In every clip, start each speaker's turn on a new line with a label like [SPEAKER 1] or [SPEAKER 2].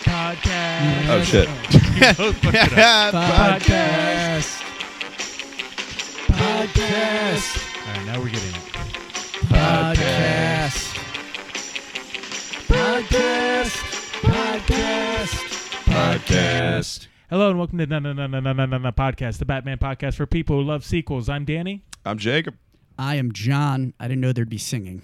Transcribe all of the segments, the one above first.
[SPEAKER 1] podcast.
[SPEAKER 2] Oh shit.
[SPEAKER 3] You both fucked it up.
[SPEAKER 1] Podcast. Podcast.
[SPEAKER 3] All right, now we're getting it.
[SPEAKER 1] Podcast. Podcast. Podcast.
[SPEAKER 2] Podcast.
[SPEAKER 1] Hello and welcome to Na Na Na Na Na Na Na Na Podcast, the Batman podcast for people who love sequels. I'm Danny.
[SPEAKER 2] I'm Uh, Jacob.
[SPEAKER 4] I am John. I didn't know there'd be singing.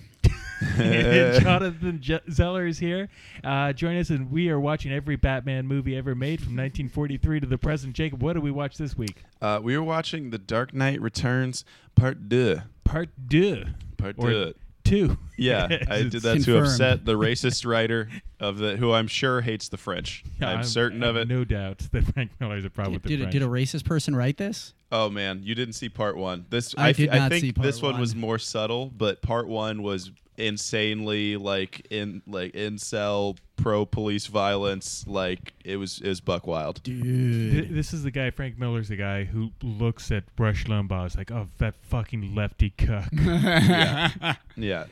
[SPEAKER 1] and Jonathan Je- Zeller is here. Uh, join us, and we are watching every Batman movie ever made from 1943 to the present. Jacob, what did we watch this week?
[SPEAKER 2] Uh, we are watching The Dark Knight Returns Part 2.
[SPEAKER 1] Part deux.
[SPEAKER 2] Part
[SPEAKER 1] Or
[SPEAKER 2] 2.
[SPEAKER 1] Two.
[SPEAKER 2] Yeah,
[SPEAKER 1] Yes,
[SPEAKER 2] I did
[SPEAKER 1] it's-
[SPEAKER 2] that to
[SPEAKER 4] confirmed.
[SPEAKER 2] upset the racist writer of the who I'm sure hates the French. I'm, certain of it.
[SPEAKER 1] No doubt that Frank Miller's a problem
[SPEAKER 4] Did,
[SPEAKER 1] with the
[SPEAKER 4] did,
[SPEAKER 1] French.
[SPEAKER 4] did a racist person write this?
[SPEAKER 2] Oh man, you didn't see part 1. This
[SPEAKER 4] I
[SPEAKER 2] I, f-
[SPEAKER 4] did
[SPEAKER 2] I
[SPEAKER 4] not
[SPEAKER 2] think
[SPEAKER 4] see part
[SPEAKER 2] this one was
[SPEAKER 4] one.
[SPEAKER 2] more subtle, but part 1 was insanely like in like incel pro police violence like it was it was buck wild.
[SPEAKER 1] Th-
[SPEAKER 4] Dude.
[SPEAKER 1] this is the guy, Frank Miller's the guy who looks at Rush Limbaugh. It's like, oh, that fucking lefty cuck.
[SPEAKER 2] Yeah.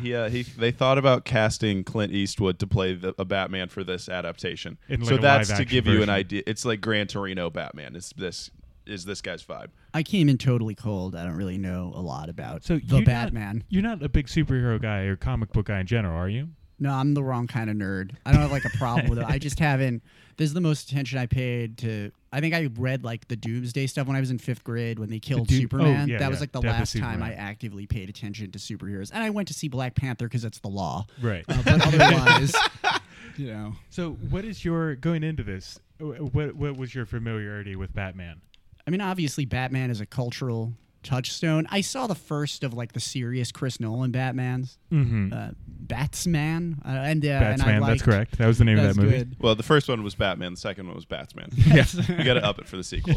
[SPEAKER 2] He, uh, he, they thought about casting Clint Eastwood to play the, a Batman for this adaptation.
[SPEAKER 1] In, like,
[SPEAKER 2] so
[SPEAKER 1] a
[SPEAKER 2] that's to
[SPEAKER 1] live-action
[SPEAKER 2] give you an
[SPEAKER 1] version.
[SPEAKER 2] idea. It's like Gran Torino Batman. Is this is this guy's vibe?
[SPEAKER 4] I came in totally cold. I don't really know a lot about
[SPEAKER 1] So
[SPEAKER 4] the
[SPEAKER 1] you're
[SPEAKER 4] Batman.
[SPEAKER 1] Not, you're not a big superhero guy or comic book guy in general, are you?
[SPEAKER 4] No, I'm the wrong kind of nerd. I don't have like a problem with it. I just haven't. This is the most attention I paid to. I think I read like the Doomsday stuff when I was in fifth grade when they killed
[SPEAKER 1] Doom- oh,
[SPEAKER 4] Superman.
[SPEAKER 1] yeah,
[SPEAKER 4] that
[SPEAKER 1] yeah,
[SPEAKER 4] was like the
[SPEAKER 1] Death of
[SPEAKER 4] last time
[SPEAKER 1] Superman.
[SPEAKER 4] I actively paid attention to superheroes. And I went to see Black Panther because that's the law.
[SPEAKER 1] Right.
[SPEAKER 4] Uh, but otherwise, you know.
[SPEAKER 1] So, what is your going into this? wh- What what was your familiarity with Batman?
[SPEAKER 4] I mean, obviously, Batman is a cultural touchstone. I saw the first of like the serious Chris Nolan Batman's,
[SPEAKER 1] Mm-hmm.
[SPEAKER 4] uh, Batsman, uh, and uh, and I
[SPEAKER 1] Batsman,
[SPEAKER 4] liked,
[SPEAKER 1] that's correct. That was the name of
[SPEAKER 4] That's
[SPEAKER 1] that movie.
[SPEAKER 4] good.
[SPEAKER 2] Well, the first one was Batman. The second one was Batman.
[SPEAKER 1] Yes.
[SPEAKER 2] you got to up it for the sequel.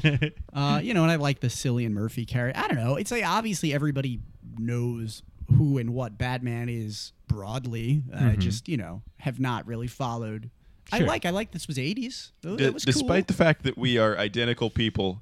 [SPEAKER 4] Uh, you know, and I like the Cillian Murphy character. I don't know. It's like obviously everybody knows who and what Batman is broadly. Uh, Just you know, have not really followed.
[SPEAKER 1] Mm-hmm.
[SPEAKER 4] I
[SPEAKER 1] Sure.
[SPEAKER 4] like. I like this was eighties.
[SPEAKER 2] D-
[SPEAKER 4] That was
[SPEAKER 2] despite the
[SPEAKER 4] cool.
[SPEAKER 2] fact that we are identical people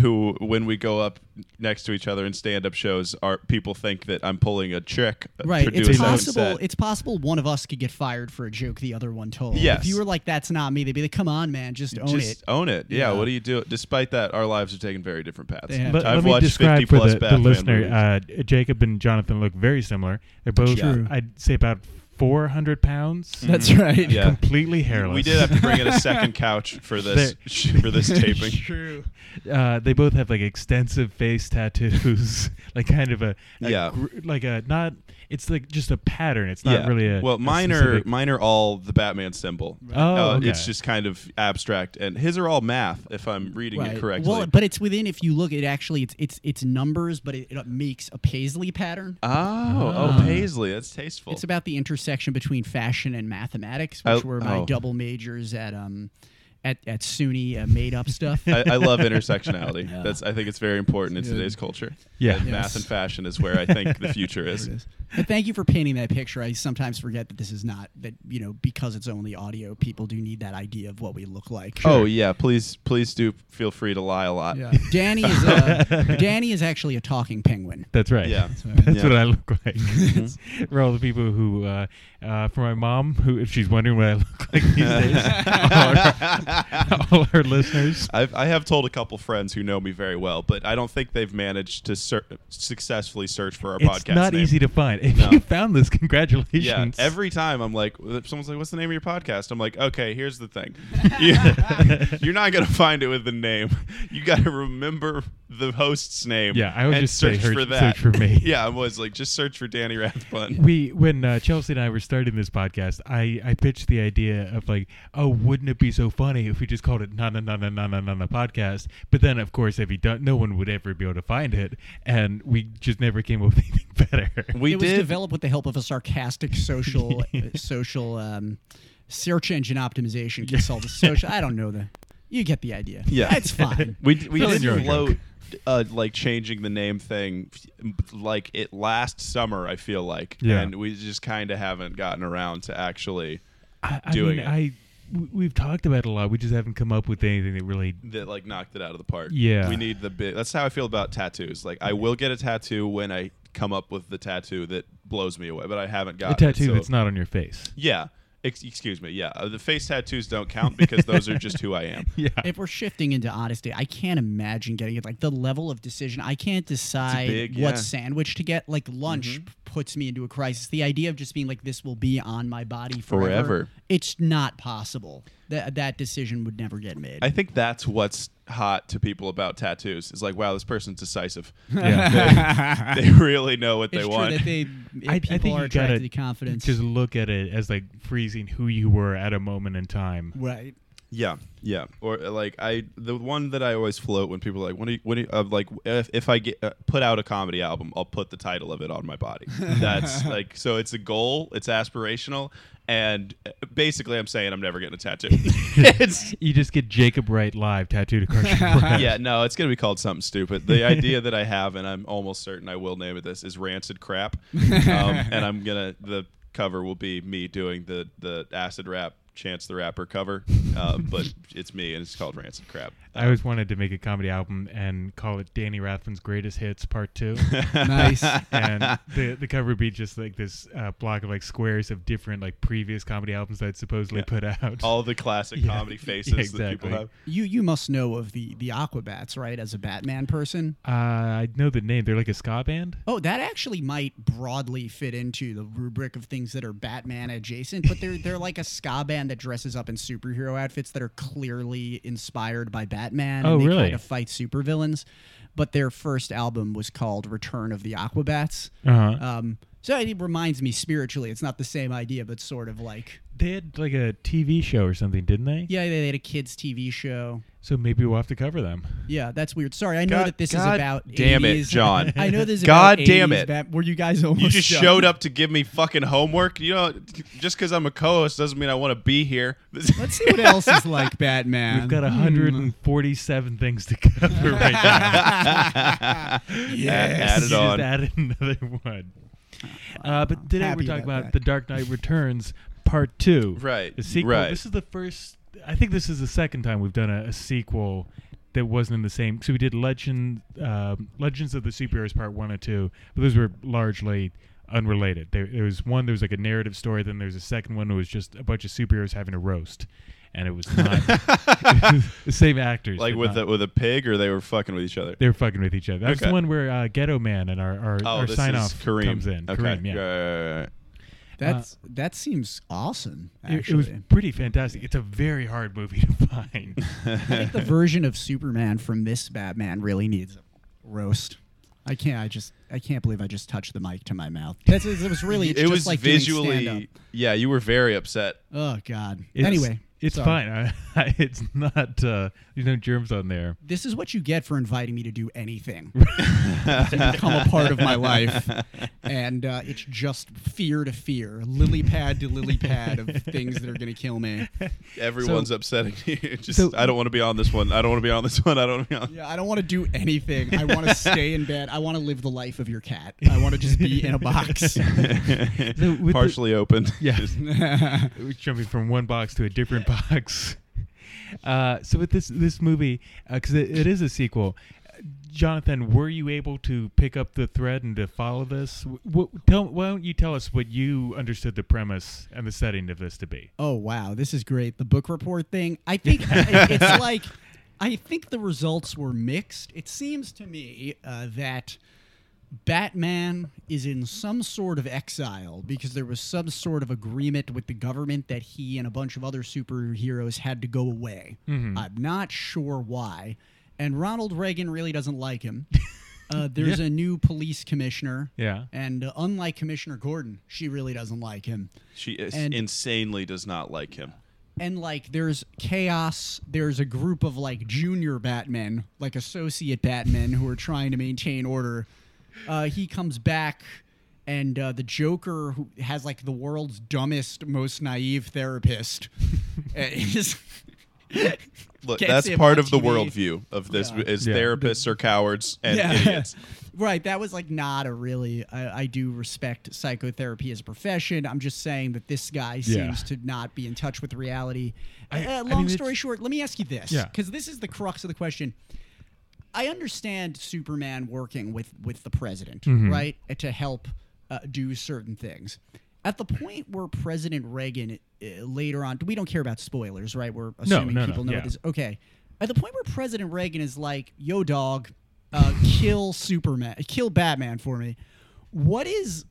[SPEAKER 2] who when we go up next to each other in stand-up shows are people think that i'm pulling a trick uh,
[SPEAKER 4] Right,
[SPEAKER 2] to do
[SPEAKER 4] it's
[SPEAKER 2] his own
[SPEAKER 4] possible.
[SPEAKER 2] set.
[SPEAKER 4] It's possible one of us could get fired for a joke the other one told.
[SPEAKER 2] Yes.
[SPEAKER 4] If you were like, "That's not me," they'd be like, "Come on, man, just own
[SPEAKER 2] just
[SPEAKER 4] it."
[SPEAKER 2] own it yeah,
[SPEAKER 4] Yeah.
[SPEAKER 2] what do you do despite that our lives are taking very different paths
[SPEAKER 4] They have
[SPEAKER 1] Let,
[SPEAKER 4] But
[SPEAKER 2] i've
[SPEAKER 1] let me
[SPEAKER 2] watched
[SPEAKER 1] describe
[SPEAKER 2] 50
[SPEAKER 1] for
[SPEAKER 2] plus
[SPEAKER 1] the, the
[SPEAKER 2] batman
[SPEAKER 1] listener.
[SPEAKER 2] movies.
[SPEAKER 1] Uh, Jacob and Jonathan look very similar. They're both,
[SPEAKER 4] True.
[SPEAKER 1] I'd say, about 400 pounds.
[SPEAKER 4] That's right.
[SPEAKER 2] Yeah.
[SPEAKER 1] Completely hairless.
[SPEAKER 2] we did have to bring in a second couch for this for this taping
[SPEAKER 4] True.
[SPEAKER 1] uh, they both have like extensive face tattoos, like kind of a, a
[SPEAKER 2] Yeah.
[SPEAKER 1] gr- like a not. It's like just a pattern. It's not really a
[SPEAKER 2] well
[SPEAKER 1] a
[SPEAKER 2] mine are
[SPEAKER 1] specific-
[SPEAKER 2] mine are all the batman symbol
[SPEAKER 1] Oh,
[SPEAKER 2] Uh,
[SPEAKER 1] okay.
[SPEAKER 2] it's just kind of abstract and his are all math if i'm reading it correctly
[SPEAKER 4] Well, but it's within. If you look, it actually it's it's it's numbers, but it, it makes a Paisley pattern.
[SPEAKER 2] Oh, oh,
[SPEAKER 1] Ah.
[SPEAKER 2] Paisley, that's tasteful.
[SPEAKER 4] It's about the intersection between fashion and mathematics, which
[SPEAKER 2] I-
[SPEAKER 4] were my
[SPEAKER 2] oh.
[SPEAKER 4] double majors at um at at SUNY uh, made up stuff.
[SPEAKER 2] I, I love intersectionality. That's I think it's very important in today's culture.
[SPEAKER 1] Yeah.
[SPEAKER 2] And math
[SPEAKER 4] Yes.
[SPEAKER 2] and fashion is where I think the future is.
[SPEAKER 4] But thank you for painting that picture. I sometimes forget that this is not that you know because it's only audio. People do need that idea of what we look like.
[SPEAKER 2] Oh yeah, please please do feel free to lie a lot.
[SPEAKER 4] yeah. Uh, Danny is a, Danny is actually a talking penguin.
[SPEAKER 1] That's right.
[SPEAKER 2] Yeah.
[SPEAKER 1] That's
[SPEAKER 2] Yeah. Mm-hmm.
[SPEAKER 1] what I look like. For all the people who, uh, uh, for my mom, who, if she's wondering what I look like these days, all, our, all our listeners.
[SPEAKER 2] I've, I have told a couple friends who know me very well, but I don't think they've managed to ser- successfully search for our
[SPEAKER 1] It's
[SPEAKER 2] podcast.
[SPEAKER 1] not
[SPEAKER 2] name.
[SPEAKER 1] easy to find. If
[SPEAKER 2] No.
[SPEAKER 1] you found this, congratulations.
[SPEAKER 2] Yeah, every time I'm like, uh, someone's like, "What's the name of your podcast?" I'm like, "Okay, here's the thing, You- you're not gonna find it with the name. You got to remember the host's name.
[SPEAKER 1] Yeah, I would
[SPEAKER 2] and
[SPEAKER 1] just say
[SPEAKER 2] search
[SPEAKER 1] her-
[SPEAKER 2] for that.
[SPEAKER 1] search for me.
[SPEAKER 2] yeah, I was like, just search for Danny Rathbun.
[SPEAKER 1] we when uh, Chelsea and I were starting this podcast, I I pitched the idea of like, oh, wouldn't it be so funny if we just called it na na na na na na na na podcast? But then, of course, if you don't, no one would ever be able to find it, and we just never came up with anything better.
[SPEAKER 2] We
[SPEAKER 4] it was developed with the help of a sarcastic social uh, social um, search engine optimization consultant. Social, I don't know the. You get the idea.
[SPEAKER 2] Yeah.
[SPEAKER 4] it's fine.
[SPEAKER 2] We d- we
[SPEAKER 1] Fill in
[SPEAKER 2] did
[SPEAKER 1] your
[SPEAKER 2] float uh, like changing the name thing like it last summer. I feel like,
[SPEAKER 1] Yeah.
[SPEAKER 2] and we just kind of haven't gotten around to actually
[SPEAKER 1] I, I mean,
[SPEAKER 2] doing it.
[SPEAKER 1] I w- we've talked about it a lot. We just haven't come up with anything that really.
[SPEAKER 2] that like knocked it out of the park.
[SPEAKER 1] Yeah.
[SPEAKER 2] we need the big. That's how I feel about tattoos. Like I will get a tattoo when I come up with the tattoo that blows me away, but I haven't
[SPEAKER 1] A
[SPEAKER 2] got
[SPEAKER 1] tattoo
[SPEAKER 2] it, so-
[SPEAKER 1] that's not on your face.
[SPEAKER 2] Yeah, Ex- excuse me. Yeah, uh, the face tattoos don't count because those are just who I am.
[SPEAKER 1] Yeah.
[SPEAKER 4] If we're shifting into honesty, I can't imagine getting it. Like the level of decision, I can't decide
[SPEAKER 2] big-
[SPEAKER 4] what
[SPEAKER 2] yeah. Mm-hmm.
[SPEAKER 4] sandwich to get. Like lunch p- puts me into a crisis. The idea of just being like, this will be on my body forever.
[SPEAKER 2] Forever.
[SPEAKER 4] It's not possible. That that decision would never get made.
[SPEAKER 2] I think that's what's hot to people about tattoos. It's like, wow, this person's decisive.
[SPEAKER 1] Yeah.
[SPEAKER 2] They really know what
[SPEAKER 4] it's
[SPEAKER 2] they
[SPEAKER 4] true
[SPEAKER 2] want.
[SPEAKER 4] that they
[SPEAKER 1] I- I
[SPEAKER 4] people
[SPEAKER 1] think
[SPEAKER 4] are
[SPEAKER 1] you gotta
[SPEAKER 4] attracted to confidence.
[SPEAKER 1] Just look at it as like freezing who you were at a moment in time.
[SPEAKER 4] right.
[SPEAKER 2] Yeah, yeah. Or uh, like I, the one that I always float when people are like, "What do you?" What do you uh, like? If, if I get uh, put out a comedy album, I'll put the title of it on my body. That's like so. It's a goal. It's aspirational, and uh, basically, I'm saying I'm never getting a tattoo. it's
[SPEAKER 1] You just get Jacob Wright live tattooed across your forehead.
[SPEAKER 2] yeah, no, it's gonna be called something stupid. The idea that I have, and I'm almost certain I will name it this, is rancid crap, um, and I'm gonna the cover will be me doing the the acid rap. Chance the Rapper cover, uh, but it's me and it's called Rancid Crap.
[SPEAKER 1] I always wanted to make a comedy album and call it Danny Rathman's Greatest Hits Part Two.
[SPEAKER 4] Nice.
[SPEAKER 1] and the the cover would be just like this uh, block of like squares of different like previous comedy albums that I'd supposedly put out.
[SPEAKER 2] all the classic
[SPEAKER 1] Yeah.
[SPEAKER 2] comedy
[SPEAKER 1] Yeah,
[SPEAKER 2] faces that people
[SPEAKER 1] exactly.
[SPEAKER 2] have.
[SPEAKER 4] You you must know of the the Aquabats, right? As a Batman person.
[SPEAKER 1] uh, I know the name. They're like a ska band.
[SPEAKER 4] Oh, that actually might broadly fit into the rubric of things that are Batman adjacent, but they're they're like a ska band that dresses up in superhero outfits that are clearly inspired by Batman.
[SPEAKER 1] Oh,
[SPEAKER 4] and they
[SPEAKER 1] really?
[SPEAKER 4] Kind of fight supervillains, but their first album was called Return of the Aquabats.
[SPEAKER 1] Uh-huh.
[SPEAKER 4] Um, so it reminds me spiritually, it's not the same idea, but sort of like
[SPEAKER 1] They had like a TV show or something, didn't they?
[SPEAKER 4] yeah, they had a kids TV show.
[SPEAKER 1] So maybe we'll have to cover them.
[SPEAKER 4] Yeah, that's weird. Sorry, I know
[SPEAKER 2] God-
[SPEAKER 4] that this
[SPEAKER 2] God
[SPEAKER 4] is about.
[SPEAKER 2] damn it,
[SPEAKER 4] 80s.
[SPEAKER 2] John.
[SPEAKER 4] I know this is
[SPEAKER 2] God
[SPEAKER 4] about
[SPEAKER 2] damn
[SPEAKER 4] 80s
[SPEAKER 2] it.
[SPEAKER 4] Bat- were you guys almost?
[SPEAKER 2] You just
[SPEAKER 4] done?
[SPEAKER 2] showed up to give me fucking homework. You know, just because I'm a co-host doesn't mean I want to be here.
[SPEAKER 4] Let's see what else is like Batman.
[SPEAKER 1] We've got 147 things to cover right now.
[SPEAKER 2] Add it
[SPEAKER 1] You
[SPEAKER 2] on.
[SPEAKER 1] Just added another one. Uh, but today
[SPEAKER 4] Happy
[SPEAKER 1] we're talking
[SPEAKER 4] about
[SPEAKER 1] about,
[SPEAKER 4] that.
[SPEAKER 1] The Dark Knight Returns Part Two.
[SPEAKER 2] Right,
[SPEAKER 1] The sequel.
[SPEAKER 2] right.
[SPEAKER 1] This is the first. I think this is the second time we've done a, a sequel that wasn't in the same. So we did Legend, um Legends of the Superheroes Part One and Two, but those were largely unrelated. There, there was one. There was like a narrative story. Then there's a second one. It was just a bunch of superheroes having a roast, and it was not the same actors.
[SPEAKER 2] like
[SPEAKER 1] but
[SPEAKER 2] with
[SPEAKER 1] not-
[SPEAKER 2] a, with a pig, or they were fucking with each other.
[SPEAKER 1] they were fucking with each other. That's
[SPEAKER 2] Okay.
[SPEAKER 1] the one where uh, Ghetto Man and our our,
[SPEAKER 2] Oh,
[SPEAKER 1] our
[SPEAKER 2] this
[SPEAKER 1] sign
[SPEAKER 2] is
[SPEAKER 1] off
[SPEAKER 2] Kareem
[SPEAKER 1] comes in.
[SPEAKER 2] Okay.
[SPEAKER 1] Kareem, yeah.
[SPEAKER 2] yeah, yeah, yeah.
[SPEAKER 4] That's that seems awesome.
[SPEAKER 1] It-
[SPEAKER 4] Actually,
[SPEAKER 1] It, was pretty fantastic. It's a very hard movie to find.
[SPEAKER 4] I think the version of Superman from this Batman really needs a roast. I can't. I just. I can't believe I just touched the mic to my mouth. That's, it was really. It's
[SPEAKER 2] It
[SPEAKER 4] just
[SPEAKER 2] was
[SPEAKER 4] like doing stand-up.
[SPEAKER 2] visually. Yeah, you were very upset.
[SPEAKER 4] Oh God.
[SPEAKER 1] It's-
[SPEAKER 4] anyway,
[SPEAKER 1] it's
[SPEAKER 4] sorry.
[SPEAKER 1] fine. I, it's not. Uh, there's no germs on there.
[SPEAKER 4] This is what you get for inviting me to do anything. you become a part of my life, and uh, it's just fear to fear, lily pad to lily pad of things that are going to kill me.
[SPEAKER 2] Everyone's upsetting you. Just
[SPEAKER 1] so-
[SPEAKER 2] I don't want to be on this one. I don't want to be on this one. I don't want to be on.
[SPEAKER 4] Yeah, I don't want to do anything. I want to stay in bed. I want to live the life of your cat. I want to just be in a box.
[SPEAKER 1] So with the-
[SPEAKER 2] Partially open.
[SPEAKER 1] Yeah.
[SPEAKER 2] Just-
[SPEAKER 1] We're jumping from one box to a different box. Uh, so with this this movie, because it, it is a sequel, uh, Jonathan, were you able to pick up the thread and to follow this? W- w- tell, why don't you tell us what you understood the premise and the setting of this to be?
[SPEAKER 4] oh wow, this is great. The book report thing. I think it- it's like I think the results were mixed. It seems to me uh, that Batman is in some sort of exile because there was some sort of agreement with the government that he and a bunch of other superheroes had to go away. I'm not sure why. And Ronald Reagan really doesn't like him. Uh, there's a new police commissioner.
[SPEAKER 1] Yeah.
[SPEAKER 4] And uh, unlike Commissioner Gordon, she really doesn't like him
[SPEAKER 2] She is
[SPEAKER 4] And-
[SPEAKER 2] insanely does not like him.
[SPEAKER 4] and like there's chaos there's a group of like junior batmen like associate batmen who are trying to maintain order uh, he comes back and uh, the joker who has like the world's dumbest most naive therapist uh, is
[SPEAKER 2] Look,
[SPEAKER 4] gets
[SPEAKER 2] that's
[SPEAKER 4] him
[SPEAKER 2] part
[SPEAKER 4] on
[SPEAKER 2] of the
[SPEAKER 4] TV.
[SPEAKER 2] worldview of this
[SPEAKER 4] Yeah.
[SPEAKER 2] is
[SPEAKER 1] Yeah.
[SPEAKER 2] therapists are cowards and idiots.
[SPEAKER 4] right. That was like not a really. I, I do respect psychotherapy as a profession. I'm just saying that this guy
[SPEAKER 1] Yeah.
[SPEAKER 4] seems to not be in touch with reality.
[SPEAKER 1] I- I
[SPEAKER 4] uh,
[SPEAKER 1] mean,
[SPEAKER 4] long story
[SPEAKER 1] it's-
[SPEAKER 4] short, let me ask you this,
[SPEAKER 1] Yeah.
[SPEAKER 4] because this is the crux of the question. I understand
[SPEAKER 1] Mm-hmm.
[SPEAKER 4] Superman working with with the president, right, to help uh, do uh, certain things. at the point where President Reagan uh, later on, we don't care about spoilers, right? We're assuming
[SPEAKER 1] no, no,
[SPEAKER 4] people know
[SPEAKER 1] yeah.
[SPEAKER 4] what this. Okay, at the point where President Reagan is like, "Yo, dog, uh, kill Superman, kill Batman for me." What is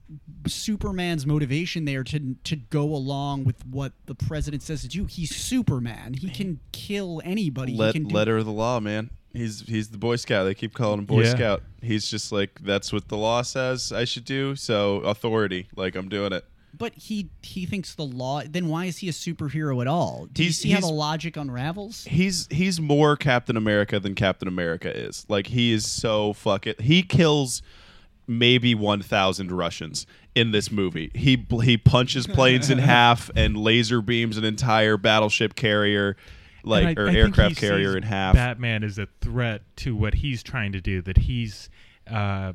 [SPEAKER 4] Superman's motivation there to to go along with what the president says to do? He's Superman. He can kill anybody. he
[SPEAKER 2] Let
[SPEAKER 4] can do
[SPEAKER 2] letter of the law, man. He's he's the Boy Scout. They keep calling him Boy
[SPEAKER 1] Yeah.
[SPEAKER 2] Scout. He's just like that's what the law says I should do. So authority, like I'm doing it.
[SPEAKER 4] But he he thinks the law. Then why is he a superhero at all? Do
[SPEAKER 2] He's-
[SPEAKER 4] you see how the
[SPEAKER 2] he's-
[SPEAKER 4] logic unravels?
[SPEAKER 2] He's he's more Captain America than Captain America is. Like he is so fuck it. He kills maybe 1000 Russians in this movie. He bl- he punches planes in half and laser beams an entire battleship carrier
[SPEAKER 1] And
[SPEAKER 2] like
[SPEAKER 1] I-
[SPEAKER 2] or
[SPEAKER 1] I think
[SPEAKER 2] aircraft
[SPEAKER 1] he sees
[SPEAKER 2] carrier in half.
[SPEAKER 1] Batman is a threat to what he's trying to do. That he's uh, uh,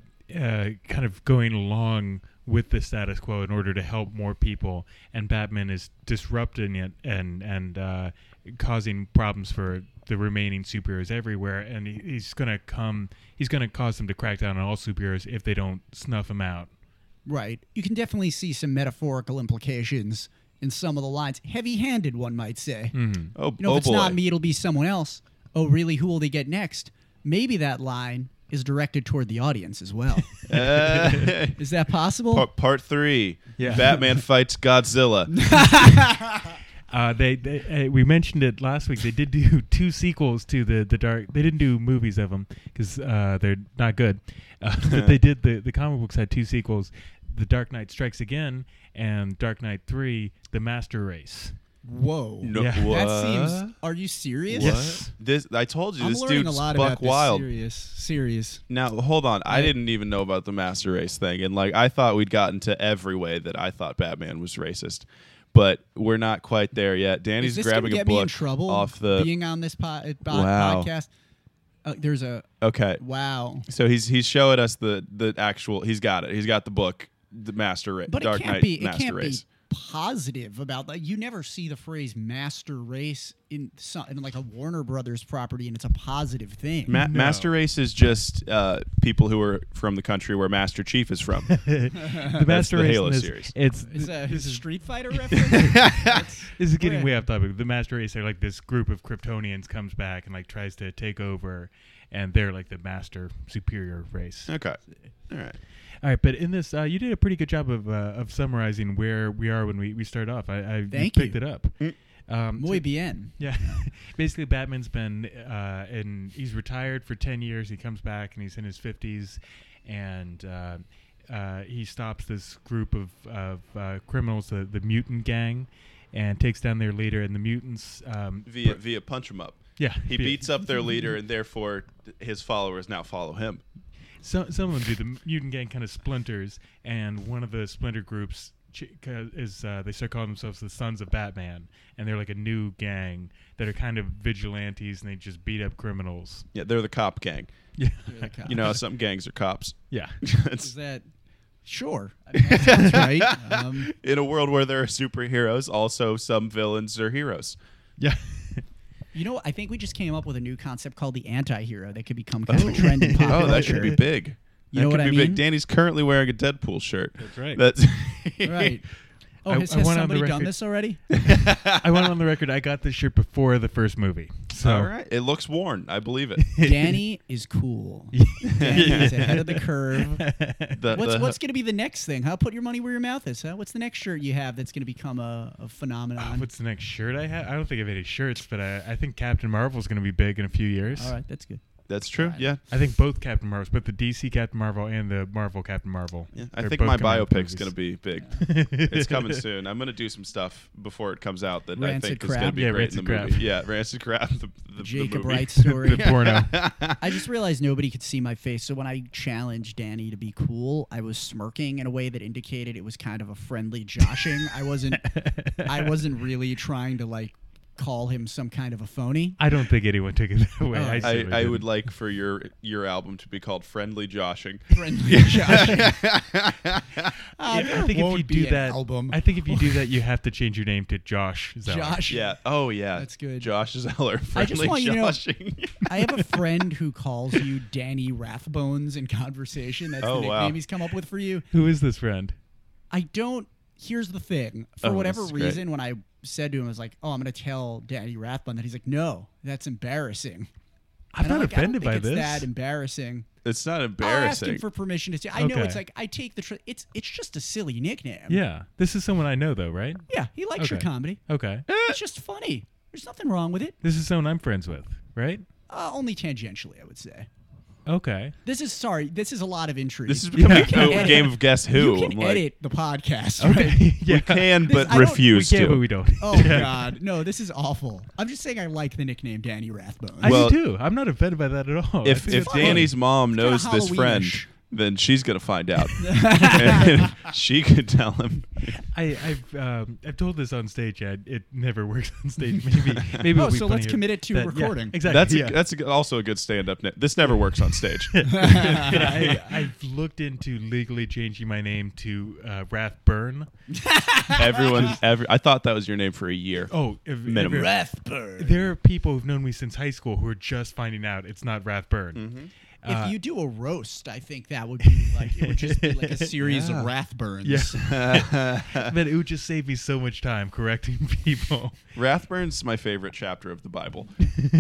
[SPEAKER 1] kind of going along with the status quo in order to help more people, and Batman is disrupting it and and uh, causing problems for the remaining superheroes everywhere. And he, he's gonna come. He's gonna cause them to crack down on all superheroes if they don't snuff him out.
[SPEAKER 4] Right. You can definitely see some metaphorical implications in some of the lines. Heavy handed, one might say.
[SPEAKER 2] oh,
[SPEAKER 4] You know,
[SPEAKER 2] oh
[SPEAKER 4] if it's
[SPEAKER 2] boy.
[SPEAKER 4] not me, it'll be someone else. Oh, really? Who will they get next? Maybe that line is directed toward the audience as well.
[SPEAKER 2] Uh,
[SPEAKER 4] is that possible?
[SPEAKER 2] Part, part three.
[SPEAKER 1] Yeah.
[SPEAKER 2] Batman fights Godzilla.
[SPEAKER 1] Uh, they, they uh, we mentioned it last week. They did do two sequels to the the dark. They didn't do movies of them because uh, they're not good. Uh, but they did the the comic books had two sequels: The Dark Knight Strikes Again and Dark Knight Three: The Master Race.
[SPEAKER 4] Whoa.
[SPEAKER 2] No,
[SPEAKER 1] Yeah.
[SPEAKER 2] what?
[SPEAKER 4] That seems. Are you serious?
[SPEAKER 1] Yes.
[SPEAKER 2] This I told you.
[SPEAKER 4] I'm
[SPEAKER 2] this
[SPEAKER 4] learning
[SPEAKER 2] dude's
[SPEAKER 4] a lot
[SPEAKER 2] buck
[SPEAKER 4] about this
[SPEAKER 2] wild.
[SPEAKER 4] serious series.
[SPEAKER 2] Now hold on. I didn't even know about the master race thing, and like I thought we'd gotten to every way that I thought Batman was racist, but we're not quite there yet. Danny's
[SPEAKER 4] Is this
[SPEAKER 2] grabbing
[SPEAKER 4] gonna
[SPEAKER 2] a
[SPEAKER 4] get
[SPEAKER 2] book
[SPEAKER 4] me in trouble
[SPEAKER 2] off the.
[SPEAKER 4] being on this po- uh, bo-
[SPEAKER 2] Wow.
[SPEAKER 4] podcast? Uh, there's a
[SPEAKER 2] okay,
[SPEAKER 4] wow.
[SPEAKER 2] so he's he's showing us the the actual. He's got it. He's got the book. The master race.
[SPEAKER 4] But
[SPEAKER 2] Dark
[SPEAKER 4] it can't
[SPEAKER 2] Knight
[SPEAKER 4] be. It
[SPEAKER 2] master
[SPEAKER 4] can't
[SPEAKER 2] race.
[SPEAKER 4] be positive about that. You never see the phrase "master race" in, some, in like a Warner Brothers property, and it's a positive thing.
[SPEAKER 2] Ma- Master race is just uh, people who are from the country where Master Chief is from.
[SPEAKER 1] The Master
[SPEAKER 2] the
[SPEAKER 1] Race.
[SPEAKER 2] Halo
[SPEAKER 1] in this-
[SPEAKER 2] series.
[SPEAKER 1] It's
[SPEAKER 4] is
[SPEAKER 1] this
[SPEAKER 4] that is a Street Fighter reference?
[SPEAKER 1] is getting
[SPEAKER 4] Right.
[SPEAKER 1] way off topic. The Master Race are like this group of Kryptonians comes back and like tries to take over, and they're like the master superior race.
[SPEAKER 2] Okay. All right.
[SPEAKER 1] All right, but in this, uh, you did a pretty good job of uh, of summarizing where we are when we, we start off. I, I
[SPEAKER 4] Thank
[SPEAKER 1] picked
[SPEAKER 4] you. Mm.
[SPEAKER 1] it up. Um,
[SPEAKER 4] Muy
[SPEAKER 1] so-
[SPEAKER 4] bien.
[SPEAKER 1] yeah, basically, Batman's been uh, and he's retired for ten years. He comes back and he's in his fifties, and uh, uh, he stops this group of of uh, criminals, the the mutant gang, and takes down their leader. And the mutants, um,
[SPEAKER 2] Via
[SPEAKER 1] br-
[SPEAKER 2] via punch him up.
[SPEAKER 1] yeah,
[SPEAKER 2] He
[SPEAKER 1] via-
[SPEAKER 2] beats up their leader, and therefore th- his followers now follow him.
[SPEAKER 1] Some some of them do. The mutant gang kind of splinters, and one of the splinter groups ch- ca- is uh, they start calling themselves the Sons of Batman, and they're like a new gang that are kind of vigilantes, and they just beat up criminals.
[SPEAKER 2] Yeah, they're the cop gang.
[SPEAKER 1] Yeah,
[SPEAKER 2] You know, how some gangs are cops.
[SPEAKER 1] yeah.
[SPEAKER 4] Is
[SPEAKER 2] It's-
[SPEAKER 4] that sure? I mean, that sounds right. Um,
[SPEAKER 2] in a world where there are superheroes, also some villains are heroes.
[SPEAKER 1] Yeah.
[SPEAKER 4] you know, I think we just came up with a new concept called the anti-hero that could become kind of a trend in pop
[SPEAKER 2] Oh, that should be
[SPEAKER 4] culture.
[SPEAKER 2] big.
[SPEAKER 4] You
[SPEAKER 2] that
[SPEAKER 4] know
[SPEAKER 2] could
[SPEAKER 4] what I
[SPEAKER 2] be
[SPEAKER 4] mean?
[SPEAKER 2] Big. Danny's currently wearing a Deadpool shirt. That's
[SPEAKER 1] right.
[SPEAKER 2] That's
[SPEAKER 4] right. Oh,
[SPEAKER 1] I-
[SPEAKER 4] has,
[SPEAKER 1] I
[SPEAKER 4] has
[SPEAKER 1] want on the
[SPEAKER 4] somebody done
[SPEAKER 1] record-
[SPEAKER 4] this already?
[SPEAKER 1] I went on the record. I got this shirt before the first movie. So
[SPEAKER 2] All right. It looks worn. I believe it.
[SPEAKER 4] Danny is cool. Danny is ahead of the curve.
[SPEAKER 2] The-
[SPEAKER 4] What's
[SPEAKER 2] the-
[SPEAKER 4] what's going to be the next thing? Huh? Put your money where your mouth is. Huh? What's the next shirt you have that's going to become a, a phenomenon?
[SPEAKER 1] what's the next shirt I have? I don't think I have any shirts, but I, I think Captain Marvel's going to be big in a few years.
[SPEAKER 4] All right, that's good.
[SPEAKER 2] that's true. Yeah.
[SPEAKER 1] I think both Captain Marvels, but the DC Captain Marvel and the Marvel Captain Marvel.
[SPEAKER 2] Yeah, I think my biopic's going to be big. it's
[SPEAKER 1] it's
[SPEAKER 2] coming soon. I'm going to do some stuff before it comes out that
[SPEAKER 4] Rancid
[SPEAKER 2] I think is going to
[SPEAKER 4] crap.
[SPEAKER 2] be
[SPEAKER 1] Yeah,
[SPEAKER 2] great in the
[SPEAKER 1] rancid
[SPEAKER 2] movie. Yeah, Rancid Crap. The, the- the
[SPEAKER 4] Jacob
[SPEAKER 2] movie.
[SPEAKER 4] Wright story.
[SPEAKER 1] the porno.
[SPEAKER 4] I just realized nobody could see my face, so when I challenged Danny to be cool, I was smirking in a way that indicated it was kind of a friendly joshing. I wasn't. I wasn't really trying to like call him some kind of a phony.
[SPEAKER 1] I don't think anyone took it that way.
[SPEAKER 4] Oh. I-
[SPEAKER 1] I,
[SPEAKER 2] I,
[SPEAKER 1] certainly
[SPEAKER 2] I would
[SPEAKER 1] didn't.
[SPEAKER 2] like for your your album to be called Friendly Joshing.
[SPEAKER 4] Friendly joshing. Uh,
[SPEAKER 1] Yeah,
[SPEAKER 4] there
[SPEAKER 1] I think if
[SPEAKER 4] won't
[SPEAKER 1] you
[SPEAKER 4] be
[SPEAKER 1] do
[SPEAKER 4] an
[SPEAKER 1] that,
[SPEAKER 4] album.
[SPEAKER 1] I think if you do that, you have to change your name to Josh. Zeller.
[SPEAKER 4] Josh.
[SPEAKER 2] Yeah. Oh yeah.
[SPEAKER 4] That's good.
[SPEAKER 2] Josh Zeller.
[SPEAKER 4] I just
[SPEAKER 2] Friendly
[SPEAKER 4] want you to know-
[SPEAKER 2] Joshing.
[SPEAKER 4] I have a friend who calls you Danny Rathbones in conversation. That's the
[SPEAKER 2] Oh,
[SPEAKER 4] nickname
[SPEAKER 2] wow.
[SPEAKER 4] he's come up with for you.
[SPEAKER 1] Who is this friend?
[SPEAKER 4] I don't. here's the thing. For
[SPEAKER 2] Oh,
[SPEAKER 4] whatever
[SPEAKER 2] this is great.
[SPEAKER 4] reason, when I said to him, I was like, "Oh, I'm gonna tell Danny Rathbun that," he's like, "No, that's embarrassing."
[SPEAKER 1] I'm
[SPEAKER 4] And
[SPEAKER 1] not
[SPEAKER 4] like, I don't
[SPEAKER 1] offended
[SPEAKER 4] think
[SPEAKER 1] by
[SPEAKER 4] it's
[SPEAKER 1] this.
[SPEAKER 4] That embarrassing.
[SPEAKER 2] It's not
[SPEAKER 4] I'll ask
[SPEAKER 2] embarrassing.
[SPEAKER 4] him for permission to say. I know
[SPEAKER 1] Okay.
[SPEAKER 4] it's like I take the. Tr- it's it's just a silly nickname.
[SPEAKER 1] yeah, this is someone I know though, right?
[SPEAKER 4] Yeah, he likes your
[SPEAKER 1] Okay.
[SPEAKER 4] comedy.
[SPEAKER 1] Okay,
[SPEAKER 4] It's just funny. There's nothing wrong with it.
[SPEAKER 1] this is someone I'm friends with, right?
[SPEAKER 4] Uh, only tangentially, I would say.
[SPEAKER 1] Okay,
[SPEAKER 4] This is sorry. This is a lot of intrigue.
[SPEAKER 2] this is becoming
[SPEAKER 1] can
[SPEAKER 2] a
[SPEAKER 4] edit-
[SPEAKER 2] game of guess who.
[SPEAKER 4] You can
[SPEAKER 2] I'm like,
[SPEAKER 4] edit the podcast, right?
[SPEAKER 1] yeah.
[SPEAKER 2] We can,
[SPEAKER 4] This-
[SPEAKER 2] but
[SPEAKER 4] I don't-
[SPEAKER 1] We
[SPEAKER 2] refuse
[SPEAKER 1] can,
[SPEAKER 2] to.
[SPEAKER 1] but we don't.
[SPEAKER 4] Oh God, no! This is awful. I'm just saying I like the nickname Danny Rathbone.
[SPEAKER 1] I
[SPEAKER 2] Well-
[SPEAKER 1] do too. I'm not offended by that at all. I
[SPEAKER 2] if
[SPEAKER 1] think
[SPEAKER 2] if
[SPEAKER 1] it's funny.
[SPEAKER 2] Danny's mom
[SPEAKER 4] kinda
[SPEAKER 2] knows this friend,
[SPEAKER 4] Halloweenish.
[SPEAKER 2] then she's gonna find out, and she could tell him.
[SPEAKER 1] I, I've um, I've told this on stage. I, it never works on stage. Maybe maybe.
[SPEAKER 4] Oh,
[SPEAKER 1] it'll be
[SPEAKER 4] so let's
[SPEAKER 1] funnier
[SPEAKER 4] commit it to
[SPEAKER 1] that- yeah,
[SPEAKER 4] recording.
[SPEAKER 1] exactly.
[SPEAKER 2] That's
[SPEAKER 1] yeah.
[SPEAKER 2] a, that's a good- also a good stand-up. Net. This never works on stage.
[SPEAKER 1] I, I've looked into legally changing my name to uh, Rathburn.
[SPEAKER 2] Everyone, every I thought that was your name for a year.
[SPEAKER 1] Oh, if, if
[SPEAKER 2] Minimum.
[SPEAKER 1] you're-
[SPEAKER 4] Rathburn.
[SPEAKER 1] there are people who've known me since high school who are just finding out it's not Rathburn.
[SPEAKER 2] Mm-hmm.
[SPEAKER 1] Uh,
[SPEAKER 4] If you do a roast, I think that would be like it would just be like a series of Rathburns.
[SPEAKER 1] Yeah. but it would just save me so much time correcting people.
[SPEAKER 2] Rathburn's my favorite chapter of the Bible.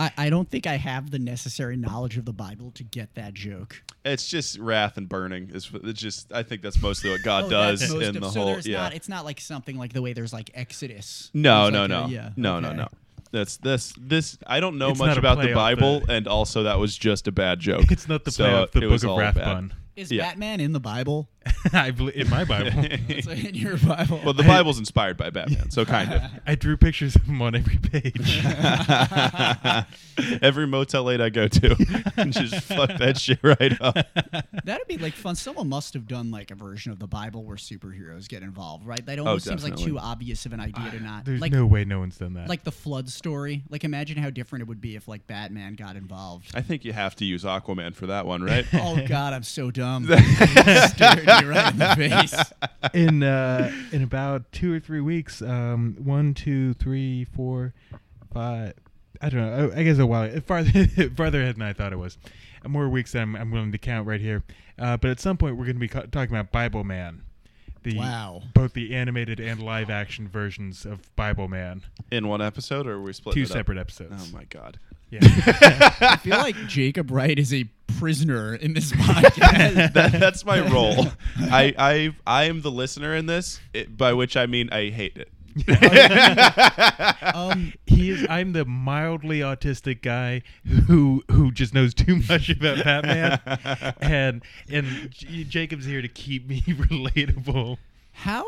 [SPEAKER 4] I, I don't think I have the necessary knowledge of the Bible to get that joke.
[SPEAKER 2] It's just wrath and burning. It's, it's just I think that's mostly what
[SPEAKER 4] Oh,
[SPEAKER 2] God does in the
[SPEAKER 4] so
[SPEAKER 2] whole.
[SPEAKER 4] there's
[SPEAKER 2] yeah.
[SPEAKER 4] not, it's not like something like the way there's like Exodus.
[SPEAKER 2] no,
[SPEAKER 4] There's
[SPEAKER 2] no,
[SPEAKER 4] like
[SPEAKER 2] no,
[SPEAKER 4] a- yeah,
[SPEAKER 2] no, no,
[SPEAKER 4] okay.
[SPEAKER 2] no. That's this this. I don't know
[SPEAKER 1] It's
[SPEAKER 2] much
[SPEAKER 1] not a
[SPEAKER 2] about
[SPEAKER 1] play
[SPEAKER 2] the
[SPEAKER 1] off
[SPEAKER 2] Bible,
[SPEAKER 1] the-
[SPEAKER 2] and also that was just a bad joke.
[SPEAKER 1] it's not the
[SPEAKER 2] So
[SPEAKER 1] play off the
[SPEAKER 2] it was
[SPEAKER 1] Book of
[SPEAKER 2] all bad.
[SPEAKER 1] Rathbun.
[SPEAKER 4] Is
[SPEAKER 2] Yeah.
[SPEAKER 4] Batman in the Bible?
[SPEAKER 1] I believe in my Bible.
[SPEAKER 4] It's like in your Bible.
[SPEAKER 2] Well, the
[SPEAKER 1] I-
[SPEAKER 2] Bible's inspired by Batman, so kind of.
[SPEAKER 1] I drew pictures of him on every page.
[SPEAKER 2] Every Motel 8 I go to, just fuck that shit right up.
[SPEAKER 4] That'd be like fun. Someone must have done like a version of the Bible where superheroes get involved, right? That almost seems like
[SPEAKER 2] Oh, definitely.
[SPEAKER 4] too obvious of an idea to not.
[SPEAKER 1] There's
[SPEAKER 4] like
[SPEAKER 1] no way no one's done that.
[SPEAKER 4] like the flood story. Like imagine how different it would be if like Batman got involved.
[SPEAKER 2] I think you have to use Aquaman for that one, right?
[SPEAKER 4] oh God, I'm so dumb. Stared me right in the face.
[SPEAKER 1] in uh, in about two or three weeks. Um, one, two, three, four, five. I don't know. I, I guess a while farther farther ahead than I thought it was. Uh, More weeks than I'm, I'm willing to count right here. Uh, but at some point, we're going to be ca- talking about Bible Man. The,
[SPEAKER 4] Wow.
[SPEAKER 1] Both the animated and live action versions of Bible Man.
[SPEAKER 2] In one episode, or are we split
[SPEAKER 1] Two separate episodes.
[SPEAKER 2] Oh my god.
[SPEAKER 1] Yeah.
[SPEAKER 4] I feel like Jacob Wright is a prisoner in this podcast.
[SPEAKER 2] That, that's my role. I, I I am the listener in this, it, by which I mean I hate it.
[SPEAKER 4] um,
[SPEAKER 1] he is. I'm the mildly autistic guy who who just knows too much about Batman, and and J- Jacob's here to keep me relatable.
[SPEAKER 4] how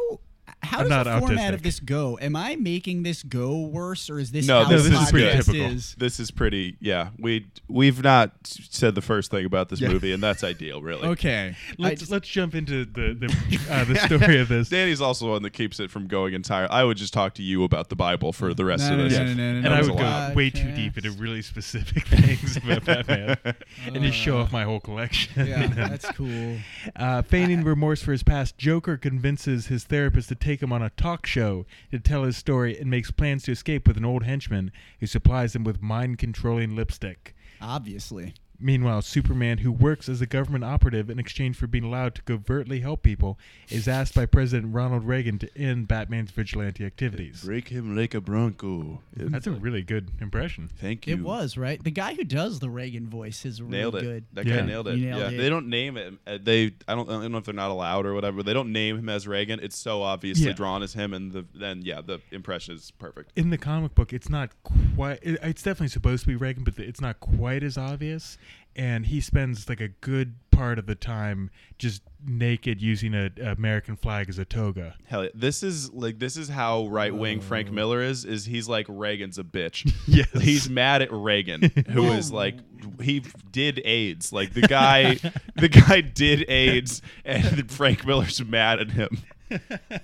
[SPEAKER 4] how
[SPEAKER 1] I'm
[SPEAKER 4] does the
[SPEAKER 1] not
[SPEAKER 4] format
[SPEAKER 1] autistic.
[SPEAKER 4] of this go? Am I making this go worse, or is this
[SPEAKER 2] No,
[SPEAKER 4] how
[SPEAKER 2] this
[SPEAKER 4] the
[SPEAKER 2] is pretty
[SPEAKER 4] podcast
[SPEAKER 1] typical.
[SPEAKER 4] is?
[SPEAKER 2] This is pretty. Yeah, we we've not said the first thing about this movie, and that's ideal, really.
[SPEAKER 4] Okay, I
[SPEAKER 1] Let's
[SPEAKER 4] just-
[SPEAKER 1] let's jump into the the, uh, the story of this.
[SPEAKER 2] Danny's also one that keeps it from going entire. I would just talk to you about the Bible for the rest
[SPEAKER 4] No,
[SPEAKER 2] of
[SPEAKER 4] no,
[SPEAKER 2] this.
[SPEAKER 4] no, no, no, no,
[SPEAKER 1] And
[SPEAKER 4] no.
[SPEAKER 2] That
[SPEAKER 1] I
[SPEAKER 2] was
[SPEAKER 1] would
[SPEAKER 2] a lot.
[SPEAKER 1] go way too deep into really specific things about Batman, and just show off my whole collection.
[SPEAKER 4] Uh. yeah, that's cool.
[SPEAKER 1] Uh, feigning remorse for his past, Joker convinces his therapist to take him on a talk show to tell his story and makes plans to escape with an old henchman who supplies him with mind controlling lipstick.
[SPEAKER 4] Obviously.
[SPEAKER 1] Meanwhile, Superman, who works as a government operative in exchange for being allowed to covertly help people, is asked by President Ronald Reagan to end Batman's vigilante activities.
[SPEAKER 2] Break him like a bronco.
[SPEAKER 1] That's a really good impression.
[SPEAKER 2] Thank you.
[SPEAKER 4] It was right. The guy who does the Reagan voice is really
[SPEAKER 2] Nailed it.
[SPEAKER 4] good.
[SPEAKER 2] That
[SPEAKER 1] Yeah.
[SPEAKER 2] guy nailed it.
[SPEAKER 4] You nailed
[SPEAKER 2] yeah.
[SPEAKER 4] it.
[SPEAKER 2] They don't name it. uh, They I don't, I don't know if they're not allowed or whatever. They don't name him as Reagan. It's so obviously
[SPEAKER 1] Yeah.
[SPEAKER 2] drawn as him, and the then yeah, the impression is perfect.
[SPEAKER 1] In the comic book, it's not quite. it- It's definitely supposed to be Reagan, but it's not quite as obvious. And he spends like a good part of the time just naked using a a American flag as a toga.
[SPEAKER 2] Hell yeah. This is like this is how right wing Frank Miller is. Is he's like Reagan's a bitch.
[SPEAKER 1] Mm. Yes.
[SPEAKER 2] He's mad at Reagan, who is like he did AIDS. Like the guy, the guy did AIDS, and Frank Miller's mad at him.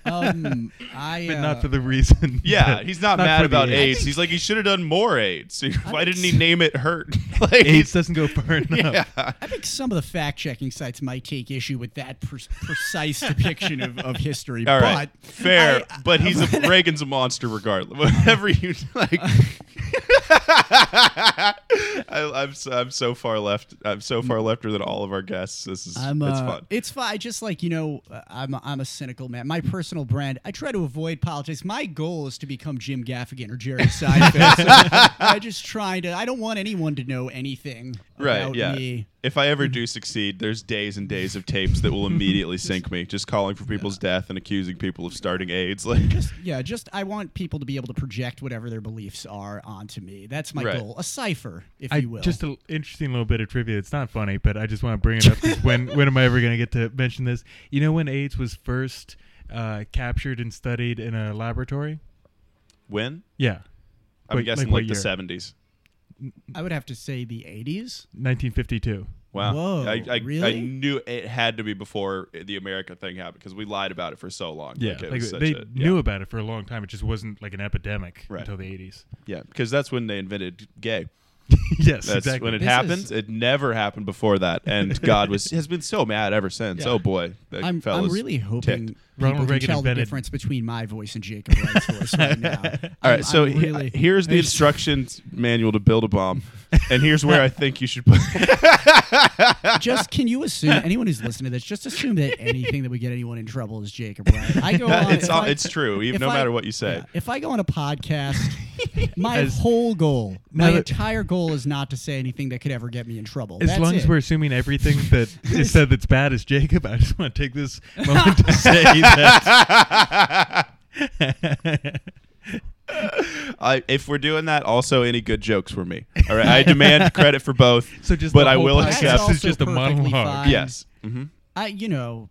[SPEAKER 4] Um, I
[SPEAKER 1] But
[SPEAKER 4] uh,
[SPEAKER 1] not for the reason.
[SPEAKER 2] Yeah,
[SPEAKER 1] that-
[SPEAKER 2] he's not,
[SPEAKER 1] not
[SPEAKER 2] mad
[SPEAKER 1] for the
[SPEAKER 2] about
[SPEAKER 1] AIDS.
[SPEAKER 2] AIDS. He's like he should have done more AIDS. Why didn't he name it hurt? like
[SPEAKER 1] AIDS doesn't go far enough.
[SPEAKER 2] yeah.
[SPEAKER 4] I think some of the fact checking sites might take issue with that pre- precise depiction of, of history.
[SPEAKER 2] All
[SPEAKER 4] but
[SPEAKER 2] right, fair.
[SPEAKER 4] I-
[SPEAKER 2] but he's a, Reagan's a monster regardless. Whatever you like, I, I'm so, I'm so far left. I'm so far lefter than all of our guests. This is
[SPEAKER 4] I'm,
[SPEAKER 2] it's
[SPEAKER 4] uh,
[SPEAKER 2] fun.
[SPEAKER 4] It's fun. I just like you know, uh, I'm a, I'm a cynical man. My personal brand, I try to avoid politics. My goal is to become Jim Gaffigan or Jerry Seinfeld. So I just try to. I don't want anyone to know anything
[SPEAKER 2] Right?
[SPEAKER 4] about
[SPEAKER 2] Yeah.
[SPEAKER 4] me.
[SPEAKER 2] If I ever do succeed, there's days and days of tapes that will immediately sink me. Just calling for people's death and accusing people of starting AIDS. Like
[SPEAKER 4] Just yeah, just I want people to be able to project whatever their beliefs are onto me. That's my
[SPEAKER 2] Right.
[SPEAKER 4] goal. A cipher, if
[SPEAKER 1] I,
[SPEAKER 4] you will.
[SPEAKER 1] just uh, an interesting little bit of trivia. It's not funny, but I just want to bring it up 'cause when when am I ever going to get to mention this? You know when AIDS was first uh, captured and studied in a laboratory?
[SPEAKER 2] when?
[SPEAKER 1] Yeah,
[SPEAKER 2] I'm
[SPEAKER 1] Wait,
[SPEAKER 2] guessing
[SPEAKER 1] like what
[SPEAKER 2] like, the
[SPEAKER 1] year?
[SPEAKER 2] 70s.
[SPEAKER 4] I would have to say the 80s.
[SPEAKER 1] 1952.
[SPEAKER 2] Wow.
[SPEAKER 4] Whoa,
[SPEAKER 2] I, I, I
[SPEAKER 4] really?
[SPEAKER 2] knew it had to be before the America thing happened because we lied about it for so long.
[SPEAKER 1] Yeah,
[SPEAKER 2] Like, it
[SPEAKER 1] like,
[SPEAKER 2] was such
[SPEAKER 1] they
[SPEAKER 2] a-
[SPEAKER 1] knew about it for a long time. It just wasn't like an epidemic
[SPEAKER 2] Right.
[SPEAKER 1] until the 80s.
[SPEAKER 2] Yeah, because that's when they invented gay.
[SPEAKER 1] yes,
[SPEAKER 2] That's
[SPEAKER 1] exactly.
[SPEAKER 2] when it
[SPEAKER 4] This
[SPEAKER 2] happened.
[SPEAKER 4] is-
[SPEAKER 2] It never happened before that, and God was has been so mad ever since.
[SPEAKER 1] Yeah.
[SPEAKER 2] Oh boy, that
[SPEAKER 4] I'm, I'm
[SPEAKER 2] fella's
[SPEAKER 4] really
[SPEAKER 2] ticked.
[SPEAKER 4] hoping people
[SPEAKER 1] Ronald
[SPEAKER 4] can
[SPEAKER 1] Reagan
[SPEAKER 4] tell the
[SPEAKER 1] invented-
[SPEAKER 4] difference between my voice and Jacob Wright's voice right now.
[SPEAKER 2] All
[SPEAKER 4] I'm-
[SPEAKER 2] right, so
[SPEAKER 4] I'm
[SPEAKER 2] he-
[SPEAKER 4] really-
[SPEAKER 2] here's the
[SPEAKER 4] I just-
[SPEAKER 2] instructions manual to build a bomb, and here's where I think you should put.
[SPEAKER 4] just can you assume anyone who's listening to this just assume that anything that would get anyone in trouble is Jacob Wright? I go on.
[SPEAKER 2] it's
[SPEAKER 4] if
[SPEAKER 2] all,
[SPEAKER 4] I-
[SPEAKER 2] it's true, even
[SPEAKER 4] if
[SPEAKER 2] no
[SPEAKER 4] I-
[SPEAKER 2] matter what you say.
[SPEAKER 4] yeah, if I go on a podcast, my
[SPEAKER 1] As-
[SPEAKER 4] whole goal,
[SPEAKER 1] Now
[SPEAKER 4] my
[SPEAKER 1] that-
[SPEAKER 4] entire goal is not to say anything that could ever get me in trouble.
[SPEAKER 1] as
[SPEAKER 4] That's
[SPEAKER 1] long
[SPEAKER 4] it.
[SPEAKER 1] as we're assuming everything that is said that's bad is Jacob, I just want to take this moment to say that.
[SPEAKER 2] I, if we're doing that, also any good jokes were me. All right, I demand credit for both.
[SPEAKER 1] so just,
[SPEAKER 2] but
[SPEAKER 1] the
[SPEAKER 2] I
[SPEAKER 1] whole
[SPEAKER 2] will
[SPEAKER 1] podcast
[SPEAKER 4] That's
[SPEAKER 2] accept.
[SPEAKER 4] also
[SPEAKER 1] is just a
[SPEAKER 4] perfectly
[SPEAKER 1] monologue.
[SPEAKER 4] fine.
[SPEAKER 2] Yes. hmm
[SPEAKER 4] I, you know,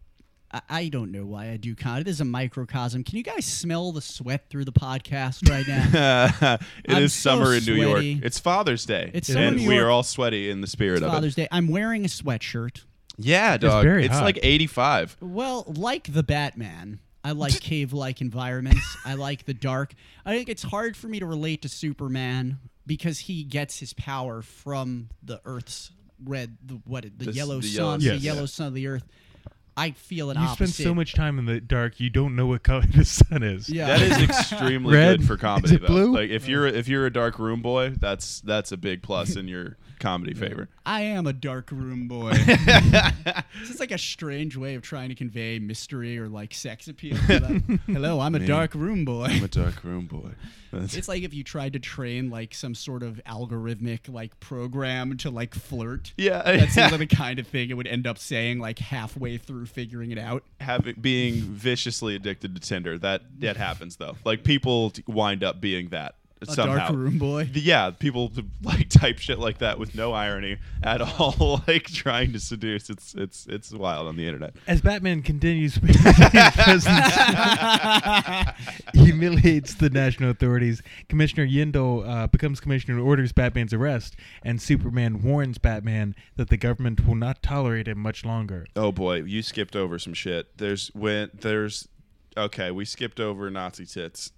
[SPEAKER 4] I, I don't know why I do comedy. This is a microcosm. Can you guys smell the sweat through the podcast right now?
[SPEAKER 2] it
[SPEAKER 4] I'm
[SPEAKER 2] is
[SPEAKER 4] so
[SPEAKER 2] summer in New York.
[SPEAKER 4] sweaty.
[SPEAKER 2] It's Father's Day.
[SPEAKER 4] It's summer
[SPEAKER 2] and
[SPEAKER 4] in New
[SPEAKER 2] we
[SPEAKER 4] York.
[SPEAKER 2] are all sweaty in the spirit of it.
[SPEAKER 4] Father's Day. I'm wearing a sweatshirt.
[SPEAKER 2] Yeah, dog. It's,
[SPEAKER 1] very hot.
[SPEAKER 2] like 85.
[SPEAKER 4] Well, like the Batman, I like cave-like environments. I like the dark. I think it's hard for me to relate to Superman because he gets his power from the Earth's red, the what, the,
[SPEAKER 2] The s-
[SPEAKER 4] yellow
[SPEAKER 2] the yellow
[SPEAKER 1] sun,
[SPEAKER 4] sun, the
[SPEAKER 1] yeah.
[SPEAKER 4] yellow sun of the Earth. I feel an
[SPEAKER 1] You
[SPEAKER 4] opposite.
[SPEAKER 1] spend so much time in the dark, you don't know what color the sun is.
[SPEAKER 4] Yeah.
[SPEAKER 2] That is extremely
[SPEAKER 1] Red?
[SPEAKER 2] good for comedy.
[SPEAKER 1] Is it
[SPEAKER 2] though.
[SPEAKER 1] blue?
[SPEAKER 2] Like if you're if you're a dark room boy, that's that's a big plus in your comedy favor.
[SPEAKER 4] I am a dark room boy. this is like a strange way of trying to convey mystery or like sex appeal. But, Hello, I'm a dark room boy.
[SPEAKER 2] I'm a dark room boy. That's-
[SPEAKER 4] It's like if you tried to train like some sort of algorithmic like program to like flirt.
[SPEAKER 2] yeah,
[SPEAKER 4] That seems like the kind of thing it would end up saying like halfway through figuring it out.
[SPEAKER 2] having being viciously addicted to Tinder. That that happens though. Like people t- wind up being that
[SPEAKER 4] A
[SPEAKER 2] somehow.
[SPEAKER 4] dark room boy.
[SPEAKER 2] The- Yeah, people t- like type shit like that with no irony at all. Like trying to seduce. It's it's it's wild on the internet.
[SPEAKER 1] As Batman continues to maintain his presence, humiliates the national authorities, Commissioner Yindel uh, becomes commissioner and orders Batman's arrest, and Superman warns Batman that the government will not tolerate him much longer.
[SPEAKER 2] Oh boy, you skipped over some shit. There's when there's okay, we skipped over Nazi tits.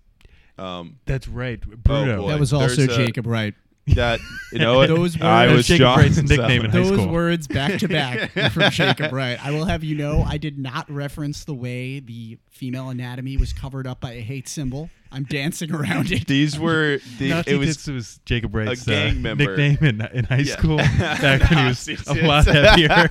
[SPEAKER 2] Um,
[SPEAKER 1] That's right, Bruno.
[SPEAKER 2] Oh, boy. That was also There's a- Jacob
[SPEAKER 4] Wright.
[SPEAKER 2] that you know what?
[SPEAKER 4] Those
[SPEAKER 2] I
[SPEAKER 4] were-
[SPEAKER 2] was
[SPEAKER 1] Jacob
[SPEAKER 2] John
[SPEAKER 1] Wright's
[SPEAKER 2] Sutherland.
[SPEAKER 1] nickname in high
[SPEAKER 4] Those
[SPEAKER 1] school.
[SPEAKER 4] words back to back were from Jacob Wright. I will have you know, I did not reference the way the female anatomy was covered up by a hate symbol. I'm dancing around it.
[SPEAKER 2] These were the,
[SPEAKER 1] Nazi
[SPEAKER 2] it was
[SPEAKER 1] Tits was Jacob Wright's
[SPEAKER 2] a gang
[SPEAKER 1] uh,
[SPEAKER 2] member.
[SPEAKER 1] nickname in, in high
[SPEAKER 2] Yeah.
[SPEAKER 1] school back when he was
[SPEAKER 2] Nazi
[SPEAKER 1] a
[SPEAKER 2] tits.
[SPEAKER 1] lot heavier.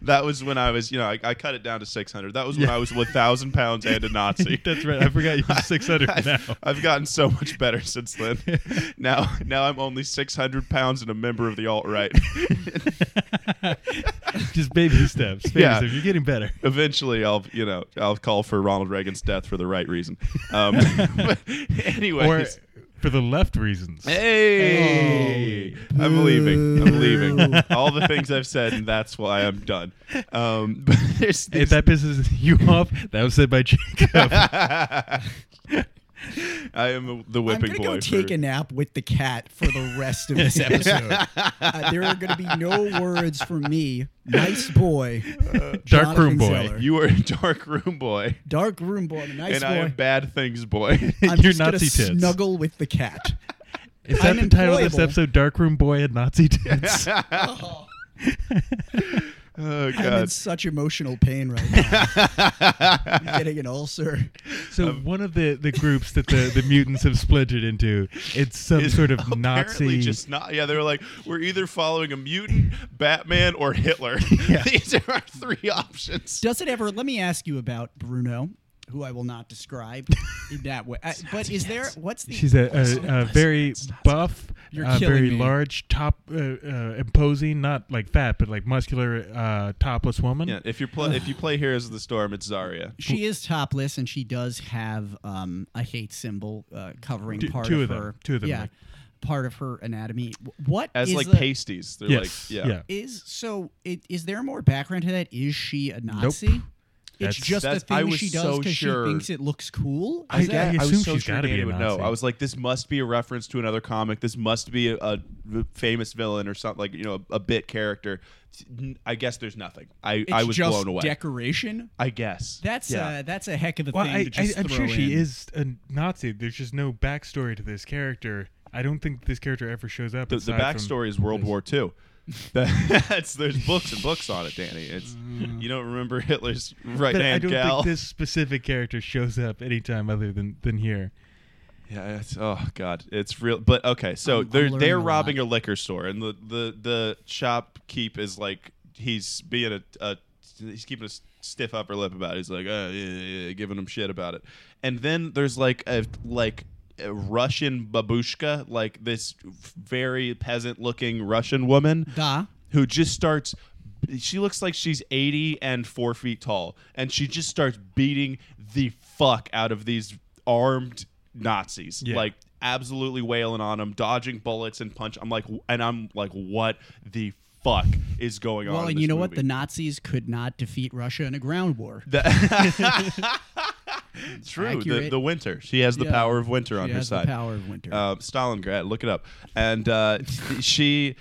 [SPEAKER 2] that was when I was you know I, I cut it down to 600. That was when
[SPEAKER 1] Yeah.
[SPEAKER 2] I was 1,000 pounds and a Nazi.
[SPEAKER 1] That's right. I forgot you were 600
[SPEAKER 2] I've,
[SPEAKER 1] now.
[SPEAKER 2] I've gotten so much better since then. now, now I'm only 600 pounds and a member of the alt right.
[SPEAKER 1] Just baby steps. Baby
[SPEAKER 2] Yeah.
[SPEAKER 1] steps. You're getting better.
[SPEAKER 2] Eventually, I'll you know I'll call for Ronald Reagan's death for the right reason. Um, but Eh,
[SPEAKER 1] Or
[SPEAKER 2] anyways,
[SPEAKER 1] for the left reasons.
[SPEAKER 2] hey,
[SPEAKER 4] Oh,
[SPEAKER 2] I'm leaving. I'm leaving.
[SPEAKER 4] boo.
[SPEAKER 2] All the things I've said, and that's why I'm done. Um, but there's,
[SPEAKER 1] If that pisses you off, that was said by Jacob.
[SPEAKER 2] I am the
[SPEAKER 4] I'm
[SPEAKER 2] whipping
[SPEAKER 4] gonna
[SPEAKER 2] boy.
[SPEAKER 4] go
[SPEAKER 2] for-
[SPEAKER 4] take a nap with the cat for the rest of this episode. Uh, there are going to be no words from me. Nice boy,
[SPEAKER 1] Dark room
[SPEAKER 4] Jonathan
[SPEAKER 1] boy.
[SPEAKER 4] Zeller.
[SPEAKER 2] you are a dark room boy,
[SPEAKER 4] dark room boy, I'm a nice
[SPEAKER 2] and
[SPEAKER 4] boy.
[SPEAKER 2] I am bad things boy.
[SPEAKER 4] I'm
[SPEAKER 1] You're
[SPEAKER 4] just gonna
[SPEAKER 1] Nazi tits.
[SPEAKER 4] Snuggle with the cat.
[SPEAKER 1] Is that the title of this
[SPEAKER 4] unemployable.
[SPEAKER 1] episode? Dark Room Boy and Nazi Tits.
[SPEAKER 2] Oh
[SPEAKER 4] I'm in
[SPEAKER 2] god.
[SPEAKER 4] such emotional pain right now. I'm getting an ulcer.
[SPEAKER 1] So one of the, the groups that the, the mutants have splintered into, it's some
[SPEAKER 2] It's
[SPEAKER 1] sort of
[SPEAKER 2] apparently
[SPEAKER 1] Nazi.
[SPEAKER 2] just not. Yeah, they were like, we're either following a mutant, Batman, or Hitler. These are our three options.
[SPEAKER 4] Does it ever? Let me ask you about Bruno, who I will not describe in that way. I- but is there? What's the?
[SPEAKER 1] She's a, a, a very buff,
[SPEAKER 4] You're
[SPEAKER 1] uh,
[SPEAKER 4] killing
[SPEAKER 1] very
[SPEAKER 4] me.
[SPEAKER 1] large, top uh, uh, imposing, not like fat, but like muscular, uh, topless woman.
[SPEAKER 2] Yeah, if you play if you play Heroes of the Storm, it's Zarya.
[SPEAKER 4] she is topless and she does have um, a hate symbol uh, covering
[SPEAKER 1] Two-
[SPEAKER 4] part
[SPEAKER 1] two
[SPEAKER 4] of
[SPEAKER 1] of them.
[SPEAKER 4] her.
[SPEAKER 1] Two of them,
[SPEAKER 4] Yeah,
[SPEAKER 1] like-
[SPEAKER 4] part of her anatomy. W- What
[SPEAKER 2] As
[SPEAKER 4] is
[SPEAKER 2] like
[SPEAKER 4] the-
[SPEAKER 2] pasties. They're
[SPEAKER 1] Yes.
[SPEAKER 2] like yeah.
[SPEAKER 1] yeah.
[SPEAKER 4] is so? It, is there more background to that? Is she a Nazi?
[SPEAKER 1] That's-
[SPEAKER 4] It's just
[SPEAKER 2] That's-
[SPEAKER 4] the
[SPEAKER 2] I
[SPEAKER 4] thing
[SPEAKER 2] was
[SPEAKER 4] she does
[SPEAKER 2] so
[SPEAKER 4] because
[SPEAKER 2] sure.
[SPEAKER 4] she thinks it looks cool.
[SPEAKER 1] I-
[SPEAKER 4] Is that-
[SPEAKER 1] I
[SPEAKER 2] was
[SPEAKER 1] assume
[SPEAKER 2] so
[SPEAKER 1] she's
[SPEAKER 2] sure
[SPEAKER 1] gotta be
[SPEAKER 2] Danny
[SPEAKER 1] a
[SPEAKER 2] would
[SPEAKER 1] Nazi.
[SPEAKER 2] know. I was like, this must be a reference to another comic. This must be a, a famous villain or something like you know a, bit character. I guess there's nothing. I
[SPEAKER 4] it's
[SPEAKER 2] I was
[SPEAKER 4] just
[SPEAKER 2] blown away.
[SPEAKER 4] Decoration.
[SPEAKER 2] I guess
[SPEAKER 4] That's
[SPEAKER 2] yeah.
[SPEAKER 4] uh, that's a heck of a
[SPEAKER 1] Well,
[SPEAKER 4] thing
[SPEAKER 1] I,
[SPEAKER 4] to
[SPEAKER 1] I,
[SPEAKER 4] just
[SPEAKER 1] I'm
[SPEAKER 4] throw
[SPEAKER 1] sure she
[SPEAKER 4] in.
[SPEAKER 1] is a Nazi. There's just no backstory to this character. I don't think this character ever shows up.
[SPEAKER 2] the, the
[SPEAKER 1] aside from-
[SPEAKER 2] backstory is World War II. That's there's books and books on it, Danny. It's you don't remember Hitler's right
[SPEAKER 1] But I
[SPEAKER 2] hand
[SPEAKER 1] don't
[SPEAKER 2] gal.
[SPEAKER 1] think this specific character shows up anytime other than, than here.
[SPEAKER 2] yeah, it's, oh god, it's real. But okay, so
[SPEAKER 4] I'm- I'm
[SPEAKER 2] they're
[SPEAKER 4] learning
[SPEAKER 2] they're
[SPEAKER 4] a lot.
[SPEAKER 2] robbing a liquor store, and the the the shopkeep is like he's being a, a he's keeping a s- stiff upper lip about. it. He's like uh, yeah, yeah, yeah, giving him shit about it, and then there's like a like. a Russian babushka, like this very peasant looking Russian woman,
[SPEAKER 4] Da.
[SPEAKER 2] who just starts she looks like she's 80 and four feet tall and she just starts beating the fuck out of these armed nazis
[SPEAKER 1] Yeah.
[SPEAKER 2] like absolutely wailing on them dodging bullets and punch i'm like and i'm like what the fuck is going on
[SPEAKER 4] Well,
[SPEAKER 2] Oh, in
[SPEAKER 4] and
[SPEAKER 2] this
[SPEAKER 4] you know what? The
[SPEAKER 2] movie?
[SPEAKER 4] Nazis could not defeat Russia in a ground war.
[SPEAKER 2] true the,
[SPEAKER 4] accurate.
[SPEAKER 2] the winter she has the
[SPEAKER 4] Yeah.
[SPEAKER 2] power of winter on
[SPEAKER 4] She
[SPEAKER 2] her
[SPEAKER 4] has the
[SPEAKER 2] side
[SPEAKER 4] power of winter.
[SPEAKER 2] uh, Stalingrad. Look it up. And uh, she,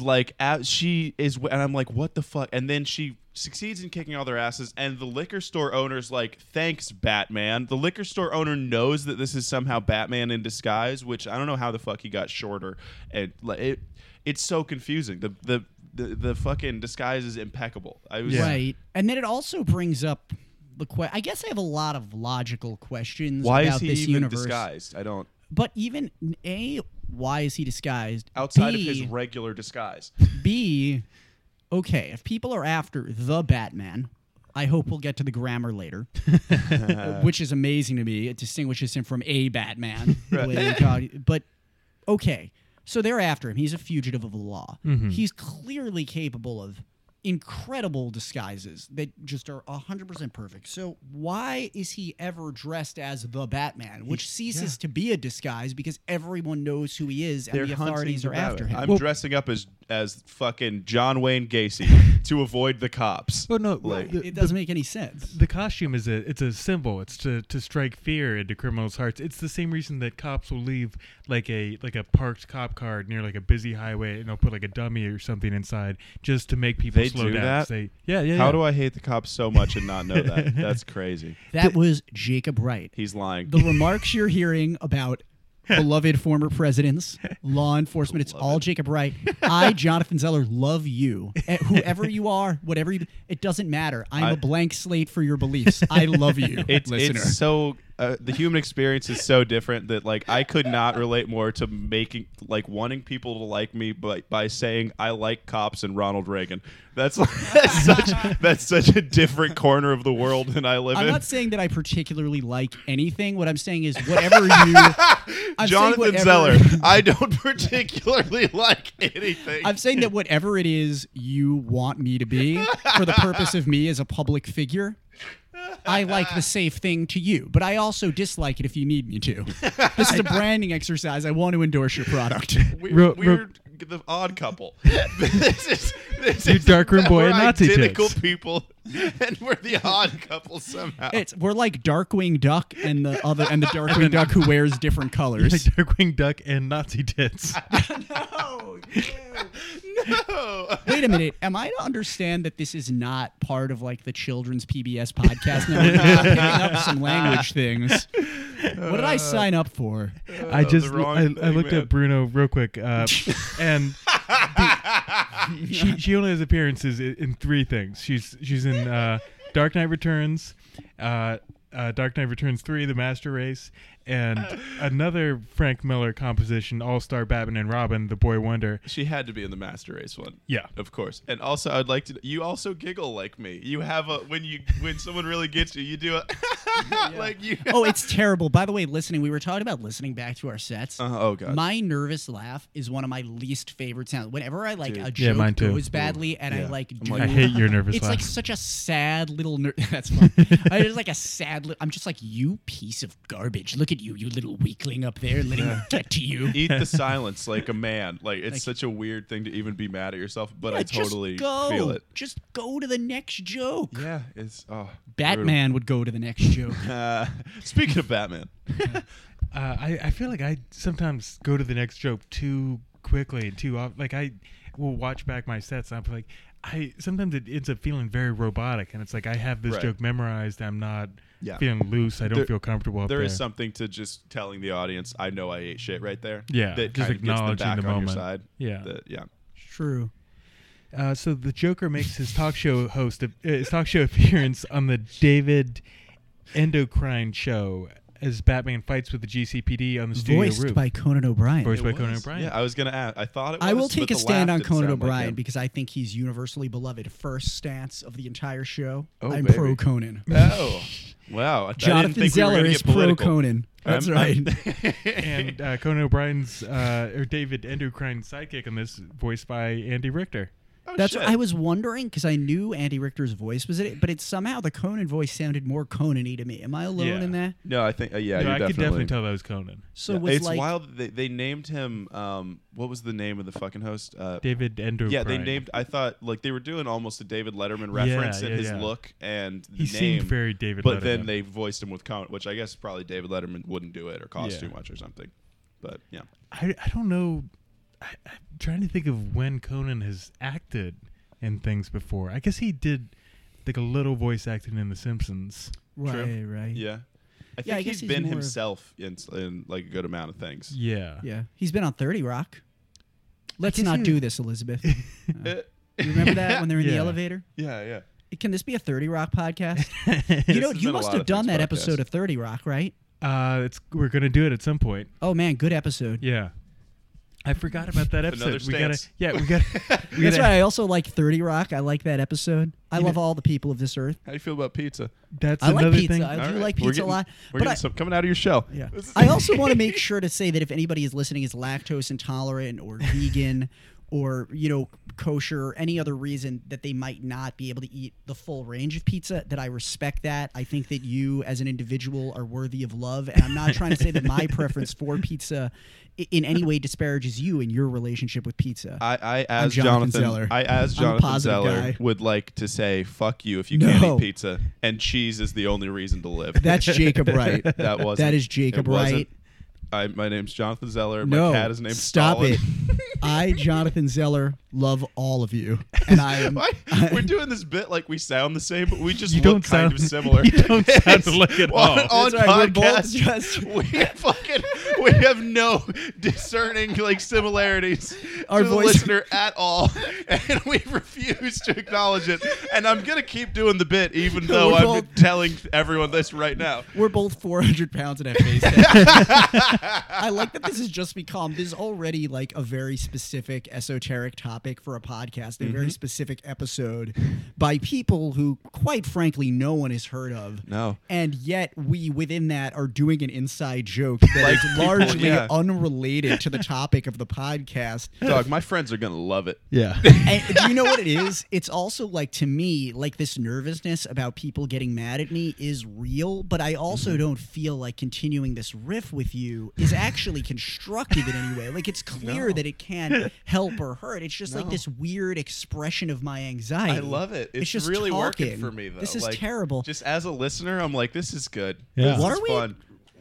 [SPEAKER 2] like, a she is, and I'm like, what the fuck? And then she succeeds in kicking all their asses. And the liquor store owner's like, thanks, Batman. The liquor store owner knows that this is somehow Batman in disguise, which I don't know how the fuck he got shorter. And like, it, it's so confusing. The the the, the fucking disguise is impeccable. I was
[SPEAKER 4] Right. And then it also brings up the que- I guess I have a lot of logical questions
[SPEAKER 2] Why
[SPEAKER 4] about
[SPEAKER 2] is he
[SPEAKER 4] this
[SPEAKER 2] even
[SPEAKER 4] universe.
[SPEAKER 2] disguised? I don't.
[SPEAKER 4] But even A, why is he disguised?
[SPEAKER 2] Outside
[SPEAKER 4] B,
[SPEAKER 2] of his regular disguise.
[SPEAKER 4] B, okay, if people are after the Batman, I hope we'll get to the grammar later, which is amazing to me. It distinguishes him from a Batman. Lady Gaga. but okay, so they're after him. He's a fugitive of the law. He's clearly capable of incredible disguises that just are 100% perfect. So why is he ever dressed as the Batman, which ceases to be a disguise because everyone knows who he is and the
[SPEAKER 2] hunting
[SPEAKER 4] authorities
[SPEAKER 2] the
[SPEAKER 4] are
[SPEAKER 2] rabbit.
[SPEAKER 4] after him?
[SPEAKER 2] I'm dressing up as as fucking John Wayne Gacy to avoid the cops.
[SPEAKER 1] Well, no,
[SPEAKER 2] Like-
[SPEAKER 1] the,
[SPEAKER 4] it doesn't make any sense.
[SPEAKER 1] the costume is a it's a symbol. It's to, to strike fear into criminals' hearts. It's the same reason that cops will leave like a like a parked cop car near like a busy highway and they'll put like a dummy or something inside just to make people
[SPEAKER 2] They
[SPEAKER 1] slow
[SPEAKER 2] do
[SPEAKER 1] down.
[SPEAKER 2] that?
[SPEAKER 1] Say, yeah, yeah.
[SPEAKER 2] How
[SPEAKER 1] yeah.
[SPEAKER 2] do I hate the cops so much and not know that? That's crazy.
[SPEAKER 4] That was Jacob Wright.
[SPEAKER 2] He's lying.
[SPEAKER 4] The remarks you're hearing about beloved former presidents, law enforcement, it's all Jacob Wright. I, Jonathan Zeller, love you. Eh, Whoever you are, whatever you it doesn't matter. I'm I, am
[SPEAKER 2] I-
[SPEAKER 4] a blank slate for your beliefs. I love you,
[SPEAKER 2] it's,
[SPEAKER 4] listener.
[SPEAKER 2] it's so uh, the human experience is so different that like I could not relate more to making like wanting people to like me by by saying I like cops and Ronald Reagan. That's, that's such that's such a different corner of the world than I live
[SPEAKER 4] I'm
[SPEAKER 2] in.
[SPEAKER 4] not saying that I particularly like anything. What I'm saying is whatever you I'm saying
[SPEAKER 2] Jonathan
[SPEAKER 4] whatever-
[SPEAKER 2] Zeller, I don't particularly like anything.
[SPEAKER 4] I'm saying that whatever it is you want me to be for the purpose of me as a public figure, I like the safe thing to you, but I also dislike it if you need me to. This is a branding exercise. I want to endorse your product.
[SPEAKER 2] We're,
[SPEAKER 1] Ro- ro-
[SPEAKER 2] we're the odd couple. this is this
[SPEAKER 1] You
[SPEAKER 2] is
[SPEAKER 1] darkroom boy
[SPEAKER 2] we're
[SPEAKER 1] and Nazi
[SPEAKER 2] identical
[SPEAKER 1] chicks.
[SPEAKER 2] people, and we're the odd couple somehow.
[SPEAKER 4] It's we're like Darkwing Duck and the other and the Darkwing Duck who wears different
[SPEAKER 1] Like
[SPEAKER 4] colors.
[SPEAKER 1] Darkwing Duck and Nazi tits.
[SPEAKER 2] no.
[SPEAKER 4] Wait a minute, am I to understand that this is not part of like the children's PBS podcast network? I'm picking up some language things. What did I sign up for?
[SPEAKER 1] I just
[SPEAKER 2] Uh, wrong
[SPEAKER 1] I, I
[SPEAKER 2] thing,
[SPEAKER 1] looked
[SPEAKER 2] man.
[SPEAKER 1] up Bruno real quick, uh, and the, she she only has appearances in, in three things. She's she's in uh, Dark Knight Returns, uh, uh, Dark Knight Returns Three: The Master Race, and another Frank Miller composition, All Star Batman and Robin, The Boy Wonder.
[SPEAKER 2] She had to be in the Master Race one.
[SPEAKER 1] Yeah.
[SPEAKER 2] Of course. And also I'd like to you also giggle like me. You have a when you when someone really gets you, you do a like you
[SPEAKER 4] oh, it's terrible. By the way, listening, we were talking about listening back to our sets.
[SPEAKER 2] Uh, oh god.
[SPEAKER 4] My nervous laugh is one of my least favorite sounds. Whenever I like
[SPEAKER 2] Dude.
[SPEAKER 4] a
[SPEAKER 1] Yeah,
[SPEAKER 4] joke
[SPEAKER 1] mine too.
[SPEAKER 4] goes badly and I
[SPEAKER 2] Yeah.
[SPEAKER 4] like
[SPEAKER 2] I'm
[SPEAKER 4] do,
[SPEAKER 2] like-
[SPEAKER 1] I hate your nervous
[SPEAKER 4] it's
[SPEAKER 1] laugh.
[SPEAKER 4] like such a sad little. Ner- that's fine. I just like a sad. Li- I'm just like you piece of garbage. Look at you, you little weakling up there, letting it get to you.
[SPEAKER 2] Eat the silence like a man. Like it's
[SPEAKER 4] Like-
[SPEAKER 2] such a weird thing to even be mad at yourself, but I
[SPEAKER 4] Yeah,
[SPEAKER 2] totally
[SPEAKER 4] just go.
[SPEAKER 2] feel it.
[SPEAKER 4] Just go to the next joke.
[SPEAKER 2] Yeah, it's oh
[SPEAKER 4] Batman would go to the next joke.
[SPEAKER 2] brutal. Uh, speaking of Batman,
[SPEAKER 1] Uh, I I feel like I sometimes go to the next joke too quickly and too off. Like I will watch back my sets and I'm like I sometimes it ends up feeling very robotic and it's like I have this
[SPEAKER 2] Right.
[SPEAKER 1] joke memorized. I'm not
[SPEAKER 2] Yeah.
[SPEAKER 1] feeling loose. I don't
[SPEAKER 2] There-
[SPEAKER 1] feel comfortable up there.
[SPEAKER 2] there is something to just telling the audience, "I know I ate shit right there."
[SPEAKER 1] Yeah,
[SPEAKER 2] that
[SPEAKER 1] just
[SPEAKER 2] kind of gets them
[SPEAKER 1] acknowledging
[SPEAKER 2] back
[SPEAKER 1] the
[SPEAKER 2] on
[SPEAKER 1] moment.
[SPEAKER 2] your side.
[SPEAKER 1] Yeah.
[SPEAKER 2] That- yeah.
[SPEAKER 4] True.
[SPEAKER 1] Uh, so the Joker makes his talk show host uh, his talk show appearance on the David Endocrine show as Batman fights with the GCPD on the studio
[SPEAKER 4] Voiced
[SPEAKER 1] roof.
[SPEAKER 4] by Conan O'Brien.
[SPEAKER 1] Voiced
[SPEAKER 2] It
[SPEAKER 1] by Conan
[SPEAKER 2] was.
[SPEAKER 1] O'Brien.
[SPEAKER 2] Yeah, I was gonna ask. I thought it. Was,
[SPEAKER 4] I will
[SPEAKER 2] but
[SPEAKER 4] take a
[SPEAKER 2] the
[SPEAKER 4] stand
[SPEAKER 2] laugh
[SPEAKER 4] on
[SPEAKER 2] didn't
[SPEAKER 4] Conan
[SPEAKER 2] sound like
[SPEAKER 4] O'Brien
[SPEAKER 2] him.
[SPEAKER 4] because I think he's universally beloved. First stance of the entire show.
[SPEAKER 2] Oh,
[SPEAKER 4] I'm
[SPEAKER 2] baby.
[SPEAKER 4] pro Conan.
[SPEAKER 2] Oh, wow! I, I didn't
[SPEAKER 4] Jonathan
[SPEAKER 2] think we were
[SPEAKER 4] Zeller
[SPEAKER 2] gonna
[SPEAKER 4] is
[SPEAKER 2] get political.
[SPEAKER 4] pro Conan. That's
[SPEAKER 2] I'm- Oh,
[SPEAKER 4] right.
[SPEAKER 2] I'm-
[SPEAKER 1] and uh, Conan O'Brien's uh, or David Endocrine's sidekick on this, voiced by Andy Richter.
[SPEAKER 2] Oh,
[SPEAKER 4] That's
[SPEAKER 2] shit.
[SPEAKER 4] what I was wondering because I knew Andy Richter's voice was in it, but it somehow the Conan voice sounded more Conan-y to me. Am I alone
[SPEAKER 1] Yeah.
[SPEAKER 4] in that?
[SPEAKER 2] No, I think uh, yeah,
[SPEAKER 1] No,
[SPEAKER 2] you
[SPEAKER 1] I
[SPEAKER 2] definitely.
[SPEAKER 1] could definitely tell that was Conan.
[SPEAKER 4] So
[SPEAKER 2] Yeah,
[SPEAKER 4] it was
[SPEAKER 2] it's
[SPEAKER 4] like
[SPEAKER 2] wild. that They, they named him. Um, what was the name of the fucking host? Uh,
[SPEAKER 1] David Endocrine.
[SPEAKER 2] yeah, they named. I thought like they were doing almost a David Letterman
[SPEAKER 1] Yeah,
[SPEAKER 2] reference in
[SPEAKER 1] yeah,
[SPEAKER 2] his
[SPEAKER 1] yeah.
[SPEAKER 2] look and the
[SPEAKER 1] He
[SPEAKER 2] name.
[SPEAKER 1] seemed very David.
[SPEAKER 2] but
[SPEAKER 1] Letterman.
[SPEAKER 2] then they voiced him with Conan, which I guess probably David Letterman wouldn't do it or cost
[SPEAKER 1] Yeah.
[SPEAKER 2] too much or something. But yeah,
[SPEAKER 1] I, I don't know. I, I'm trying to think of when Conan has acted in things before. I guess he did like a little voice acting in The Simpsons.
[SPEAKER 4] right,
[SPEAKER 2] True.
[SPEAKER 4] right.
[SPEAKER 2] yeah. I think
[SPEAKER 4] Yeah, I guess
[SPEAKER 2] he's
[SPEAKER 4] he's
[SPEAKER 2] been
[SPEAKER 4] more of-
[SPEAKER 2] himself in, s- in like a good amount of things.
[SPEAKER 1] Yeah.
[SPEAKER 4] Yeah, he's been on Thirty Rock. Let's
[SPEAKER 1] guess
[SPEAKER 4] not
[SPEAKER 1] he-
[SPEAKER 4] do this, Elizabeth.
[SPEAKER 2] Uh,
[SPEAKER 4] You remember that when they're in the
[SPEAKER 1] Yeah.
[SPEAKER 4] elevator?
[SPEAKER 2] yeah, yeah.
[SPEAKER 4] Can this be a Thirty Rock podcast?
[SPEAKER 2] This
[SPEAKER 4] you know,
[SPEAKER 2] has
[SPEAKER 4] you
[SPEAKER 2] been a
[SPEAKER 4] must
[SPEAKER 2] lot
[SPEAKER 4] have
[SPEAKER 2] of
[SPEAKER 4] done
[SPEAKER 2] things
[SPEAKER 4] that
[SPEAKER 2] podcast.
[SPEAKER 4] episode of Thirty Rock, right?
[SPEAKER 1] Uh, it's we're gonna do it at some point.
[SPEAKER 4] Oh man, good episode.
[SPEAKER 1] Yeah. I forgot about that episode.
[SPEAKER 2] Another
[SPEAKER 1] we gotta.
[SPEAKER 2] stance.
[SPEAKER 1] Yeah, we gotta. we
[SPEAKER 4] That's
[SPEAKER 1] gotta-
[SPEAKER 4] right. I also like Thirty Rock. I like that episode. I
[SPEAKER 1] You
[SPEAKER 4] love
[SPEAKER 1] know-
[SPEAKER 4] all the people of this earth.
[SPEAKER 2] How do you feel about pizza?
[SPEAKER 1] That's
[SPEAKER 4] I like
[SPEAKER 1] another
[SPEAKER 4] pizza.
[SPEAKER 1] thing.
[SPEAKER 4] I
[SPEAKER 2] All
[SPEAKER 4] do like
[SPEAKER 2] We're
[SPEAKER 4] pizza a
[SPEAKER 2] getting-
[SPEAKER 4] lot,
[SPEAKER 2] We're
[SPEAKER 4] but
[SPEAKER 2] getting
[SPEAKER 4] I-
[SPEAKER 2] some coming out of your shell.
[SPEAKER 4] Yeah. I also want to make sure to say that if anybody is listening is lactose intolerant or vegan or, you know, kosher or any other reason that they might not be able to eat the full range of pizza, that I respect that. I think that you as an individual are worthy of love. And I'm not trying to say that my preference for pizza i- in any way disparages you and your relationship with pizza.
[SPEAKER 2] I, I as Jonathan,
[SPEAKER 4] Jonathan Zeller.
[SPEAKER 2] I as
[SPEAKER 4] I'm a
[SPEAKER 2] Jonathan
[SPEAKER 4] positive
[SPEAKER 2] Zeller
[SPEAKER 4] guy.
[SPEAKER 2] would like to say fuck you if you
[SPEAKER 4] No.
[SPEAKER 2] can't eat pizza and cheese is the only reason to live.
[SPEAKER 4] That's Jacob Wright.
[SPEAKER 2] that was
[SPEAKER 4] That is Jacob Wright.
[SPEAKER 2] I, my name's Jonathan Zeller. My
[SPEAKER 4] No,
[SPEAKER 2] cat is named
[SPEAKER 4] stop
[SPEAKER 2] Stalin.
[SPEAKER 4] it. I, Jonathan Zeller, love all of you. And I am.
[SPEAKER 2] Why- We're doing this bit like we sound the same, but we just
[SPEAKER 1] You don't
[SPEAKER 2] look kind
[SPEAKER 1] sound
[SPEAKER 2] of similar.
[SPEAKER 1] You don't sound
[SPEAKER 2] It's-
[SPEAKER 1] like at all.
[SPEAKER 2] on, on
[SPEAKER 4] That's right, we're both
[SPEAKER 2] podcast,
[SPEAKER 4] just-
[SPEAKER 2] we fucking we have no discerning like similarities
[SPEAKER 4] Our
[SPEAKER 2] to the
[SPEAKER 4] voice-
[SPEAKER 2] listener at all, and we refuse to acknowledge it. And I'm gonna keep doing the bit, even though
[SPEAKER 4] We're
[SPEAKER 2] I'm
[SPEAKER 4] both-
[SPEAKER 2] telling everyone this right now.
[SPEAKER 4] We're both 400 pounds and have face tattoos. I like that this has just become, this is already like a very specific esoteric topic for a podcast, a
[SPEAKER 2] Mm-hmm.
[SPEAKER 4] very specific episode by people who, quite frankly, no one has heard of.
[SPEAKER 2] No.
[SPEAKER 4] And yet we, within that, are doing an inside joke that is
[SPEAKER 2] Like people,
[SPEAKER 4] largely
[SPEAKER 2] yeah.
[SPEAKER 4] unrelated to the topic of the podcast.
[SPEAKER 2] Dog, my friends are gonna love it.
[SPEAKER 1] Yeah.
[SPEAKER 4] And do you know what it is? It's also like to me, like this nervousness about people getting mad at me is real, but I also
[SPEAKER 2] Mm-hmm.
[SPEAKER 4] don't feel like continuing this riff with you is actually constructive in any way. Like it's clear that it can help or hurt. It's just like this weird expression of my anxiety.
[SPEAKER 2] I love it. It's,
[SPEAKER 4] just
[SPEAKER 2] really
[SPEAKER 4] talking.
[SPEAKER 2] working for me though.
[SPEAKER 4] This is
[SPEAKER 2] Like,
[SPEAKER 4] terrible.
[SPEAKER 2] Just as a listener, I'm like, this is good.
[SPEAKER 1] Yeah.
[SPEAKER 2] This
[SPEAKER 4] what
[SPEAKER 2] is
[SPEAKER 4] are we?
[SPEAKER 2] fun.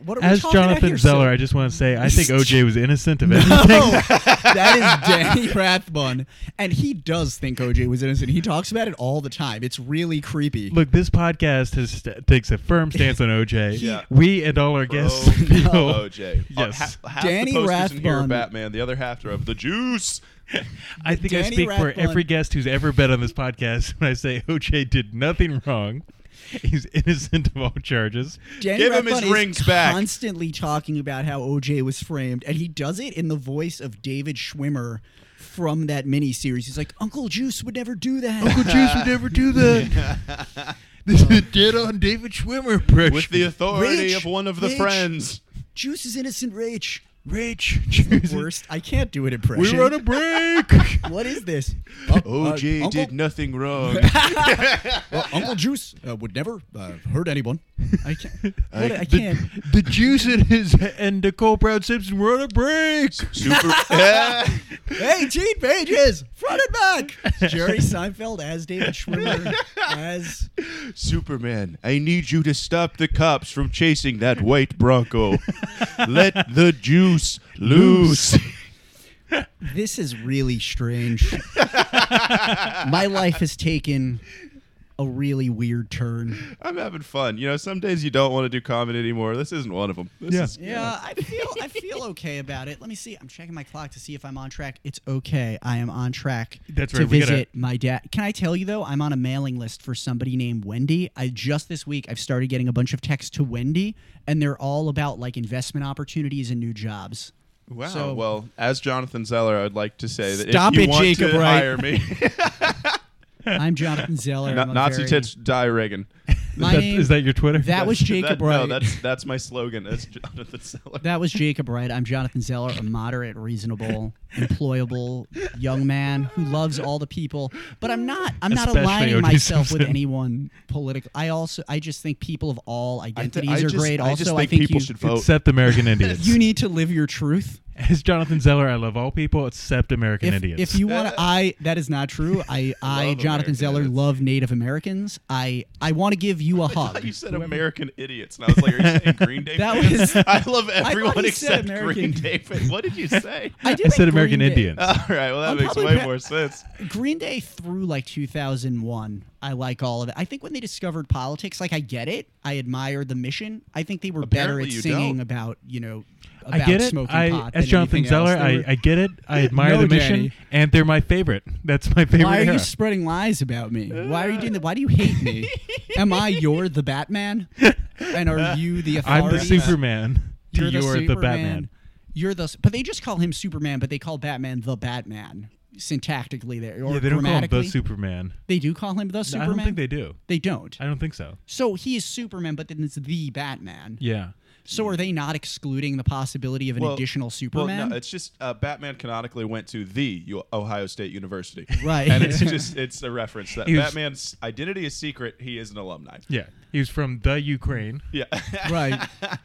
[SPEAKER 4] What are we
[SPEAKER 1] As
[SPEAKER 4] talking about here,
[SPEAKER 1] Jonathan
[SPEAKER 4] sir?
[SPEAKER 1] Zeller, I just want to say I think OJ was innocent of
[SPEAKER 4] No,
[SPEAKER 1] everything.
[SPEAKER 4] that is Danny Rathbun, and he does think OJ was innocent. He talks about it all the time. It's really creepy.
[SPEAKER 1] Look, this podcast has st- takes a firm stance on OJ.
[SPEAKER 2] Yeah.
[SPEAKER 1] We and all our guests
[SPEAKER 2] Pro
[SPEAKER 1] feel
[SPEAKER 2] OJ. Uh,
[SPEAKER 1] Yes.
[SPEAKER 2] ha- half
[SPEAKER 4] Danny
[SPEAKER 2] the posters in here are
[SPEAKER 4] Rathbun.
[SPEAKER 2] Batman. The other half are of the juice.
[SPEAKER 1] I think I
[SPEAKER 4] Danny
[SPEAKER 1] speak
[SPEAKER 4] Radcliffe.
[SPEAKER 1] for every guest who's ever been on this podcast when I say OJ did nothing wrong. He's innocent of all charges.
[SPEAKER 4] Danny
[SPEAKER 2] Give him his
[SPEAKER 4] Radcliffe is
[SPEAKER 2] rings back.
[SPEAKER 4] Constantly talking about how OJ was framed, and he does it in the voice of David Schwimmer from that miniseries. He's like, Uncle Juice would never do that.
[SPEAKER 1] Uncle Juice would never do that. this is dead on David Schwimmer impression.
[SPEAKER 2] with the authority
[SPEAKER 4] Rich,
[SPEAKER 2] of one of the
[SPEAKER 4] rich.
[SPEAKER 2] friends.
[SPEAKER 4] Juice is innocent rage.
[SPEAKER 1] Rich Juice.
[SPEAKER 4] Worst. I can't do an impression.
[SPEAKER 1] We're on a break.
[SPEAKER 4] what is this? Uh,
[SPEAKER 2] OJ
[SPEAKER 4] Uncle-
[SPEAKER 2] Uh, did nothing wrong.
[SPEAKER 4] Uh, Uncle Juice uh, would never uh, hurt anyone. I can't. What, I can't.
[SPEAKER 1] the, the juice in his and Nicole Brown Simpson. We're on a break.
[SPEAKER 2] Super. Yeah.
[SPEAKER 4] Hey, Gene Pages, front and back. Jerry Seinfeld as David Schwimmer as
[SPEAKER 2] Superman, I need you to stop the cops from chasing that white Bronco. Let the juice loose.
[SPEAKER 4] this is really strange. My life has taken a really weird turn.
[SPEAKER 2] I'm having fun. You know, some days you don't want to do comedy anymore. This isn't one of them. This
[SPEAKER 1] Yeah.
[SPEAKER 2] is-
[SPEAKER 4] Yeah, I feel I feel okay about it. Let me see. I'm checking my clock to see if I'm on track. It's okay. I am on track
[SPEAKER 1] That's
[SPEAKER 4] to
[SPEAKER 1] right, we gotta-
[SPEAKER 4] visit my dad. Can I tell you though? I'm on a mailing list for somebody named Wendy. I just this week I've started getting a bunch of texts to Wendy, and they're all about like investment opportunities and new jobs.
[SPEAKER 2] Wow.
[SPEAKER 4] So-
[SPEAKER 2] well, as Jonathan Zeller, I'd like to say that
[SPEAKER 4] Stop
[SPEAKER 2] if you
[SPEAKER 4] it,
[SPEAKER 2] want
[SPEAKER 4] Jacob
[SPEAKER 2] to hire
[SPEAKER 4] Wright.
[SPEAKER 2] me,
[SPEAKER 4] I'm Jonathan Zeller. I'm
[SPEAKER 2] Na-
[SPEAKER 4] a
[SPEAKER 2] Nazi
[SPEAKER 4] very-
[SPEAKER 2] tits die Reagan.
[SPEAKER 4] My
[SPEAKER 1] That-
[SPEAKER 4] name-
[SPEAKER 1] is that your Twitter?
[SPEAKER 4] That was Jacob
[SPEAKER 2] that, No,
[SPEAKER 4] Wright.
[SPEAKER 2] that's that's my slogan. That's Jonathan Zeller.
[SPEAKER 4] That was Jacob Wright. I'm Jonathan Zeller, a moderate, reasonable, employable young man who loves all the people. But I'm not. I'm not
[SPEAKER 1] Especially
[SPEAKER 4] aligning
[SPEAKER 1] O.J.
[SPEAKER 4] myself with
[SPEAKER 1] Simpson.
[SPEAKER 4] anyone political. I also. I just think people of all identities
[SPEAKER 2] I
[SPEAKER 4] are
[SPEAKER 2] just-
[SPEAKER 4] great.
[SPEAKER 2] I
[SPEAKER 4] Also,
[SPEAKER 2] just
[SPEAKER 4] I
[SPEAKER 2] think
[SPEAKER 4] think
[SPEAKER 2] people
[SPEAKER 4] you,
[SPEAKER 2] should vote.
[SPEAKER 1] except American Indians.
[SPEAKER 4] you need to live your truth.
[SPEAKER 1] As Jonathan Zeller, I love all people except American
[SPEAKER 4] If,
[SPEAKER 1] Indians.
[SPEAKER 4] if you want to, I that is not true. I, I
[SPEAKER 2] Love
[SPEAKER 4] Jonathan
[SPEAKER 2] American
[SPEAKER 4] Zeller,
[SPEAKER 2] Indians.
[SPEAKER 4] love Native Americans. I, I want to give you a
[SPEAKER 2] I thought
[SPEAKER 4] hug.
[SPEAKER 2] you said American idiots, and I was like, "Are you saying Green Day?"
[SPEAKER 4] That
[SPEAKER 2] fans?
[SPEAKER 4] was-
[SPEAKER 2] I love
[SPEAKER 4] he
[SPEAKER 2] everyone
[SPEAKER 4] said
[SPEAKER 2] except Green
[SPEAKER 4] American.
[SPEAKER 2] Day. fans. What did you say?
[SPEAKER 4] I, do
[SPEAKER 1] I said
[SPEAKER 4] think
[SPEAKER 1] American
[SPEAKER 4] Green Day-
[SPEAKER 1] Indians.
[SPEAKER 2] All right, well that
[SPEAKER 4] I'm
[SPEAKER 2] makes
[SPEAKER 4] probably
[SPEAKER 2] way
[SPEAKER 4] ba-
[SPEAKER 2] more sense.
[SPEAKER 4] Green Day through like 2001. I like all of it. I think when they discovered politics, like I get it. I admire the mission. I think they were
[SPEAKER 2] Apparently
[SPEAKER 4] better
[SPEAKER 2] you
[SPEAKER 4] at singing
[SPEAKER 2] don't.
[SPEAKER 4] about you know
[SPEAKER 1] I
[SPEAKER 4] about
[SPEAKER 1] get it.
[SPEAKER 4] smoking
[SPEAKER 1] I,
[SPEAKER 4] pot.
[SPEAKER 1] as
[SPEAKER 4] than
[SPEAKER 1] Jonathan
[SPEAKER 4] anything
[SPEAKER 1] Zeller,
[SPEAKER 4] else. They
[SPEAKER 1] I,
[SPEAKER 4] were-
[SPEAKER 1] I get it. I admire
[SPEAKER 4] No,
[SPEAKER 1] the mission,
[SPEAKER 4] Danny.
[SPEAKER 1] and they're my favorite. That's my favorite.
[SPEAKER 4] why are
[SPEAKER 1] era.
[SPEAKER 4] you spreading lies about me? Why are you doing that? Why do you hate me? Am I your the Batman? And are you the
[SPEAKER 1] I'm
[SPEAKER 4] authority?
[SPEAKER 1] the Superman.
[SPEAKER 4] You're the,
[SPEAKER 1] You're the
[SPEAKER 4] Superman.
[SPEAKER 1] Batman.
[SPEAKER 4] You're the. But they just call him Superman. But they call Batman the Batman syntactically there or
[SPEAKER 1] Yeah, they don't call him the
[SPEAKER 4] grammatically.
[SPEAKER 1] Superman.
[SPEAKER 4] They do call him the
[SPEAKER 1] No, I
[SPEAKER 4] Superman.
[SPEAKER 1] don't think they do.
[SPEAKER 4] They don't.
[SPEAKER 1] I don't think so.
[SPEAKER 4] So he is Superman, but then it's the Batman.
[SPEAKER 1] Yeah.
[SPEAKER 4] So are they not excluding the possibility of an
[SPEAKER 2] Well-
[SPEAKER 4] additional
[SPEAKER 2] Well,
[SPEAKER 4] Superman?
[SPEAKER 2] no, it's just uh, Batman canonically went to the U- Ohio State University,
[SPEAKER 4] Right.
[SPEAKER 2] And it's just it's a reference that
[SPEAKER 1] He was-
[SPEAKER 2] Batman's identity is secret. He is an alumni.
[SPEAKER 1] Yeah. He was from the Ukraine.
[SPEAKER 2] Yeah,
[SPEAKER 4] right.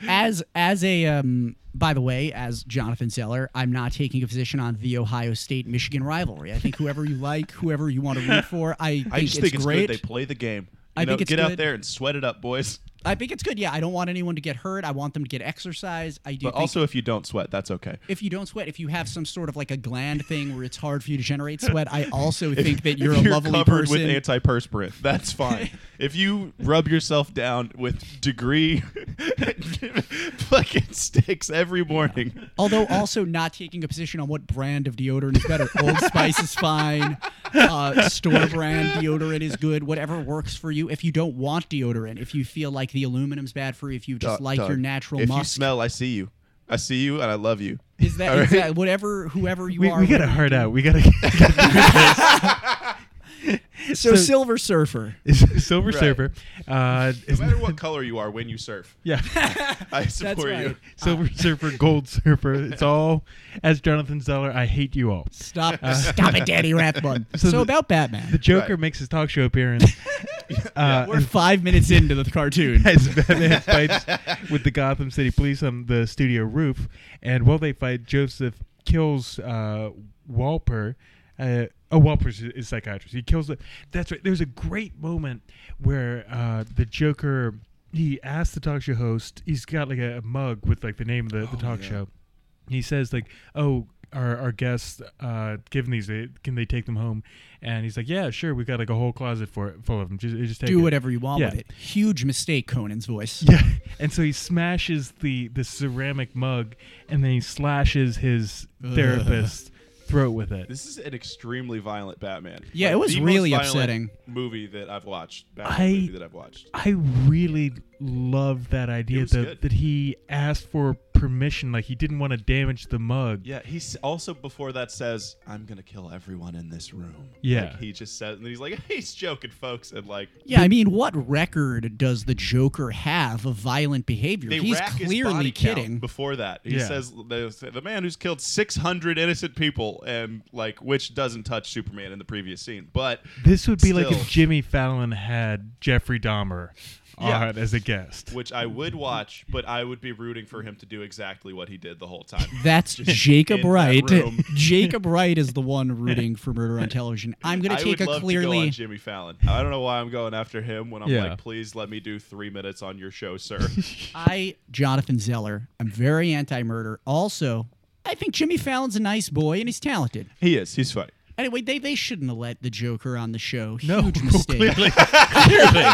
[SPEAKER 4] As as a um by the way, as Jonathan Zeller, I'm not taking a position on the Ohio State Michigan rivalry. I think whoever you like, whoever you want to root for, I think
[SPEAKER 2] I just
[SPEAKER 4] it's
[SPEAKER 2] think it's
[SPEAKER 4] great.
[SPEAKER 2] good they play the game. You
[SPEAKER 4] I
[SPEAKER 2] know,
[SPEAKER 4] think it's
[SPEAKER 2] get out
[SPEAKER 4] good.
[SPEAKER 2] there and sweat it up, boys.
[SPEAKER 4] I think it's good. Yeah, I don't want anyone to get hurt. I want them to get exercise. I do
[SPEAKER 2] But
[SPEAKER 4] think
[SPEAKER 2] also, if you don't sweat, that's okay.
[SPEAKER 4] if you don't sweat, if you have some sort of like a gland thing where it's hard for you to generate sweat, I also think that you're,
[SPEAKER 2] If
[SPEAKER 4] a lovely
[SPEAKER 2] covered
[SPEAKER 4] person.
[SPEAKER 2] with antiperspirant. That's fine. if you rub yourself down with degree fucking sticks every morning.
[SPEAKER 4] Although also not taking a position on what brand of deodorant is better. Old Spice is fine. Uh, store brand deodorant is good. Whatever works for you. If you don't want deodorant, if you feel like the aluminum's bad for you, if you just
[SPEAKER 2] Dog-
[SPEAKER 4] like
[SPEAKER 2] dog,
[SPEAKER 4] your natural
[SPEAKER 2] If you
[SPEAKER 4] musk,
[SPEAKER 2] smell, I see you. I see you, and I love you.
[SPEAKER 4] is that
[SPEAKER 2] All right.
[SPEAKER 4] exact- whatever whoever you
[SPEAKER 1] We,
[SPEAKER 4] are?
[SPEAKER 1] we got to
[SPEAKER 4] whatever-
[SPEAKER 1] hard out. We got to
[SPEAKER 4] So, Silver Surfer.
[SPEAKER 1] Silver
[SPEAKER 2] Right.
[SPEAKER 1] Surfer. Uh,
[SPEAKER 2] No matter what color you are when you surf,
[SPEAKER 1] yeah.
[SPEAKER 2] I
[SPEAKER 4] That's
[SPEAKER 2] support
[SPEAKER 4] right.
[SPEAKER 2] you.
[SPEAKER 1] Silver Surfer, Gold Surfer. It's all as Jonathan Zeller. I hate you all.
[SPEAKER 4] Stop, stop it, Danny Rathbun. So,
[SPEAKER 1] Uh. the-
[SPEAKER 4] about Batman.
[SPEAKER 1] The Joker
[SPEAKER 2] Right.
[SPEAKER 1] makes his talk show appearance. uh,
[SPEAKER 4] we're five minutes into the cartoon.
[SPEAKER 1] as Batman fights with the Gotham City police on the studio roof, and while they fight, Joseph kills uh, Walper. Uh, oh, Walper's a- is psychiatrist. He kills the. That's right. There's a great moment where uh, the Joker he asks the talk show host. He's got like a, a mug with like the name of the, the talk show. He says like, "Oh, our our guests uh, given these, they, can they take them home?" And he's like, "Yeah, sure. We've got like a whole closet for it, full of them. Just, just take
[SPEAKER 4] Do
[SPEAKER 1] it."
[SPEAKER 4] whatever you want
[SPEAKER 1] Yeah.
[SPEAKER 4] with it. Huge mistake, Conan's voice.
[SPEAKER 1] Yeah, and so he smashes the the ceramic mug, and then he slashes his therapist throat with it.
[SPEAKER 2] This is an extremely violent Batman.
[SPEAKER 4] Yeah,
[SPEAKER 2] Like,
[SPEAKER 4] it was
[SPEAKER 2] the
[SPEAKER 4] really
[SPEAKER 2] most violent
[SPEAKER 4] upsetting.
[SPEAKER 2] Movie that I've watched. Batman
[SPEAKER 1] I-
[SPEAKER 2] movie that I've watched.
[SPEAKER 1] I really love that idea
[SPEAKER 2] was
[SPEAKER 1] that,
[SPEAKER 2] good.
[SPEAKER 1] that he asked for permission, like he didn't want to damage the mug.
[SPEAKER 2] Yeah, he's also before that says, "I'm gonna kill everyone in this room."
[SPEAKER 1] Yeah.
[SPEAKER 2] like, he just says, and he's like, "He's joking, folks," and like,
[SPEAKER 4] Yeah, I mean, what record does the Joker have of violent behavior?
[SPEAKER 2] they
[SPEAKER 4] He's
[SPEAKER 2] rack his
[SPEAKER 4] clearly
[SPEAKER 2] body count
[SPEAKER 4] kidding.
[SPEAKER 2] Before that, he
[SPEAKER 1] Yeah.
[SPEAKER 2] says, they say, "The man who's killed 600 innocent people," and like, which doesn't touch Superman in the previous scene, but
[SPEAKER 1] This would be like
[SPEAKER 2] Still.
[SPEAKER 1] if Jimmy Fallon had Jeffrey Dahmer
[SPEAKER 2] Yeah.
[SPEAKER 1] on as a guest.
[SPEAKER 2] which I would watch, but I would be rooting for him to do exactly what he did the whole time.
[SPEAKER 4] That's Jacob
[SPEAKER 2] in that
[SPEAKER 4] Wright.
[SPEAKER 2] room.
[SPEAKER 4] Jacob Wright is the one rooting for murder on television. I'm going
[SPEAKER 2] I
[SPEAKER 4] to take
[SPEAKER 2] would
[SPEAKER 4] a
[SPEAKER 2] love to go
[SPEAKER 4] clearly.
[SPEAKER 2] on Jimmy Fallon. I don't know why I'm going after him when I'm
[SPEAKER 1] Yeah.
[SPEAKER 2] like, please let me do three minutes on your show, sir.
[SPEAKER 4] I, Jonathan Zeller, I'm very anti murder. Also, I think Jimmy Fallon's a nice boy and he's talented.
[SPEAKER 2] he is. He's funny.
[SPEAKER 4] Anyway, they, they shouldn't have let the Joker on the show.
[SPEAKER 1] No,
[SPEAKER 4] Huge mistake.
[SPEAKER 1] clearly, clearly.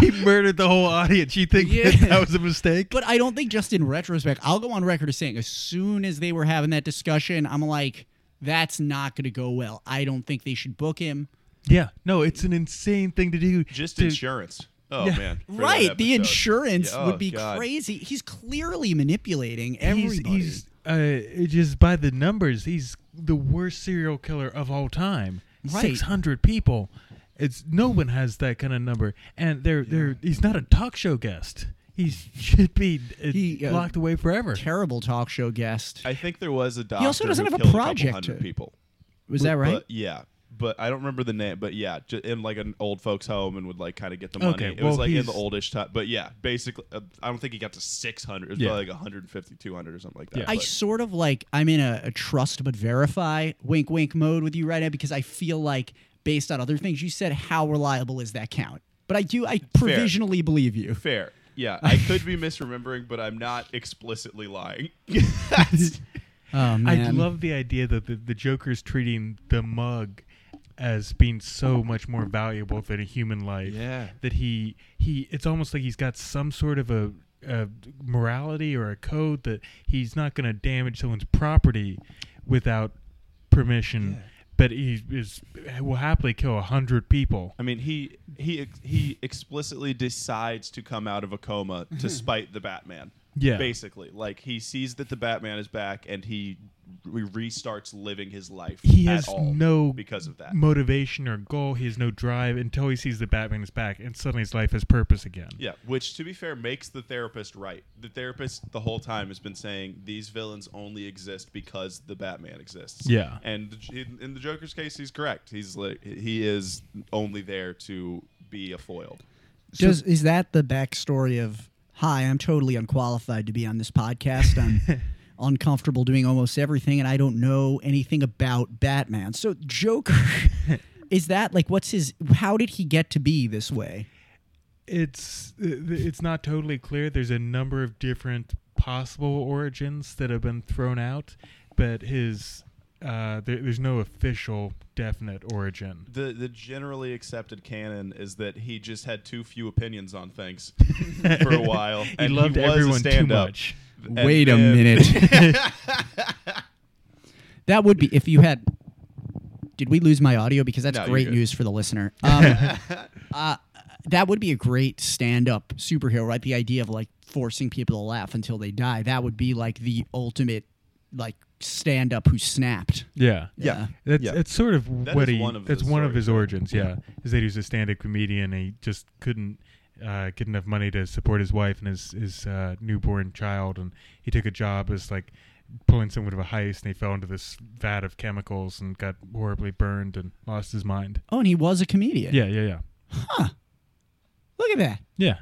[SPEAKER 1] he murdered the whole audience. You think
[SPEAKER 4] Yeah.
[SPEAKER 1] that, that was a mistake?
[SPEAKER 4] But I don't think just in retrospect, I'll go on record as saying as soon as they were having that discussion, I'm like, that's not going to go well. I don't think they should book him.
[SPEAKER 1] yeah, no, it's an insane thing to do.
[SPEAKER 2] Just
[SPEAKER 1] to-
[SPEAKER 2] insurance. Oh
[SPEAKER 1] Yeah.
[SPEAKER 2] man. for that
[SPEAKER 4] Right.
[SPEAKER 2] episode.
[SPEAKER 4] The insurance
[SPEAKER 2] Yeah, oh,
[SPEAKER 4] would be
[SPEAKER 2] God.
[SPEAKER 4] crazy. He's clearly manipulating
[SPEAKER 1] he's,
[SPEAKER 4] everybody.
[SPEAKER 1] he's uh, it just by the numbers, he's the worst serial killer of all time.
[SPEAKER 4] Right.
[SPEAKER 1] Six hundred people. It's no one has that kind of number, and they're they're he's not a talk show guest. He should be uh,
[SPEAKER 4] He, uh,
[SPEAKER 1] locked away forever.
[SPEAKER 4] Terrible talk show guest.
[SPEAKER 2] I think there was a doctor.
[SPEAKER 4] also doesn't
[SPEAKER 2] who
[SPEAKER 4] have a
[SPEAKER 2] killed couple
[SPEAKER 4] project
[SPEAKER 2] hundred
[SPEAKER 4] to-
[SPEAKER 2] people.
[SPEAKER 4] Was that right?
[SPEAKER 2] But yeah. But I don't remember the name. But yeah, ju- in like an old folks' home and would like kind of get the money.
[SPEAKER 1] Okay,
[SPEAKER 2] it
[SPEAKER 1] well,
[SPEAKER 2] was like in
[SPEAKER 1] he's-
[SPEAKER 2] the oldish time. But yeah, basically, uh, I don't think he got to 600. It was
[SPEAKER 1] Yeah.
[SPEAKER 2] probably like 150, 200 or something like that.
[SPEAKER 1] Yeah.
[SPEAKER 4] I
[SPEAKER 2] but-
[SPEAKER 4] sort of like I'm in a, a trust but verify wink wink mode with you right now because I feel like based on other things you said, how reliable is that count? But I do I provisionally believe you.
[SPEAKER 2] Fair. Yeah, I could be misremembering, but I'm not explicitly lying. That's-
[SPEAKER 4] Oh man,
[SPEAKER 1] I love the idea that the, the Joker's treating the mug as being so much more valuable than a human life.
[SPEAKER 2] Yeah.
[SPEAKER 1] That he he it's almost like he's got some sort of a, a morality or a code that he's not going to damage someone's property without permission. But he is will happily kill a hundred people.
[SPEAKER 2] I mean, he he he explicitly decides to come out of a coma to spite the Batman.
[SPEAKER 1] Yeah.
[SPEAKER 2] basically, like he sees that the Batman is back, and he re- restarts living his life.
[SPEAKER 1] He
[SPEAKER 2] at
[SPEAKER 1] has
[SPEAKER 2] all
[SPEAKER 1] no
[SPEAKER 2] because of that.
[SPEAKER 1] motivation or goal. He has no drive until he sees the Batman is back, and suddenly his life has purpose again.
[SPEAKER 2] Yeah, which to be fair makes the therapist right. The therapist the whole time has been saying these villains only exist because the Batman exists.
[SPEAKER 1] Yeah.
[SPEAKER 2] and in, in the Joker's case, he's correct. He's like he is only there to be a foil.
[SPEAKER 4] Does is that the backstory of hi, I'm totally unqualified to be on this podcast. I'm uncomfortable doing almost everything and I don't know anything about Batman. So Joker is that like what's his how did he get to be this way?
[SPEAKER 1] it's it's not totally clear. There's a number of different possible origins that have been thrown out, but his uh, there, there's no official definite origin.
[SPEAKER 2] The the generally accepted canon is that he just had too few opinions on things for a while,
[SPEAKER 1] He
[SPEAKER 2] and
[SPEAKER 1] loved
[SPEAKER 2] was a
[SPEAKER 1] everyone too
[SPEAKER 2] stand-up.
[SPEAKER 1] much.
[SPEAKER 2] And
[SPEAKER 4] Wait a
[SPEAKER 2] then-
[SPEAKER 4] minute. that would be if you had. Did we lose my audio? Because that's
[SPEAKER 2] No, you're
[SPEAKER 4] great
[SPEAKER 2] good.
[SPEAKER 4] news for the listener. Um, uh, that would be a great stand-up superhero, right? The idea of like forcing people to laugh until they die. That would be like the ultimate, like stand-up who snapped. Uh,
[SPEAKER 1] Yeah,
[SPEAKER 2] Yeah.
[SPEAKER 1] That's,
[SPEAKER 2] Yeah.
[SPEAKER 1] that's sort of
[SPEAKER 2] That
[SPEAKER 1] what
[SPEAKER 2] is
[SPEAKER 1] he.
[SPEAKER 2] one of
[SPEAKER 1] that's
[SPEAKER 2] the
[SPEAKER 1] one of his
[SPEAKER 2] stories,
[SPEAKER 1] origins. Yeah, is that he was a stand-up comedian. and He just couldn't uh, get enough money to support his wife and his his uh, newborn child, and he took a job as like pulling someone of a heist, and he fell into this vat of chemicals and got horribly burned and lost his mind.
[SPEAKER 4] Oh, and he was a
[SPEAKER 2] Eh.
[SPEAKER 4] comedian.
[SPEAKER 1] Yeah, yeah, yeah,
[SPEAKER 4] Look at that.
[SPEAKER 1] yeah.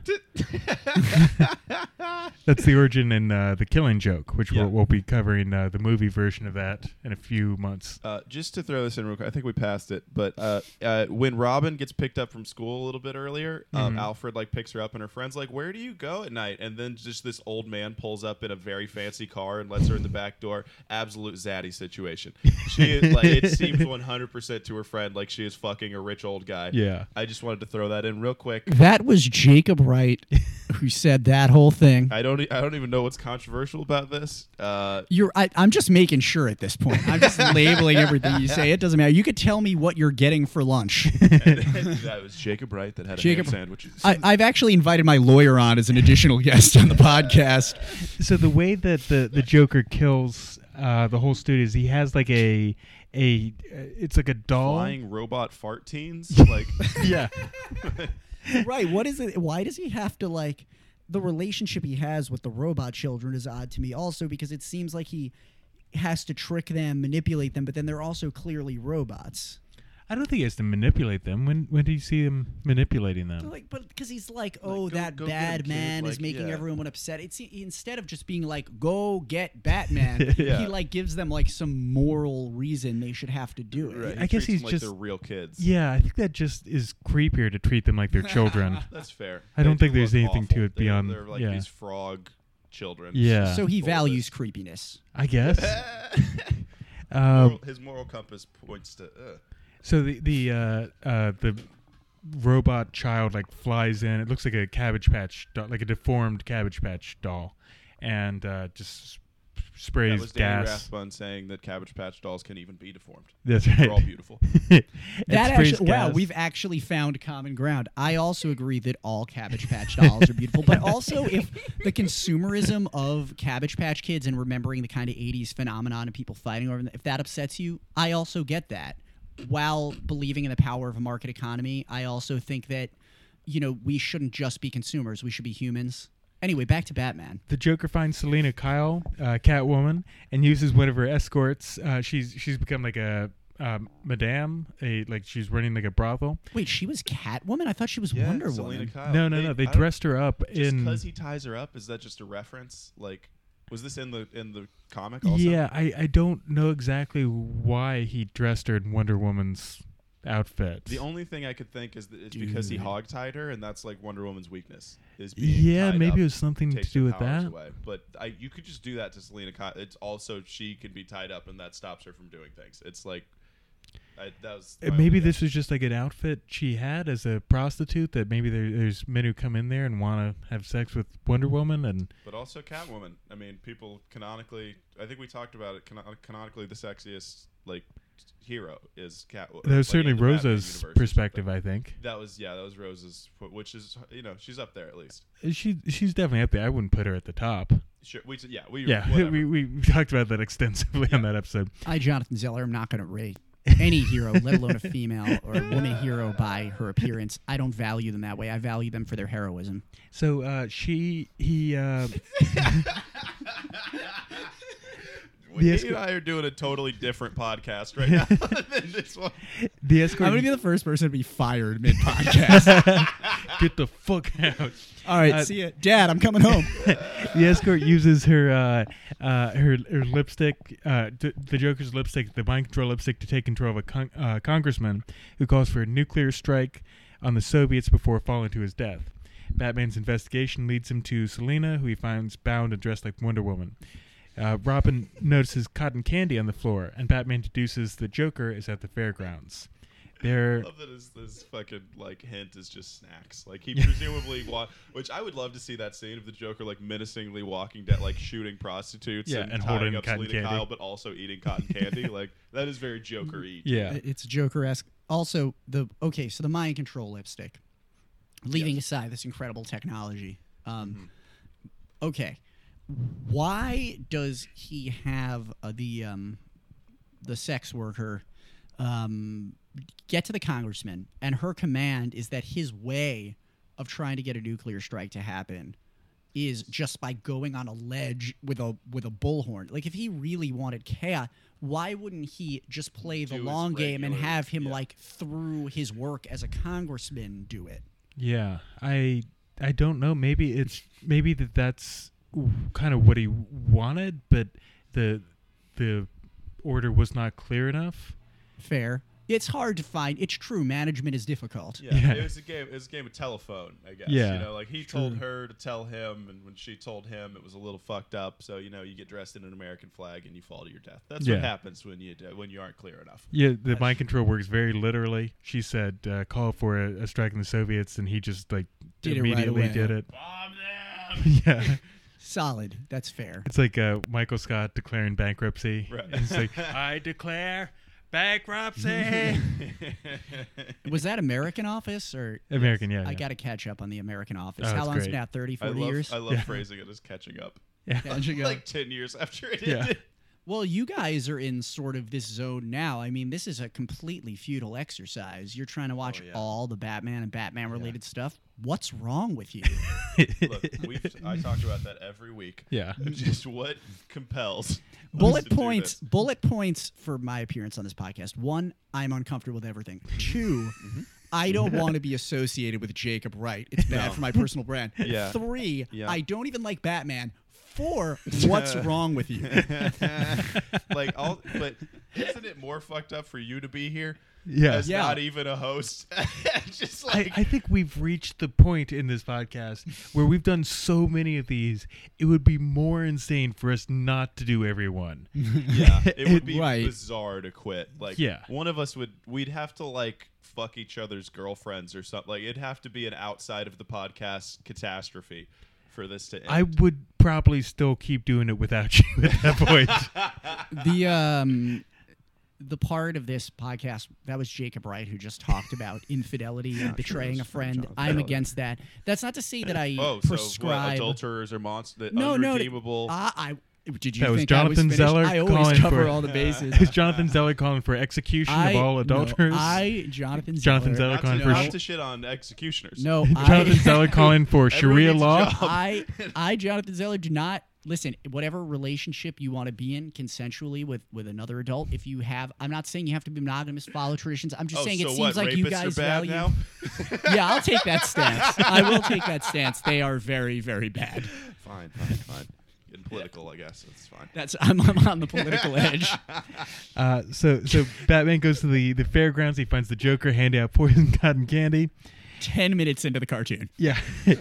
[SPEAKER 1] that's the origin in uh, the Killing Joke, which
[SPEAKER 2] Yeah.
[SPEAKER 1] we'll, we'll be covering uh, the movie version of that in a few months.
[SPEAKER 2] Uh, just to throw this in real quick, I think we passed it, but uh, uh, when Robin gets picked up from school a little bit earlier,
[SPEAKER 1] Mm-hmm.
[SPEAKER 2] um, Alfred like picks her up, and her friend's like, "Where do you go at night?" And then just this old man pulls up in a very fancy car and lets her in the back door. Absolute zaddy situation. She is, like it seems one hundred percent to her friend like she is fucking a rich old guy.
[SPEAKER 1] Yeah.
[SPEAKER 2] I just wanted to throw that in real quick.
[SPEAKER 4] That was Jacob Wright White who said that whole thing.
[SPEAKER 2] I don't. e- I don't even know what's controversial about this. Uh,
[SPEAKER 4] You're, I, I'm just making sure at this point. I'm just labeling everything you say. It doesn't matter. You could tell me what you're getting for lunch.
[SPEAKER 2] that was Jacob Wright that had a
[SPEAKER 4] Jacob-
[SPEAKER 2] ham sandwich.
[SPEAKER 4] I, I've actually invited my lawyer on as an additional guest on the podcast.
[SPEAKER 1] so the way that the the Joker kills uh, the whole studio is he has like a a uh, it's like a doll.
[SPEAKER 2] Flying robot fart teens. Like
[SPEAKER 1] Yeah,
[SPEAKER 4] right. What is it? Why does he have to like the relationship he has with the robot children is odd to me also because it seems like he has to trick them, manipulate them, but then they're also clearly robots.
[SPEAKER 1] I don't think he has to manipulate them. When when do you see him manipulating them?
[SPEAKER 4] Like, but because he's like, oh,
[SPEAKER 2] go-
[SPEAKER 4] that
[SPEAKER 2] go get him,
[SPEAKER 4] bad
[SPEAKER 2] kid,"
[SPEAKER 4] man is
[SPEAKER 2] like,
[SPEAKER 4] making
[SPEAKER 2] yeah.
[SPEAKER 4] everyone upset. It's instead of just being like, go get Batman,
[SPEAKER 2] Yeah.
[SPEAKER 4] he like gives them like some moral reason they should have to do it.
[SPEAKER 2] right,
[SPEAKER 1] I
[SPEAKER 2] he
[SPEAKER 1] guess
[SPEAKER 2] treats
[SPEAKER 1] he's
[SPEAKER 2] them
[SPEAKER 1] just-
[SPEAKER 2] like they're real kids.
[SPEAKER 1] Yeah, I think that just is creepier to treat them like they're children.
[SPEAKER 2] that's fair.
[SPEAKER 1] I don't
[SPEAKER 2] They
[SPEAKER 1] think
[SPEAKER 2] do
[SPEAKER 1] there's
[SPEAKER 2] look
[SPEAKER 1] anything to
[SPEAKER 2] awful.
[SPEAKER 1] it
[SPEAKER 2] They're-
[SPEAKER 1] beyond-
[SPEAKER 2] They're like
[SPEAKER 1] yeah.
[SPEAKER 2] these frog children.
[SPEAKER 1] Yeah.
[SPEAKER 4] So he
[SPEAKER 2] Little bit.
[SPEAKER 4] values creepiness.
[SPEAKER 1] I guess. Um,
[SPEAKER 2] Moral- His moral compass points to. Uh,
[SPEAKER 1] So the the uh, uh, the robot child like flies in. It looks like a cabbage patch, doll, like a deformed cabbage patch doll, and uh, just sp-
[SPEAKER 2] that
[SPEAKER 1] sprays
[SPEAKER 2] was Danny
[SPEAKER 1] gas.
[SPEAKER 2] Rathbun saying that Cabbage Patch dolls can even be deformed.
[SPEAKER 1] That's right.
[SPEAKER 2] They're all beautiful.
[SPEAKER 1] It
[SPEAKER 4] That
[SPEAKER 1] sprays
[SPEAKER 4] actually, wow,
[SPEAKER 1] gas.
[SPEAKER 4] we've actually found common ground. I also agree that all Cabbage Patch dolls are beautiful, but also if the consumerism of Cabbage Patch Kids and remembering the kind of '80s phenomenon and people fighting over, them, if that upsets you, I also get that. While believing in the power of a market economy, I also think that you know we shouldn't just be consumers; we should be humans. Anyway, back to Batman.
[SPEAKER 1] the Joker finds Selena Kyle, uh, Catwoman, and uses one of her escorts. Uh, she's she's become like a um, madame, a like she's running like a brothel.
[SPEAKER 4] Wait, she was Catwoman? I thought she was
[SPEAKER 2] Yeah,
[SPEAKER 4] Wonder
[SPEAKER 2] Selena
[SPEAKER 4] Woman.
[SPEAKER 2] Kyle.
[SPEAKER 1] no, no, no. They
[SPEAKER 2] Oh, I don't-
[SPEAKER 1] dressed her up
[SPEAKER 2] Just
[SPEAKER 1] in.
[SPEAKER 2] because he ties her up, is that just a reference? Like, was this in the in the comic? Also?
[SPEAKER 1] Yeah, I, I don't know exactly why he dressed her in Wonder Woman's outfit.
[SPEAKER 2] The only thing I could think is that it's because he
[SPEAKER 1] Dude.
[SPEAKER 2] hogtied her, and that's like Wonder Woman's weakness. Is being
[SPEAKER 1] yeah,
[SPEAKER 2] tied
[SPEAKER 1] maybe
[SPEAKER 2] up
[SPEAKER 1] it was something to
[SPEAKER 2] takes
[SPEAKER 1] do
[SPEAKER 2] her
[SPEAKER 1] with
[SPEAKER 2] powers
[SPEAKER 1] that.
[SPEAKER 2] Away. But I, you could just do that to Selena Kyle. It's also she can be tied up, and that stops her from doing things. It's like I, that was
[SPEAKER 1] Uh,
[SPEAKER 2] my
[SPEAKER 1] Maybe
[SPEAKER 2] only
[SPEAKER 1] this was just like an outfit she had as a prostitute. That maybe there, there's men who come in there and want to have sex with Wonder Woman, and
[SPEAKER 2] But also Catwoman. I mean, people canonically. I think we talked about it. Cano- canonically, the sexiest like hero is Catwoman.
[SPEAKER 1] that was
[SPEAKER 2] like,
[SPEAKER 1] certainly
[SPEAKER 2] in the Batman
[SPEAKER 1] Rosa's
[SPEAKER 2] universe or
[SPEAKER 1] perspective.
[SPEAKER 2] something.
[SPEAKER 1] I think
[SPEAKER 2] That was yeah. That was Rose's, wh- which is you know she's up there at least.
[SPEAKER 1] she she's definitely up there. I wouldn't put her at the top.
[SPEAKER 2] Sure. We yeah we
[SPEAKER 1] Yeah,
[SPEAKER 2] whatever.
[SPEAKER 1] we, we talked about that extensively on that episode.
[SPEAKER 4] I, Jonathan Zeller, am not going to rate any hero, let alone a female or a woman hero, by her appearance. I don't value them that way. I value them for their heroism.
[SPEAKER 1] So uh, she he uh,
[SPEAKER 2] Well,
[SPEAKER 1] The
[SPEAKER 2] you
[SPEAKER 1] escort-
[SPEAKER 2] and I are doing a totally different podcast right now than this one.
[SPEAKER 1] the escort.
[SPEAKER 4] the first person to be fired mid podcast.
[SPEAKER 1] get the fuck out.
[SPEAKER 4] All right,
[SPEAKER 1] Uh,
[SPEAKER 4] see ya, Dad. I'm coming home.
[SPEAKER 1] the escort uses her uh, uh, her, her lipstick, uh, d- the Joker's lipstick, the mind control lipstick, to take control of a con- uh, congressman who calls for a nuclear strike on the Soviets before falling to his death. Batman's investigation leads him to Selina, who he finds bound and dressed like Wonder Woman. Uh, Robin notices cotton candy on the floor, and Batman deduces the Joker is at the fairgrounds. There,
[SPEAKER 2] I love that his, this fucking like hint is just snacks. Like he presumably wa- which I would love to see that scene of the Joker like menacingly walking down, like shooting prostitutes
[SPEAKER 1] Yeah,
[SPEAKER 2] and,
[SPEAKER 1] and
[SPEAKER 2] tying
[SPEAKER 1] holding
[SPEAKER 2] up
[SPEAKER 1] cotton
[SPEAKER 2] Selena
[SPEAKER 1] candy.
[SPEAKER 2] Kyle, but also eating cotton candy. like that is very Jokery.
[SPEAKER 1] yeah,
[SPEAKER 4] it's Joker esque. Also, the okay, so the mind control lipstick. Leaving aside this incredible technology, um, okay, why does he have uh, the um, the sex worker um, get to the congressman, and her command is that his way of trying to get a nuclear strike to happen is just by going on a ledge with a with a bullhorn. Like if he really wanted chaos, why wouldn't he just play
[SPEAKER 2] Do
[SPEAKER 4] the
[SPEAKER 2] his
[SPEAKER 4] long game and
[SPEAKER 2] regular-
[SPEAKER 4] have him
[SPEAKER 2] yeah.
[SPEAKER 4] like through his work as a congressman do it?
[SPEAKER 1] Yeah, I I don't know. Maybe it's maybe that that's kind of what he wanted, but the the order was not clear enough.
[SPEAKER 4] Fair. It's hard to find. It's true. Management is difficult.
[SPEAKER 2] Yeah,
[SPEAKER 1] Yeah.
[SPEAKER 2] it was a game. It was a game of telephone, I guess.
[SPEAKER 1] Yeah.
[SPEAKER 2] you know, like he told her to tell him, and when she told him, it was a little fucked up. So you know, you get dressed in an American flag and you fall to your death. That's
[SPEAKER 1] Yeah.
[SPEAKER 2] what happens when you do- when you aren't clear enough.
[SPEAKER 1] Yeah, the mind control works very literally. She said, uh, "Call for a, a strike in the Soviets," and he just like
[SPEAKER 4] Did it right
[SPEAKER 1] immediately
[SPEAKER 4] away.
[SPEAKER 1] did it.
[SPEAKER 2] Bomb
[SPEAKER 1] Yeah.
[SPEAKER 4] Solid. That's fair.
[SPEAKER 1] It's like uh, Michael Scott declaring bankruptcy.
[SPEAKER 2] Right.
[SPEAKER 1] It's like, I declare bankruptcy.
[SPEAKER 2] them.
[SPEAKER 4] Was that American Office or
[SPEAKER 1] American, yeah.
[SPEAKER 4] I
[SPEAKER 1] yeah.
[SPEAKER 4] got to catch up on the American Office.
[SPEAKER 1] Oh,
[SPEAKER 4] How
[SPEAKER 1] it's
[SPEAKER 4] long's it
[SPEAKER 1] great.
[SPEAKER 4] now? 30,
[SPEAKER 2] I
[SPEAKER 4] 40
[SPEAKER 2] love
[SPEAKER 4] years?
[SPEAKER 2] I love
[SPEAKER 1] Yeah.
[SPEAKER 2] phrasing it as catching up.
[SPEAKER 1] Yeah.
[SPEAKER 4] Yeah, there you go.
[SPEAKER 2] like ten years after it
[SPEAKER 1] Yeah.
[SPEAKER 2] ended.
[SPEAKER 4] well, you guys are in sort of this zone now. I mean, this is a completely futile exercise. You're trying to watch
[SPEAKER 2] Oh, yeah.
[SPEAKER 4] all the Batman and Batman related stuff. What's wrong with you?
[SPEAKER 2] Look, we've, I talked about that every week.
[SPEAKER 1] Yeah.
[SPEAKER 2] Just what compels us to
[SPEAKER 4] bullet
[SPEAKER 2] do
[SPEAKER 4] points
[SPEAKER 2] this.
[SPEAKER 4] bullet points for my appearance on this podcast one i'm uncomfortable with everything 2
[SPEAKER 2] Mm-hmm.
[SPEAKER 4] i don't want to be associated with jacob wright it's bad
[SPEAKER 2] No.
[SPEAKER 4] for my personal brand
[SPEAKER 2] Yeah.
[SPEAKER 4] three
[SPEAKER 2] Yeah.
[SPEAKER 4] i don't even like batman four what's wrong with you
[SPEAKER 2] like, all, but isn't it more fucked up for you to be here?
[SPEAKER 1] Yeah.
[SPEAKER 2] as
[SPEAKER 4] Yeah.
[SPEAKER 2] not even a host. just
[SPEAKER 1] I,
[SPEAKER 2] like
[SPEAKER 1] I think we've reached the point in this podcast where we've done so many of these, it would be more insane for us not to do everyone.
[SPEAKER 2] yeah, it would be
[SPEAKER 4] Right.
[SPEAKER 2] bizarre to quit. Like,
[SPEAKER 1] Yeah.
[SPEAKER 2] one of us would we'd have to like fuck each other's girlfriends or something. Like, it'd have to be an outside of the podcast catastrophe for this to end.
[SPEAKER 1] I would probably still keep doing it without you at that point.
[SPEAKER 4] the um the part of this podcast that was Jacob Wright who just talked about infidelity and betraying a friend. I'm against that. That's not to say that I
[SPEAKER 2] oh, so what,
[SPEAKER 4] prescribe
[SPEAKER 2] adulterers or monsters?
[SPEAKER 4] no, no.
[SPEAKER 2] unredeemable.
[SPEAKER 4] Ah, I did you
[SPEAKER 1] That was
[SPEAKER 4] think I
[SPEAKER 1] Jonathan
[SPEAKER 4] was finished?
[SPEAKER 1] Zeller
[SPEAKER 4] I always
[SPEAKER 1] calling
[SPEAKER 4] cover
[SPEAKER 1] for-
[SPEAKER 4] all the bases.
[SPEAKER 1] Is Jonathan Zeller calling for execution of all
[SPEAKER 4] no,
[SPEAKER 1] adulterers?
[SPEAKER 4] I Jonathan Zeller.
[SPEAKER 1] Jonathan Zeller
[SPEAKER 2] not, to,
[SPEAKER 1] calling for
[SPEAKER 2] not
[SPEAKER 1] sh-
[SPEAKER 2] to shit on executioners.
[SPEAKER 4] No,
[SPEAKER 1] Jonathan
[SPEAKER 4] I,
[SPEAKER 1] Zeller Um, calling for Sharia
[SPEAKER 2] needs a
[SPEAKER 1] law.
[SPEAKER 2] job.
[SPEAKER 4] I, I Jonathan Zeller do not listen. Whatever relationship you want to be in, consensually with with another adult, if you have, I'm not saying you have to be monogamous, follow traditions. I'm just
[SPEAKER 2] Oh,
[SPEAKER 4] saying
[SPEAKER 2] so
[SPEAKER 4] it
[SPEAKER 2] what?
[SPEAKER 4] seems like
[SPEAKER 2] rapists
[SPEAKER 4] you
[SPEAKER 2] are
[SPEAKER 4] guys
[SPEAKER 2] bad
[SPEAKER 4] value.
[SPEAKER 2] now.
[SPEAKER 4] Yeah, I'll take that stance. I will take that stance. They are very, very bad.
[SPEAKER 2] fine, fine, fine. Getting political, I guess. That's fine.
[SPEAKER 4] That's I'm, I'm on the political edge.
[SPEAKER 1] Uh, so so Batman goes to the, the fairgrounds. He finds the Joker handing out poison cotton candy.
[SPEAKER 4] Ten minutes into the cartoon.
[SPEAKER 1] Yeah,
[SPEAKER 2] Oh,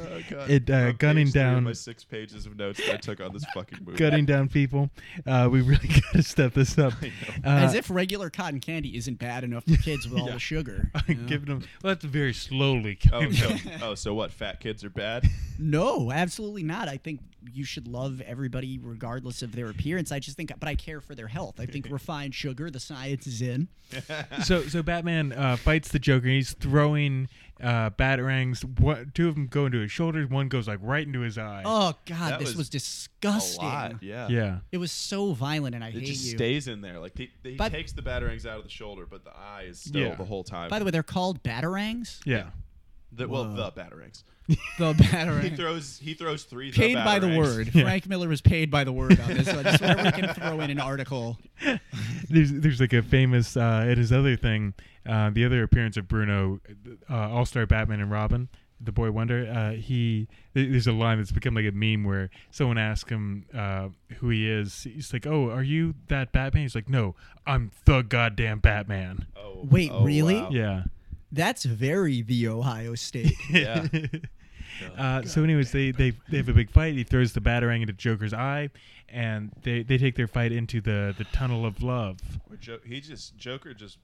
[SPEAKER 2] God.
[SPEAKER 1] it
[SPEAKER 2] On
[SPEAKER 1] uh,
[SPEAKER 2] page
[SPEAKER 1] gunning
[SPEAKER 2] three of
[SPEAKER 1] down
[SPEAKER 2] my six pages of notes that I took on this fucking movie.
[SPEAKER 1] gunning down people. Uh, we really got to step this up. Uh,
[SPEAKER 4] As if regular cotton candy isn't bad enough for kids with all the sugar. you know?
[SPEAKER 1] giving them well, that's very slowly.
[SPEAKER 2] Oh, so, oh, so what? Fat kids are bad.
[SPEAKER 4] No, absolutely not. I think you should love everybody regardless of their appearance. I just think, but I care for their health. I think refined sugar, the science is in.
[SPEAKER 1] so so Batman uh, fights the Joker. and He's throwing uh, batarangs. What, two of them go into his shoulders. One goes like right into his eye.
[SPEAKER 4] Oh God,
[SPEAKER 2] That
[SPEAKER 4] this
[SPEAKER 2] was
[SPEAKER 4] was,
[SPEAKER 2] A
[SPEAKER 4] disgusting.
[SPEAKER 2] lot, yeah.
[SPEAKER 1] yeah.
[SPEAKER 4] It was so violent, and I
[SPEAKER 2] It
[SPEAKER 4] hate
[SPEAKER 2] just
[SPEAKER 4] you.
[SPEAKER 2] stays in there. Like he, he
[SPEAKER 4] But-
[SPEAKER 2] takes the batarangs out of the shoulder, but the eye is still
[SPEAKER 1] Yeah.
[SPEAKER 2] the whole time.
[SPEAKER 4] By the way, they're called batarangs.
[SPEAKER 1] Yeah.
[SPEAKER 2] The- well, the batarangs.
[SPEAKER 4] The
[SPEAKER 2] He
[SPEAKER 4] batarang.
[SPEAKER 2] throws. He throws three.
[SPEAKER 4] Paid
[SPEAKER 2] the
[SPEAKER 4] by the
[SPEAKER 2] batarangs.
[SPEAKER 4] word.
[SPEAKER 1] Yeah.
[SPEAKER 4] Frank Miller was paid by the word on this. So I just whenever we can throw in an article.
[SPEAKER 1] There's there's like a famous uh, it is other thing. Uh, the other appearance of Bruno, uh, All Star Batman and Robin, the Boy Wonder. Uh, he th- there's a line that's become like a meme where someone asks him uh, who he is. He's like, "Oh, are you that Batman?" He's like, "No, I'm the goddamn Batman."
[SPEAKER 2] Oh,
[SPEAKER 4] Wait,
[SPEAKER 2] oh,
[SPEAKER 4] really?
[SPEAKER 2] wow.
[SPEAKER 1] Yeah.
[SPEAKER 4] That's very the Ohio State.
[SPEAKER 2] Yeah.
[SPEAKER 1] Uh, so, anyways, they, they they have a big fight. He throws the batarang into Joker's eye, and they, they take their fight into the, the tunnel of love.
[SPEAKER 2] Where Jo- he just Joker just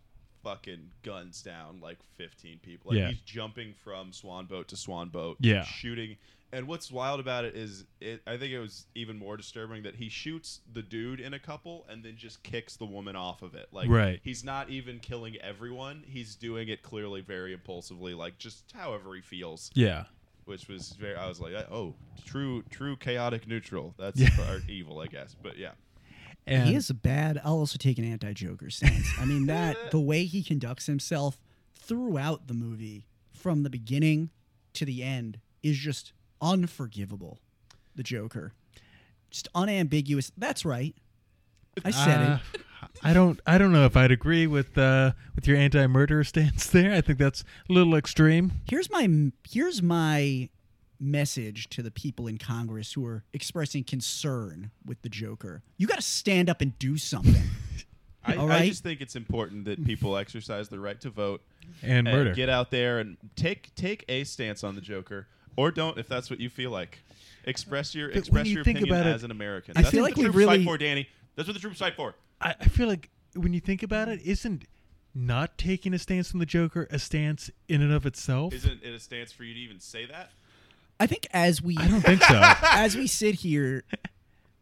[SPEAKER 2] fucking guns down like 15 people. Like
[SPEAKER 1] Yeah.
[SPEAKER 2] he's jumping from swan boat to swan boat.
[SPEAKER 1] Yeah.
[SPEAKER 2] shooting. And what's wild about it is, it I think it was even more disturbing that he shoots the dude in a couple and then just kicks the woman off of it. Like
[SPEAKER 1] Right.
[SPEAKER 2] he's not even killing everyone. He's doing it clearly very impulsively, like just however he feels.
[SPEAKER 1] Yeah,
[SPEAKER 2] Which was very. I was like, oh, true, true chaotic neutral. That's or evil, I guess. But yeah.
[SPEAKER 1] and
[SPEAKER 4] he is a bad. I'll also take an anti-Joker stance. I mean that the way he conducts himself throughout the movie, from the beginning to the end, is just unforgivable. The Joker, just unambiguous. That's right. I said
[SPEAKER 1] uh,
[SPEAKER 4] it.
[SPEAKER 1] I don't I don't know if I'd agree with uh, with your anti murder stance there. I think that's a little extreme.
[SPEAKER 4] Here's my here's my message to the people in Congress who are expressing concern with the Joker. You got to stand up and do something.
[SPEAKER 2] I,
[SPEAKER 4] All
[SPEAKER 2] I
[SPEAKER 4] right.
[SPEAKER 2] just think it's important that people exercise the right to vote
[SPEAKER 1] And murder.
[SPEAKER 2] Get out there and take take a stance on the Joker, or don't if that's what you feel like. Express your
[SPEAKER 1] when
[SPEAKER 2] express
[SPEAKER 1] you
[SPEAKER 2] your
[SPEAKER 1] think
[SPEAKER 2] opinion
[SPEAKER 1] about it-
[SPEAKER 2] as an American.
[SPEAKER 4] I
[SPEAKER 2] that's
[SPEAKER 4] feel
[SPEAKER 2] what
[SPEAKER 4] like
[SPEAKER 2] the
[SPEAKER 4] we
[SPEAKER 2] troops
[SPEAKER 4] really-
[SPEAKER 2] fight for, Danny. That's what the troops fight for.
[SPEAKER 1] I, I feel like when you think about it, isn't not taking a stance on the Joker a stance in and of itself?
[SPEAKER 2] Isn't it a stance for you to even say that?
[SPEAKER 4] I think as we
[SPEAKER 1] I don't think so.
[SPEAKER 4] as we sit here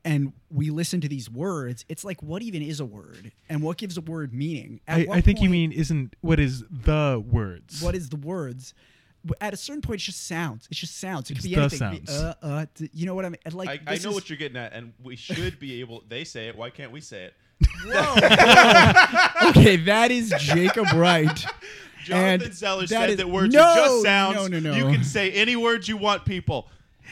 [SPEAKER 4] and we listen to these words, it's like what even is a word and what gives a word meaning? At
[SPEAKER 1] I,
[SPEAKER 4] what
[SPEAKER 1] I think you
[SPEAKER 4] point-
[SPEAKER 1] mean isn't what is the words?
[SPEAKER 4] what is the words? W- At a certain point, it's just sounds. It's just sounds. It could
[SPEAKER 1] It's
[SPEAKER 4] be
[SPEAKER 1] the
[SPEAKER 4] anything. It could be,
[SPEAKER 1] sounds.
[SPEAKER 4] uh, uh, d- you know what I mean? And, Like
[SPEAKER 2] I, I
[SPEAKER 4] this
[SPEAKER 2] know
[SPEAKER 4] is-
[SPEAKER 2] what you're getting at, and we should be able. They say it. Why can't we say it?
[SPEAKER 4] okay, that is Jacob Wright.
[SPEAKER 2] Jonathan
[SPEAKER 4] And
[SPEAKER 2] Zeller
[SPEAKER 4] that
[SPEAKER 2] said
[SPEAKER 4] is-
[SPEAKER 2] that words
[SPEAKER 4] no,
[SPEAKER 2] are just sounds.
[SPEAKER 4] No, no, no.
[SPEAKER 2] You can say any word you want, people.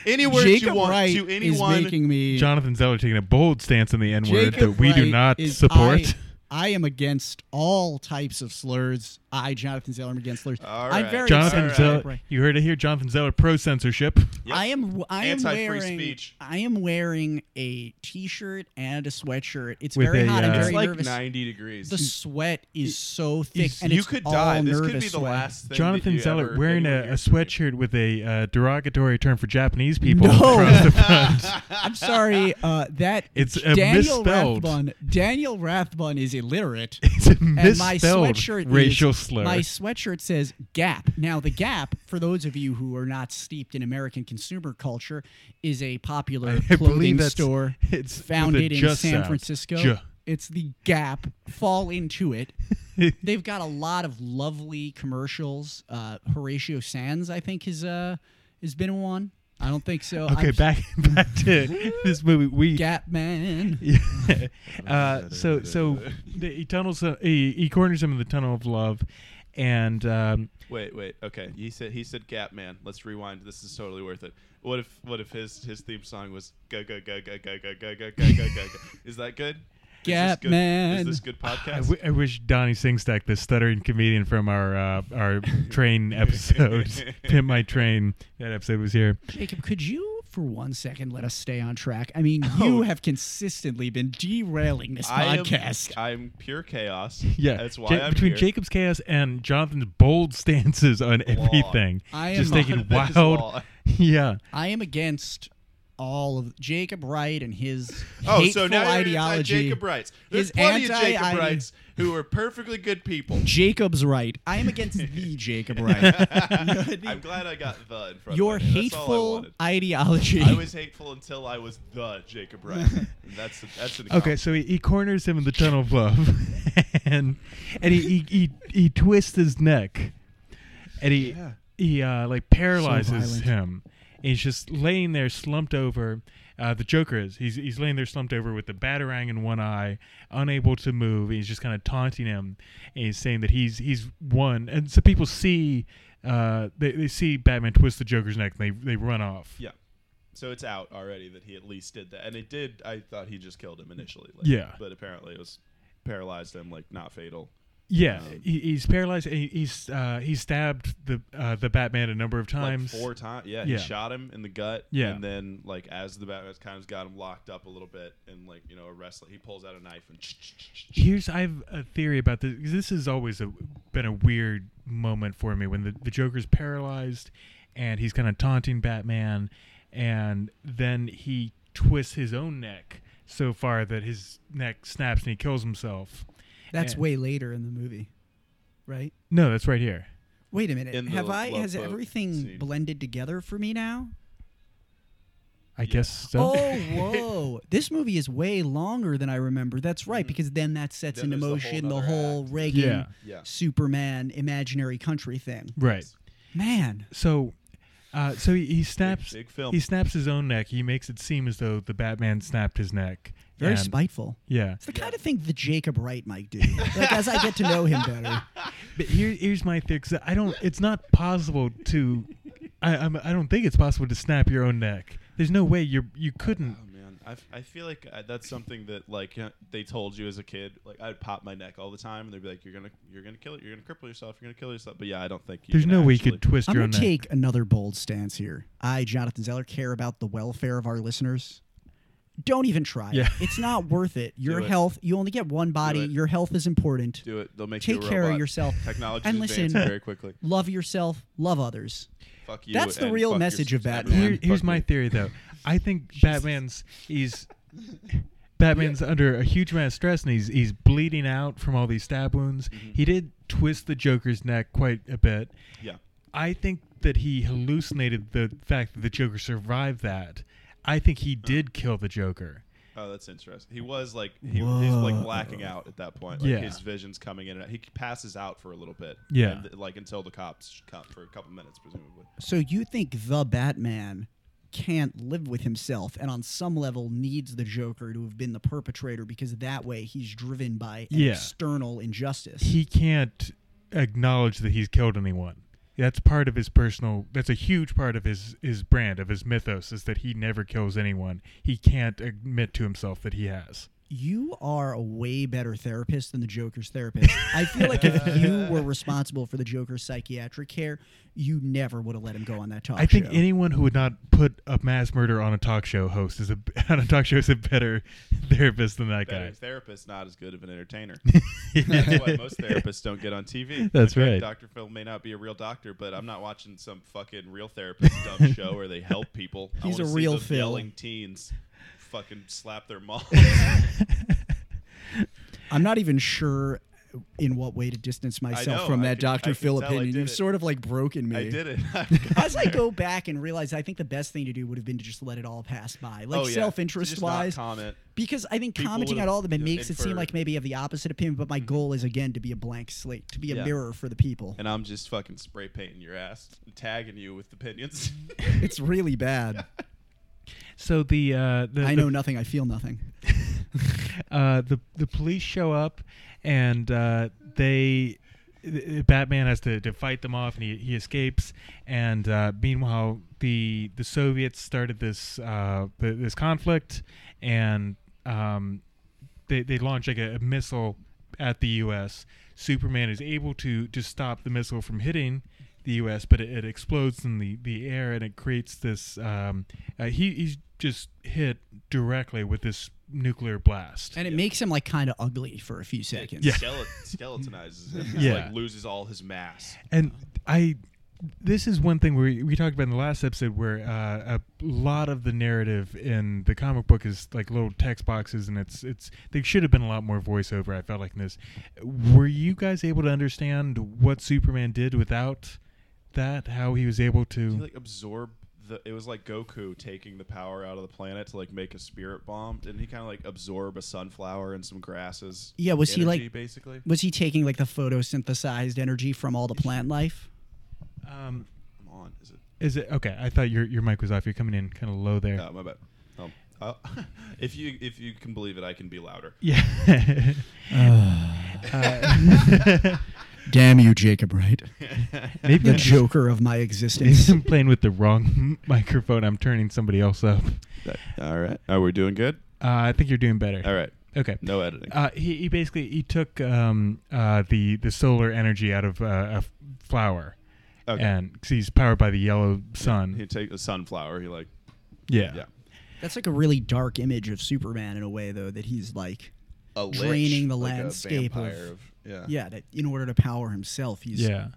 [SPEAKER 2] Any word
[SPEAKER 4] Jacob
[SPEAKER 2] you want
[SPEAKER 4] Wright
[SPEAKER 2] to
[SPEAKER 4] is
[SPEAKER 2] anyone.
[SPEAKER 4] making me.
[SPEAKER 1] Jonathan Zeller taking a bold stance on the N word
[SPEAKER 4] Jacob
[SPEAKER 1] that we do
[SPEAKER 4] Wright
[SPEAKER 1] not
[SPEAKER 4] is-
[SPEAKER 1] support.
[SPEAKER 4] I, I am against all types of slurs. I, Jonathan Zeller, am against slurs.
[SPEAKER 2] All
[SPEAKER 4] I'm
[SPEAKER 2] right.
[SPEAKER 4] very
[SPEAKER 1] Jonathan
[SPEAKER 2] Alright.
[SPEAKER 4] upset.
[SPEAKER 1] Zeller,
[SPEAKER 4] Right.
[SPEAKER 1] you heard it here. Jonathan Zeller pro censorship.
[SPEAKER 2] Yep.
[SPEAKER 4] I am. I am
[SPEAKER 2] Anti-free
[SPEAKER 4] wearing.
[SPEAKER 2] speech.
[SPEAKER 4] I am wearing a T-shirt and a sweatshirt. It's
[SPEAKER 1] With
[SPEAKER 4] very
[SPEAKER 1] a,
[SPEAKER 4] hot.
[SPEAKER 1] uh,
[SPEAKER 4] I'm
[SPEAKER 2] it's
[SPEAKER 4] very
[SPEAKER 2] like
[SPEAKER 4] nervous.
[SPEAKER 2] 90 degrees.
[SPEAKER 4] The sweat is so thick,
[SPEAKER 1] is-
[SPEAKER 4] and
[SPEAKER 2] you
[SPEAKER 4] it's
[SPEAKER 2] could
[SPEAKER 4] all
[SPEAKER 2] die. This could
[SPEAKER 4] nervous
[SPEAKER 2] be the
[SPEAKER 4] sweat.
[SPEAKER 2] last thing. that
[SPEAKER 1] Jonathan
[SPEAKER 2] you
[SPEAKER 1] Zeller
[SPEAKER 2] ever,
[SPEAKER 1] wearing a,
[SPEAKER 2] anyone
[SPEAKER 1] a
[SPEAKER 2] hears from you.
[SPEAKER 1] sweatshirt with a uh, derogatory term for Japanese people
[SPEAKER 4] No.
[SPEAKER 1] across the front.
[SPEAKER 4] I'm sorry. Uh, that
[SPEAKER 1] It's a
[SPEAKER 4] Daniel
[SPEAKER 1] misspelled-
[SPEAKER 4] Rathbun. Daniel Rathbun is illiterate.
[SPEAKER 1] It's a
[SPEAKER 4] And my
[SPEAKER 1] misspelled
[SPEAKER 4] sweatshirt
[SPEAKER 1] racial
[SPEAKER 4] is,
[SPEAKER 1] slur.
[SPEAKER 4] My sweatshirt says Gap. Now the Gap, for those of you who are not steeped in American consumer culture, is a popular
[SPEAKER 1] I
[SPEAKER 4] clothing
[SPEAKER 1] believe that's-
[SPEAKER 4] store
[SPEAKER 1] it's with a
[SPEAKER 4] founded in San
[SPEAKER 1] just sound.
[SPEAKER 4] Francisco.
[SPEAKER 1] Ju.
[SPEAKER 4] It's the Gap. Fall into it. They've got a lot of lovely commercials. Uh, Horatio Sands, I think, is uh, has been in one. I don't think so.
[SPEAKER 1] Okay,
[SPEAKER 4] I'm-
[SPEAKER 1] back back to this movie. We
[SPEAKER 4] Gap man.
[SPEAKER 1] Yeah. Uh, so so the, he tunnels. Uh, he, he corners him in the tunnel of love, and um,
[SPEAKER 2] Wait, wait. Okay, he said he said Gap Man. Let's rewind. This is totally worth it. What if what if his his theme song was go go go go go go go go go go go? go? Is that good? Is this
[SPEAKER 4] Gap
[SPEAKER 2] good-
[SPEAKER 4] Man.
[SPEAKER 2] Is this good
[SPEAKER 1] I,
[SPEAKER 2] podcast?
[SPEAKER 1] w- I wish Donnie Singstack, the stuttering comedian from our uh, our train episode, Pimp My Train, that episode was here.
[SPEAKER 4] Jacob, could you, for one second, let us stay on track? I mean, you have consistently been derailing this
[SPEAKER 2] Oh. I am-
[SPEAKER 4] podcast.
[SPEAKER 2] I'm pure chaos.
[SPEAKER 1] Yeah,
[SPEAKER 2] that's why
[SPEAKER 1] Ja-
[SPEAKER 2] I'm
[SPEAKER 1] between
[SPEAKER 2] here.
[SPEAKER 1] Jacob's chaos and Jonathan's bold stances on everything,
[SPEAKER 4] I
[SPEAKER 1] just
[SPEAKER 4] am
[SPEAKER 1] taking
[SPEAKER 2] on this
[SPEAKER 1] wild.
[SPEAKER 2] wall.
[SPEAKER 1] Yeah,
[SPEAKER 4] I am against all of Jacob Wright and his
[SPEAKER 2] Oh,
[SPEAKER 4] hateful
[SPEAKER 2] so now you're anti
[SPEAKER 4] ideology.
[SPEAKER 2] Jacob Wrights. There's
[SPEAKER 4] His
[SPEAKER 2] plenty of
[SPEAKER 4] anti-
[SPEAKER 2] Jacob
[SPEAKER 4] I-
[SPEAKER 2] Wrights who are perfectly good people.
[SPEAKER 4] Jacob's right. I am against the Jacob Wright.
[SPEAKER 2] I'm glad I got the in front.
[SPEAKER 4] Your
[SPEAKER 2] of my name. That's all I
[SPEAKER 4] hateful
[SPEAKER 2] wanted.
[SPEAKER 4] ideology.
[SPEAKER 2] I was hateful until I was the Jacob Wright. that's that's an
[SPEAKER 1] Okay, so he, he corners him in the tunnel of love, and and he he, he he twists his neck, and he he uh, like paralyzes
[SPEAKER 4] violent.
[SPEAKER 1] him. And he's just laying there slumped over. Uh, the Joker is he's he's laying there slumped over with the batarang in one eye, unable to move. He's just kind of taunting him, and he's saying that he's he's won. And so people see. Uh, they, they see Batman twist the Joker's neck and they, they run off.
[SPEAKER 2] Yeah. So it's out already that he at least did that. And it did I thought he just killed him initially. Like,
[SPEAKER 1] Yeah.
[SPEAKER 2] But apparently it was paralyzed him, like not fatal.
[SPEAKER 1] Yeah,
[SPEAKER 2] Um,
[SPEAKER 1] he, he's paralyzed. He, he's uh, he stabbed the uh, the Batman a number of times.
[SPEAKER 2] Like four times. Yeah,
[SPEAKER 1] Yeah.
[SPEAKER 2] he shot him in the gut.
[SPEAKER 1] Yeah.
[SPEAKER 2] And then like as the Batman's kind of got him locked up a little bit and like, you know, arrest he pulls out a knife and
[SPEAKER 1] Here's I have a theory about this. 'cause This has always a, been a weird moment for me when the, the Joker's paralyzed and he's kind of taunting Batman, and then he twists his own neck so far that his neck snaps and he kills himself.
[SPEAKER 4] That's
[SPEAKER 1] Yeah.
[SPEAKER 4] way later in the movie, right?
[SPEAKER 1] No, that's right here.
[SPEAKER 4] Wait a minute.
[SPEAKER 2] In the
[SPEAKER 4] Have I?
[SPEAKER 2] love
[SPEAKER 4] Has
[SPEAKER 2] boat
[SPEAKER 4] everything
[SPEAKER 2] scene.
[SPEAKER 4] blended together for me now?
[SPEAKER 1] I guess so.
[SPEAKER 4] Oh, whoa. this movie is way longer than I remember. That's right, because then that sets
[SPEAKER 2] Mm-hmm. Then
[SPEAKER 4] into
[SPEAKER 2] there's the
[SPEAKER 4] motion
[SPEAKER 2] whole
[SPEAKER 4] the
[SPEAKER 2] nother
[SPEAKER 4] whole,
[SPEAKER 2] act.
[SPEAKER 4] Reagan,
[SPEAKER 1] Yeah.
[SPEAKER 2] Yeah.
[SPEAKER 4] Superman, imaginary country thing.
[SPEAKER 1] Right.
[SPEAKER 4] Man.
[SPEAKER 1] So, uh, so he, he snaps.
[SPEAKER 2] big film.
[SPEAKER 1] He snaps his own neck. He makes it seem as though the Batman snapped his neck.
[SPEAKER 4] Very
[SPEAKER 1] And-
[SPEAKER 4] spiteful.
[SPEAKER 1] Yeah.
[SPEAKER 4] It's the kind of thing that Jacob Wright might do. Like as I get to know him better,
[SPEAKER 1] But here, here's my theory. 'cause I don't. It's not possible to. I, I'm, I don't think it's possible to snap your own neck. There's no way you you couldn't.
[SPEAKER 2] Oh man, I've, I feel like I, that's something that like uh, they told you as a kid. Like I'd pop my neck all the time, and they'd be like, "You're gonna, you're gonna kill it. You're gonna cripple yourself. You're gonna kill yourself." But yeah, I don't think you
[SPEAKER 1] There's
[SPEAKER 2] can
[SPEAKER 1] no way you
[SPEAKER 2] actually-
[SPEAKER 1] could twist
[SPEAKER 4] I'm
[SPEAKER 1] your
[SPEAKER 4] going
[SPEAKER 1] own
[SPEAKER 4] to
[SPEAKER 1] neck.
[SPEAKER 4] take another bold stance here. I, Jonathan Zeller, care about the welfare of our listeners. Don't even try.
[SPEAKER 1] Yeah.
[SPEAKER 4] It. It's not worth it. Your
[SPEAKER 2] it.
[SPEAKER 4] health, you only get one body.
[SPEAKER 2] it.
[SPEAKER 4] Your health is important.
[SPEAKER 2] do it. They'll make you
[SPEAKER 4] Take
[SPEAKER 2] a
[SPEAKER 4] care of
[SPEAKER 2] robot.
[SPEAKER 4] yourself.
[SPEAKER 2] Technology
[SPEAKER 4] And
[SPEAKER 2] advancing
[SPEAKER 4] listen-
[SPEAKER 2] very quickly.
[SPEAKER 4] Love yourself, love others.
[SPEAKER 2] Fuck you.
[SPEAKER 4] That's the
[SPEAKER 2] and
[SPEAKER 4] real
[SPEAKER 2] fuck
[SPEAKER 4] message of
[SPEAKER 2] yourself.
[SPEAKER 4] Batman.
[SPEAKER 2] Everyone
[SPEAKER 1] Here, here's
[SPEAKER 2] fuck
[SPEAKER 1] my
[SPEAKER 2] you.
[SPEAKER 1] theory, though. I think Batman's he's Batman's under a huge amount of stress, and he's he's
[SPEAKER 4] Mm-hmm.
[SPEAKER 1] bleeding out from all these stab wounds. He did twist the Joker's neck quite a bit.
[SPEAKER 2] Yeah.
[SPEAKER 1] I think that he hallucinated the fact that the Joker survived that. I think he did kill the Joker.
[SPEAKER 2] Oh, that's interesting. He was like he, he's like
[SPEAKER 4] Whoa.
[SPEAKER 2] blacking out at that point. Like
[SPEAKER 1] Yeah.
[SPEAKER 2] his vision's coming in and out. He passes out for a little bit.
[SPEAKER 1] Yeah.
[SPEAKER 2] And, like until the cops come for a couple minutes, presumably.
[SPEAKER 4] So you think the Batman can't live with himself and on some level needs the Joker to have been the perpetrator because that way he's driven by an
[SPEAKER 1] Yeah.
[SPEAKER 4] external injustice.
[SPEAKER 1] He can't acknowledge that he's killed anyone. That's part of his personal. That's a huge part of his his brand of his mythos is that he never kills anyone. He can't admit to himself that he has.
[SPEAKER 4] you are a way better therapist than the Joker's therapist. I feel like if you were responsible for the Joker's psychiatric care, you never would have let him go on that talk
[SPEAKER 1] I think
[SPEAKER 4] show.
[SPEAKER 1] anyone who would not put a mass murder on a talk show host is a on a talk show is a better therapist than that
[SPEAKER 2] Better
[SPEAKER 1] guy.
[SPEAKER 2] therapist, not as good of an entertainer. That's why most therapists don't get on TV.
[SPEAKER 1] That's
[SPEAKER 2] Like,
[SPEAKER 1] right.
[SPEAKER 2] Dr. Phil may not be a real doctor, but I'm not watching some fucking real therapist dumb show where they help people. I
[SPEAKER 4] He's
[SPEAKER 2] wanna
[SPEAKER 4] a
[SPEAKER 2] see
[SPEAKER 4] real
[SPEAKER 2] the
[SPEAKER 4] Phil.
[SPEAKER 2] yelling teens fucking slap their moms.
[SPEAKER 4] I'm not even sure in what way to distance myself
[SPEAKER 2] know,
[SPEAKER 4] from
[SPEAKER 2] I
[SPEAKER 4] that
[SPEAKER 2] can- I
[SPEAKER 4] Dr.
[SPEAKER 2] can
[SPEAKER 4] Phil
[SPEAKER 2] tell I
[SPEAKER 4] opinion.
[SPEAKER 2] did
[SPEAKER 4] You've
[SPEAKER 2] it.
[SPEAKER 4] sort of like broken me.
[SPEAKER 2] I did it.
[SPEAKER 4] As I go back and realize, I think the best thing to do would have been to just let it all pass by, like
[SPEAKER 2] Oh, yeah.
[SPEAKER 4] self-interest
[SPEAKER 2] Just not
[SPEAKER 4] wise.
[SPEAKER 2] comment.
[SPEAKER 4] Because I think
[SPEAKER 2] People
[SPEAKER 4] commenting
[SPEAKER 2] would've,
[SPEAKER 4] on all of them
[SPEAKER 2] you
[SPEAKER 4] it
[SPEAKER 2] know,
[SPEAKER 4] makes it
[SPEAKER 2] inferred.
[SPEAKER 4] seem
[SPEAKER 2] Mm-hmm.
[SPEAKER 4] like maybe I have the opposite opinion. But my goal is again to be a blank slate, to be a
[SPEAKER 2] Yeah.
[SPEAKER 4] mirror for the people.
[SPEAKER 2] And I'm just fucking spray painting your ass, tagging you with opinions.
[SPEAKER 4] it's really bad.
[SPEAKER 1] So the uh, the the
[SPEAKER 4] I know nothing. I feel nothing.
[SPEAKER 1] uh, the the police show up and uh, they th- Batman has to, to fight them off and he, he escapes and uh, meanwhile the the Soviets started this uh, th- this conflict and um, they they launch like a, a missile at the U.S. Superman is able to to stop the missile from hitting the U.S., but it, it explodes in the, the air and it creates this. Um, uh, he he's just hit directly with this nuclear blast.
[SPEAKER 4] And it makes him like kind of ugly for a few seconds.
[SPEAKER 1] Yeah.
[SPEAKER 2] Skele- skeletonizes him. He's,
[SPEAKER 1] Yeah.
[SPEAKER 2] like loses all his mass.
[SPEAKER 1] And I, this is one thing we we talked about in the last episode where uh, a lot of the narrative in the comic book is like little text boxes, and it's it's there should have been a lot more voiceover. I felt like in this. Were you guys able to understand what Superman did without that? How he was able
[SPEAKER 2] He
[SPEAKER 1] to?
[SPEAKER 2] like absorbed the. It was like Goku taking the power out of the planet to like make a spirit bomb. Didn't he kind of like absorb a sunflower and some grasses?
[SPEAKER 4] Yeah, was he,
[SPEAKER 2] energy,
[SPEAKER 4] like-
[SPEAKER 2] basically?
[SPEAKER 4] Was he taking like the photosynthesized energy from all the plant life?
[SPEAKER 1] Um,
[SPEAKER 2] Come on, is it?
[SPEAKER 1] is it okay? I thought your your mic was off. You're coming in kind of low there.
[SPEAKER 2] Oh, my bad. Um, I'll- if you if you can believe it, I can be louder.
[SPEAKER 1] Yeah. Uh,
[SPEAKER 4] Damn you, Jacob Wright.
[SPEAKER 1] maybe
[SPEAKER 4] The
[SPEAKER 1] I'm just-
[SPEAKER 4] joker of my
[SPEAKER 1] Maybe
[SPEAKER 4] existence.
[SPEAKER 1] I'm playing with the wrong microphone. I'm turning somebody else up.
[SPEAKER 2] That- all right, are we doing good?
[SPEAKER 1] Uh, I think you're doing better.
[SPEAKER 2] All right,
[SPEAKER 1] Okay.
[SPEAKER 2] no editing.
[SPEAKER 1] Uh, he, he basically he took um, uh, the the solar energy out of uh, a f- flower,
[SPEAKER 2] Okay.
[SPEAKER 1] and 'cause he's powered by the yellow sun.
[SPEAKER 2] he take a sunflower. He like
[SPEAKER 1] yeah.
[SPEAKER 2] yeah,
[SPEAKER 4] That's like a really dark image of Superman in a way, though, that he's like,
[SPEAKER 2] a lich,
[SPEAKER 4] Draining the
[SPEAKER 2] like a
[SPEAKER 4] landscape of-
[SPEAKER 2] vampire of- yeah.
[SPEAKER 4] yeah, that in order to power himself, he's
[SPEAKER 1] Yeah.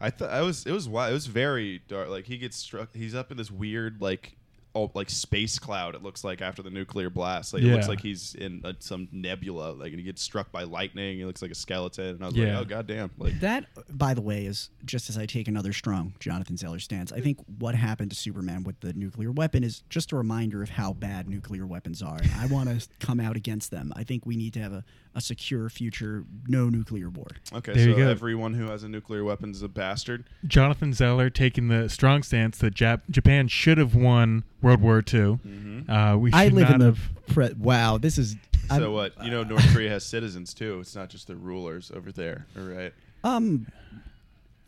[SPEAKER 2] I thought I was it was wild. It was very dark. Like he gets struck. He's up in this weird like oh like space cloud. It looks like after the nuclear blast. Like it looks
[SPEAKER 1] Yeah.
[SPEAKER 2] like he's in uh some nebula. Like and he gets struck by lightning. He looks like a skeleton. And I was
[SPEAKER 1] Yeah.
[SPEAKER 2] like, oh goddamn. Like
[SPEAKER 4] That, by the way, is just as I take another strong Jonathan Zeller stance. I think what happened to Superman with the nuclear weapon is just a reminder of how bad nuclear weapons are. I want to come out against them. I think we need to have a, a secure future, no nuclear war.
[SPEAKER 2] okay,
[SPEAKER 1] There
[SPEAKER 2] so
[SPEAKER 1] you go.
[SPEAKER 2] everyone who has a nuclear weapon is a bastard.
[SPEAKER 1] Jonathan Zeller taking the strong stance that Jap- Japan should have won World War II.
[SPEAKER 2] Mm-hmm.
[SPEAKER 1] Uh, we should
[SPEAKER 4] I live
[SPEAKER 1] not
[SPEAKER 4] in the.
[SPEAKER 1] have.
[SPEAKER 4] Pre- wow, this is. I'm-
[SPEAKER 2] so what? You know, North Korea has citizens too. It's not just the rulers over there. All right.
[SPEAKER 4] Um,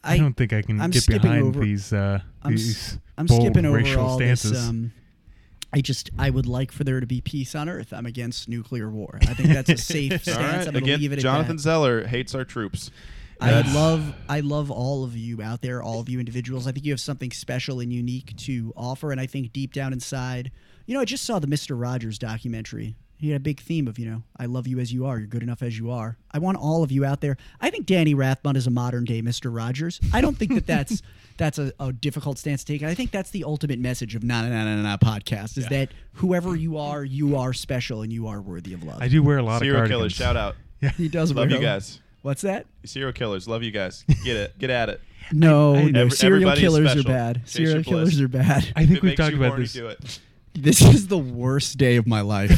[SPEAKER 1] I, don't think I can
[SPEAKER 4] I'm
[SPEAKER 1] get
[SPEAKER 4] skipping
[SPEAKER 1] behind
[SPEAKER 4] over-
[SPEAKER 1] these uh,
[SPEAKER 4] I'm,
[SPEAKER 1] these
[SPEAKER 4] s- I'm
[SPEAKER 1] bold
[SPEAKER 4] skipping over
[SPEAKER 1] racial
[SPEAKER 4] all
[SPEAKER 1] stances.
[SPEAKER 4] this. Um, I just I would like for there to be peace on Earth. I'm against nuclear war. I think that's a safe
[SPEAKER 2] All
[SPEAKER 4] stance.
[SPEAKER 2] right.
[SPEAKER 4] I'm gonna
[SPEAKER 2] Again,
[SPEAKER 4] leave it at
[SPEAKER 2] Jonathan
[SPEAKER 4] that.
[SPEAKER 2] Zeller hates our troops.
[SPEAKER 4] I would love I love all of you out there, all of you individuals. I think you have something special and unique to offer, and I think deep down inside, you know, I just saw the Mister Rogers documentary. He had a big theme of you know, I love you as you are. You're good enough as you are. I want all of you out there. I think Danny Rathbun is a modern day Mister Rogers. I don't think that that's that's a, a difficult stance to take, and I think that's the ultimate message of Na Na Na Na Na podcast is that whoever you are, you are special and you are worthy of love.
[SPEAKER 1] I do wear a lot
[SPEAKER 2] Serial
[SPEAKER 1] of cardigans.
[SPEAKER 2] killers. Shout out.
[SPEAKER 1] Yeah.
[SPEAKER 4] He does
[SPEAKER 2] Love you
[SPEAKER 4] wear-
[SPEAKER 2] guys.
[SPEAKER 4] What's that?
[SPEAKER 2] Serial killers, love you guys. Get it, get at it.
[SPEAKER 4] No, no.
[SPEAKER 2] Every-
[SPEAKER 4] serial
[SPEAKER 2] everybody's
[SPEAKER 4] killers are
[SPEAKER 2] special.
[SPEAKER 4] bad.
[SPEAKER 2] Chase your
[SPEAKER 4] serial killers
[SPEAKER 2] bliss.
[SPEAKER 4] are bad.
[SPEAKER 1] I
[SPEAKER 2] If
[SPEAKER 1] think
[SPEAKER 2] it
[SPEAKER 1] we've
[SPEAKER 2] makes
[SPEAKER 1] talked
[SPEAKER 2] you
[SPEAKER 1] about
[SPEAKER 2] horny,
[SPEAKER 1] this.
[SPEAKER 2] Do it.
[SPEAKER 4] This is the worst day of my life.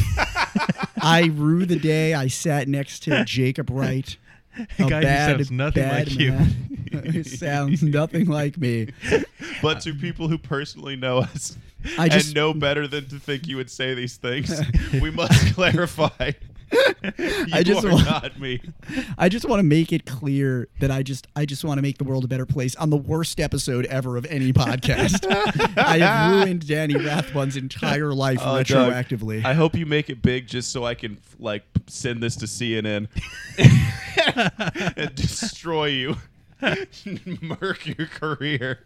[SPEAKER 4] I rue the day I sat next to Jacob Wright.
[SPEAKER 1] A guy who sounds nothing like you.
[SPEAKER 4] man who sounds nothing like me.
[SPEAKER 2] But to people who personally know us
[SPEAKER 4] I just-
[SPEAKER 2] and know better than to think you would say these things, we must clarify. you
[SPEAKER 4] I just
[SPEAKER 2] are
[SPEAKER 4] want-
[SPEAKER 2] not me.
[SPEAKER 4] I just want to make it clear that I just I just want to make the world a better place on the worst episode ever of any podcast. I have ruined Danny Rathbun's entire life
[SPEAKER 2] Oh, Doug,
[SPEAKER 4] retroactively.
[SPEAKER 2] I hope you make it big just so I can like send this to CNN and destroy you, murk your career.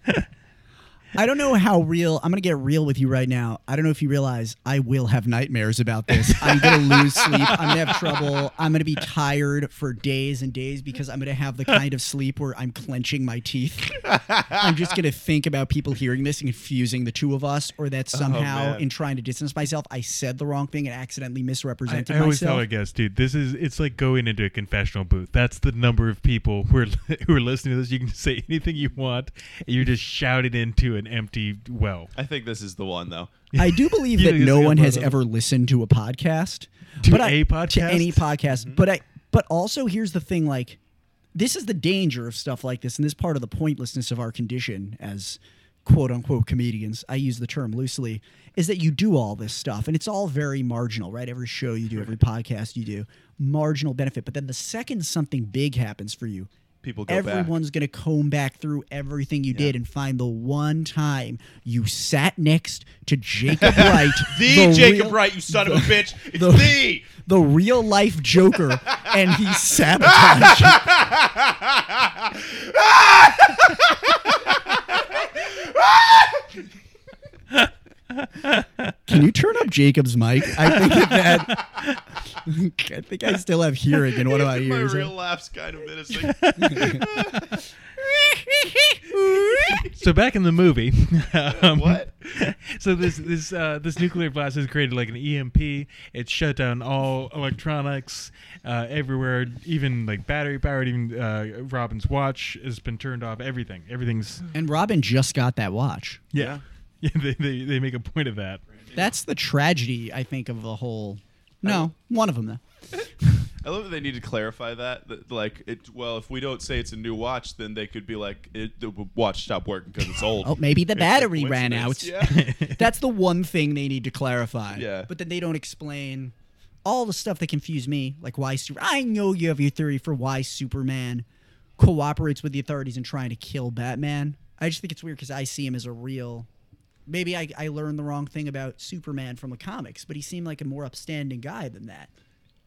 [SPEAKER 4] I don't know how real. I'm gonna get real with you right now. I don't know if you realize I will have nightmares about this. I'm gonna lose sleep. I'm gonna have trouble. I'm gonna be tired for days and days because I'm gonna have the kind of sleep where I'm clenching my teeth. I'm just gonna think about people hearing this and confusing the two of us, or
[SPEAKER 1] Oh,
[SPEAKER 4] that somehow
[SPEAKER 2] man.
[SPEAKER 4] in trying to distance myself, I said the wrong thing and accidentally
[SPEAKER 1] I,
[SPEAKER 4] misrepresented
[SPEAKER 1] I always tell
[SPEAKER 4] myself.
[SPEAKER 1] our guests, dude, this is it's like going into a confessional booth. That's the number of people who are who are listening to this. You can say anything you want, and you're just shouted into an empty well.
[SPEAKER 2] I think this is the one though.
[SPEAKER 4] I do believe
[SPEAKER 1] You
[SPEAKER 4] that
[SPEAKER 1] think it's
[SPEAKER 4] no
[SPEAKER 1] gonna
[SPEAKER 4] one
[SPEAKER 1] blow
[SPEAKER 4] has
[SPEAKER 1] up.
[SPEAKER 4] ever listened to a podcast.
[SPEAKER 1] To
[SPEAKER 4] but
[SPEAKER 1] a
[SPEAKER 4] I, To
[SPEAKER 1] podcast? Mm-hmm.
[SPEAKER 4] any podcast. But I but also here's the thing, like this is the danger of stuff like this, and this part of the pointlessness of our condition as quote unquote comedians, I use the term loosely, is that you do all this stuff and it's all very marginal, right? Every show you do, every podcast you do, marginal benefit. But then the second something big happens for you,
[SPEAKER 2] People go back.
[SPEAKER 4] everyone's going to comb back through everything you did and find the one time you sat next to Jacob Wright.
[SPEAKER 2] The, Jacob
[SPEAKER 4] real-
[SPEAKER 2] Wright, you son of a bitch. It's
[SPEAKER 4] the-
[SPEAKER 2] the.
[SPEAKER 4] The real life Joker, and he sabotaged. you. Can you turn up Jacob's mic? I think that, that I think I still have hearing in one of my
[SPEAKER 2] My
[SPEAKER 4] ears.
[SPEAKER 2] real laugh's kind of menacing.
[SPEAKER 1] So back in the movie, um,
[SPEAKER 2] What?
[SPEAKER 1] So this this uh, this nuclear blast has created like an EMP. It shut down all electronics uh, everywhere, even like battery powered. Even uh, Robin's watch has been turned off. Everything, everything's
[SPEAKER 4] And Robin just got that watch.
[SPEAKER 1] yeah. Yeah, they, they, they make a point of that.
[SPEAKER 4] That's the tragedy, I think, of the whole. No, one of them though.
[SPEAKER 2] I love that they need to clarify that. that like, it, well, if we don't say it's a new watch, then they could be like, it, the watch stopped working because it's old.
[SPEAKER 4] Oh, maybe the
[SPEAKER 2] It's a
[SPEAKER 4] battery ran out.
[SPEAKER 2] coincidence. Yeah.
[SPEAKER 4] That's the one thing they need to clarify.
[SPEAKER 2] Yeah.
[SPEAKER 4] But then they don't explain all the stuff that confused me, like why Super. I know you have your theory for why Superman cooperates with the authorities in trying to kill Batman. I just think it's weird because I see him as a real. Maybe I, I learned the wrong thing about Superman from the comics, but he seemed like a more upstanding guy than that.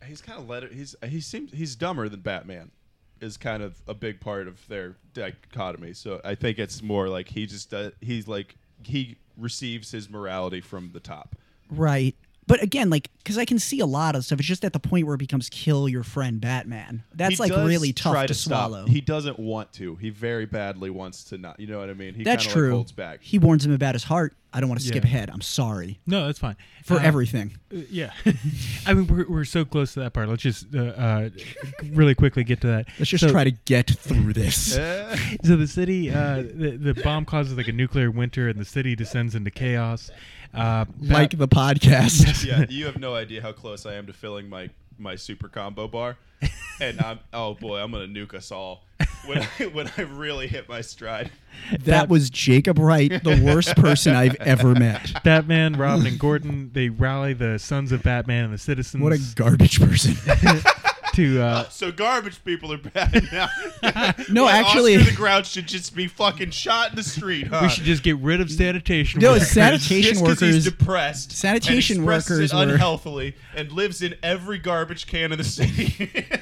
[SPEAKER 2] he's kind of let. He's he seems he's dumber than Batman. Is kind of a big part of their dichotomy. So I think it's more like he just does. He's like he receives his morality from the top.
[SPEAKER 4] Right. But again, like, because I can see a lot of stuff. It's just at the point where it becomes kill your friend Batman. That's
[SPEAKER 2] He
[SPEAKER 4] like
[SPEAKER 2] does
[SPEAKER 4] really tough
[SPEAKER 2] try
[SPEAKER 4] to,
[SPEAKER 2] stop.
[SPEAKER 4] swallow.
[SPEAKER 2] He doesn't want to. He very badly wants to not. You know what I mean? He
[SPEAKER 4] That's
[SPEAKER 2] kinda,
[SPEAKER 4] true.
[SPEAKER 2] Like holds back.
[SPEAKER 4] He warns him about his heart. I don't want to skip
[SPEAKER 1] Yeah.
[SPEAKER 4] ahead. I'm sorry
[SPEAKER 1] No, that's fine.
[SPEAKER 4] for
[SPEAKER 1] Uh,
[SPEAKER 4] everything.
[SPEAKER 1] Uh, Yeah, I mean we're, we're so close to that part. Let's just uh, uh, really quickly get to that.
[SPEAKER 4] Let's just
[SPEAKER 1] So-
[SPEAKER 4] try to get through this.
[SPEAKER 2] Eh.
[SPEAKER 1] So the city, uh, the the bomb causes like a nuclear winter, and the city descends into chaos. Uh,
[SPEAKER 4] like the podcast.
[SPEAKER 2] yeah, you have no idea how close I am to filling my my super combo bar, and I'm oh boy, I'm gonna nuke us all when I, when I really hit my stride.
[SPEAKER 4] that was Jacob Wright, the worst person I've ever met.
[SPEAKER 1] Batman, Robin, and Gordon they rally the sons of Batman and the citizens
[SPEAKER 4] What a garbage person.
[SPEAKER 1] to uh,
[SPEAKER 2] So garbage people are bad now.
[SPEAKER 4] No,
[SPEAKER 2] What,
[SPEAKER 4] actually-
[SPEAKER 2] Oscar the Grouch should just be fucking shot in the street. Huh?
[SPEAKER 1] we should just get rid of sanitation.
[SPEAKER 4] No,
[SPEAKER 1] workers.
[SPEAKER 4] sanitation-
[SPEAKER 2] just 'cause
[SPEAKER 4] workers-
[SPEAKER 2] he's depressed, and
[SPEAKER 4] sanitation
[SPEAKER 2] expresses
[SPEAKER 4] workers
[SPEAKER 2] it
[SPEAKER 4] were-
[SPEAKER 2] unhealthily, and lives in every garbage can in the city.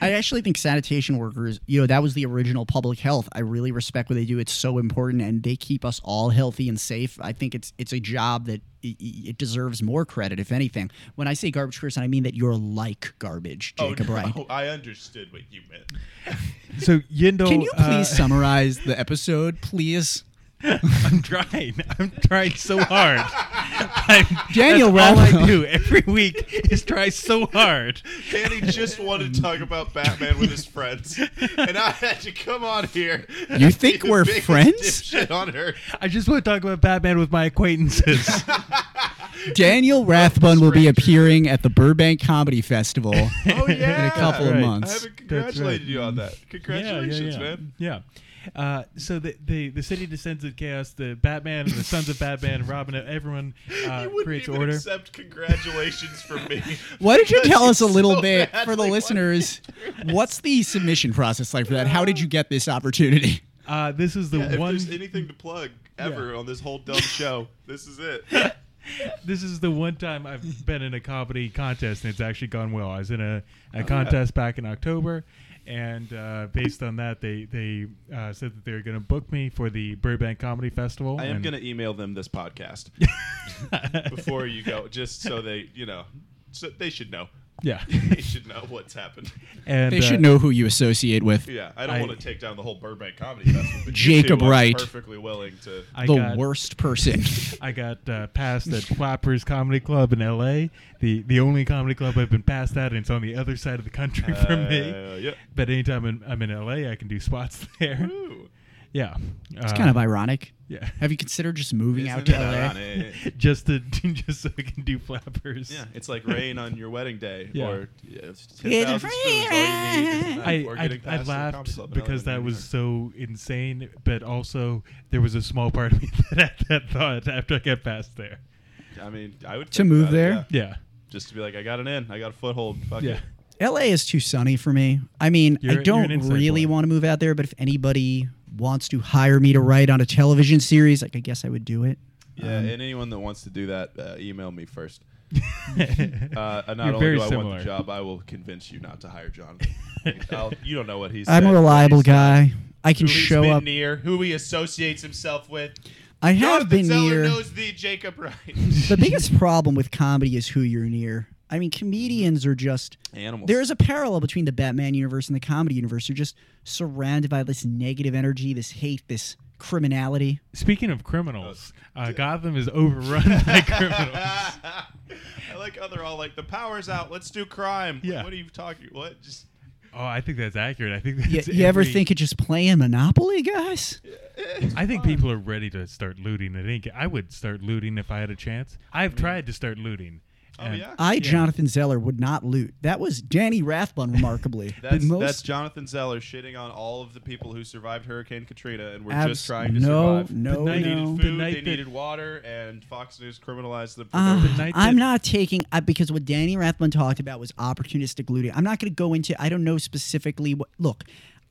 [SPEAKER 4] I actually think sanitation workers, you know, that was the original public health. I really respect what they do. It's so important, and they keep us all healthy and safe. I think it's it's a job that i- i- it deserves more credit, if anything. When I say garbage person, I mean that you're like garbage, Jacob
[SPEAKER 2] oh,
[SPEAKER 4] Wright.
[SPEAKER 2] no, I understood what you meant.
[SPEAKER 1] So Yindle,
[SPEAKER 4] Can you please
[SPEAKER 1] uh,
[SPEAKER 4] summarize the episode, please?
[SPEAKER 1] I'm trying. I'm trying so hard. I'm,
[SPEAKER 4] Daniel
[SPEAKER 1] that's all I
[SPEAKER 4] Radcliffe.
[SPEAKER 1] do every week is try so hard.
[SPEAKER 2] Danny just wanted to talk about Batman with his friends, and I had to come on here. and
[SPEAKER 4] You
[SPEAKER 2] be
[SPEAKER 4] think
[SPEAKER 2] the
[SPEAKER 4] we're
[SPEAKER 2] biggest
[SPEAKER 4] friends?
[SPEAKER 2] dipshit on earth.
[SPEAKER 1] I just want to talk about Batman with my acquaintances.
[SPEAKER 4] Daniel Rathbun will be appearing at the Burbank Comedy Festival
[SPEAKER 2] Oh yeah,
[SPEAKER 4] in a couple
[SPEAKER 1] right.
[SPEAKER 4] of
[SPEAKER 2] I
[SPEAKER 4] months.
[SPEAKER 2] haven't congratulated you on that. Congratulations,
[SPEAKER 1] yeah, yeah, yeah.
[SPEAKER 2] man.
[SPEAKER 1] Yeah. Uh, so the, the the city descends in chaos. The Batman and the sons of Batman, Robin, everyone uh,
[SPEAKER 2] you wouldn't
[SPEAKER 1] creates
[SPEAKER 2] even
[SPEAKER 1] order.
[SPEAKER 2] accept congratulations from me.
[SPEAKER 4] Why don't you
[SPEAKER 2] Because
[SPEAKER 4] tell us a
[SPEAKER 2] it's
[SPEAKER 4] little
[SPEAKER 2] so
[SPEAKER 4] bit
[SPEAKER 2] bad.
[SPEAKER 4] for the
[SPEAKER 2] Like, why-
[SPEAKER 4] listeners? What's the submission process like for that? How did you get this opportunity?
[SPEAKER 1] Uh, this is the
[SPEAKER 2] Yeah, if
[SPEAKER 1] one.
[SPEAKER 2] there's anything to plug ever on this whole dumb show, this is it.
[SPEAKER 1] this is the one time I've been in a comedy contest and it's actually gone well. I was in
[SPEAKER 2] Oh,
[SPEAKER 1] a, a contest back in October, and uh, based on that, they they uh, said that they were going to book me for the Burbank Comedy Festival.
[SPEAKER 2] I am
[SPEAKER 1] and-
[SPEAKER 2] gonna email them this podcast before you go, just so they, you know, so they should know.
[SPEAKER 1] Yeah,
[SPEAKER 2] They should know what's happened.
[SPEAKER 1] and
[SPEAKER 4] They should
[SPEAKER 1] uh,
[SPEAKER 4] know who you associate with.
[SPEAKER 2] Yeah, I don't
[SPEAKER 1] I-
[SPEAKER 2] want to take down the whole Burbank Comedy Festival. but you
[SPEAKER 4] Jacob
[SPEAKER 2] two are
[SPEAKER 4] Wright.
[SPEAKER 2] perfectly willing to.
[SPEAKER 1] I
[SPEAKER 4] the
[SPEAKER 1] got,
[SPEAKER 4] worst person.
[SPEAKER 1] I got uh, passed at Flappers Comedy Club in L.A. the the only comedy club I've been passed at, and it's on the other side of the country from
[SPEAKER 2] Uh,
[SPEAKER 1] me.
[SPEAKER 2] yeah.
[SPEAKER 1] But anytime I'm, I'm in L.A., I can do spots there.
[SPEAKER 2] Ooh.
[SPEAKER 1] Yeah, Um,
[SPEAKER 4] It's kind of ironic.
[SPEAKER 1] yeah.
[SPEAKER 4] Have you considered just moving out
[SPEAKER 2] Isn't
[SPEAKER 4] to
[SPEAKER 2] it
[SPEAKER 4] LA?
[SPEAKER 2] ironic?
[SPEAKER 1] just to just so I can do flappers.
[SPEAKER 2] Yeah, it's like rain on your wedding day,
[SPEAKER 1] Yeah.
[SPEAKER 2] or yeah, it's
[SPEAKER 4] It's
[SPEAKER 2] 10,000 spoons, all you need is
[SPEAKER 1] I,
[SPEAKER 2] enough, or
[SPEAKER 1] I,
[SPEAKER 2] getting
[SPEAKER 1] I
[SPEAKER 2] past the comedy
[SPEAKER 1] laughed
[SPEAKER 2] club in
[SPEAKER 1] because
[SPEAKER 2] LA.
[SPEAKER 1] that was so insane, but also there was a small part of me that had that thought after I got past there.
[SPEAKER 2] I mean, I would
[SPEAKER 4] To
[SPEAKER 2] think
[SPEAKER 4] move
[SPEAKER 2] about it,
[SPEAKER 4] there?
[SPEAKER 2] yeah.
[SPEAKER 1] Yeah,
[SPEAKER 2] just to be like, I got an in, I got a foothold. Fuck
[SPEAKER 1] yeah.
[SPEAKER 2] it.
[SPEAKER 4] LA is too sunny for me. I mean,
[SPEAKER 1] You're-
[SPEAKER 4] I
[SPEAKER 1] you're an
[SPEAKER 4] don't
[SPEAKER 1] inside
[SPEAKER 4] really
[SPEAKER 1] boy.
[SPEAKER 4] want to move out there, but if anybody wants to hire me to write on a television series, like I guess I would do it.
[SPEAKER 2] Yeah, and anyone that wants to do that, uh, email me first. Uh, not
[SPEAKER 1] You're
[SPEAKER 2] only
[SPEAKER 1] very
[SPEAKER 2] do I want
[SPEAKER 1] similar.
[SPEAKER 2] the job, I will convince you not to hire Jonathan. I'll, you don't know what he's.
[SPEAKER 4] I'm a reliable guy. I can
[SPEAKER 2] Who he's
[SPEAKER 4] show
[SPEAKER 2] been
[SPEAKER 4] up.
[SPEAKER 2] near, who he associates himself with.
[SPEAKER 4] I have
[SPEAKER 2] Jonathan
[SPEAKER 4] been
[SPEAKER 2] Zeller
[SPEAKER 4] near.
[SPEAKER 2] knows the Jacob Wright.
[SPEAKER 4] the biggest problem with comedy is who you're near. I mean, comedians are just
[SPEAKER 2] Animals.
[SPEAKER 4] There is a parallel between the Batman universe and the comedy universe. You're just surrounded by this negative energy, this hate, this criminality.
[SPEAKER 1] Speaking of criminals, uh, Gotham is overrun by criminals.
[SPEAKER 2] I like other all like the power's out. Let's do crime.
[SPEAKER 1] Yeah.
[SPEAKER 2] What are you talking? What just
[SPEAKER 1] Oh, I think that's accurate. I think that's
[SPEAKER 4] You, you ever
[SPEAKER 1] every-
[SPEAKER 4] think of just playing Monopoly, guys?
[SPEAKER 1] I think people are ready to start looting. I think I would start looting if I had a chance. I've tried to start looting.
[SPEAKER 2] Mm-hmm. Oh,
[SPEAKER 1] and-
[SPEAKER 2] yeah?
[SPEAKER 4] I, Jonathan Zeller, would not loot. That was Danny Rathbun, remarkably. The
[SPEAKER 2] that's
[SPEAKER 4] most-
[SPEAKER 2] that's Jonathan Zeller shitting on all of the people who survived Hurricane Katrina and were
[SPEAKER 4] Abs-
[SPEAKER 2] just trying to
[SPEAKER 4] no,
[SPEAKER 2] survive.
[SPEAKER 4] no,
[SPEAKER 2] they
[SPEAKER 1] no.
[SPEAKER 2] needed
[SPEAKER 1] The
[SPEAKER 2] food,
[SPEAKER 1] night
[SPEAKER 2] they
[SPEAKER 1] that-
[SPEAKER 2] needed water, and Fox News criminalized them. For
[SPEAKER 4] Uh,
[SPEAKER 2] no
[SPEAKER 1] night
[SPEAKER 4] I'm
[SPEAKER 1] that-
[SPEAKER 4] not taking I, because what Danny Rathbun talked about was opportunistic looting. I'm not going to go into. I don't know specifically what. Look,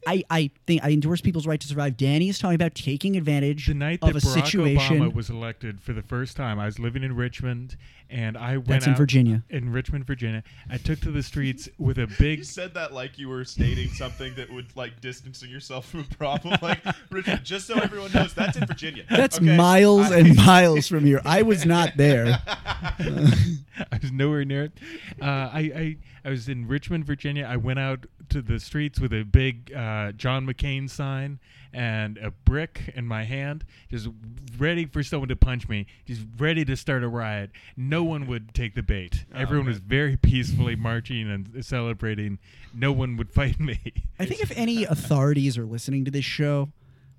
[SPEAKER 4] I I think I endorse people's right to survive. Danny is talking about taking advantage
[SPEAKER 1] the night
[SPEAKER 4] of
[SPEAKER 1] that
[SPEAKER 4] a
[SPEAKER 1] Barack
[SPEAKER 4] situation.
[SPEAKER 1] Obama was elected for the first time, I was living in Richmond, and I went
[SPEAKER 4] That's in
[SPEAKER 1] out-
[SPEAKER 4] Virginia.
[SPEAKER 1] In Richmond, Virginia, I took to the streets with a
[SPEAKER 2] You
[SPEAKER 1] big.
[SPEAKER 2] said that like you were stating something that would like distancing yourself from a problem. Like, Richard, just so everyone knows, that's in Virginia.
[SPEAKER 4] That's
[SPEAKER 2] okay?
[SPEAKER 4] miles
[SPEAKER 2] I-
[SPEAKER 4] and miles from here. I was not there.
[SPEAKER 1] I was nowhere near it. Uh, I, I I was in Richmond, Virginia. I went out to the streets with a big uh, John McCain sign and a brick in my hand, just ready for someone to punch me, just ready to start a riot. No one would take the bait. Everyone was very peacefully marching and celebrating. No one would fight me.
[SPEAKER 4] I think if any authorities are listening to this show,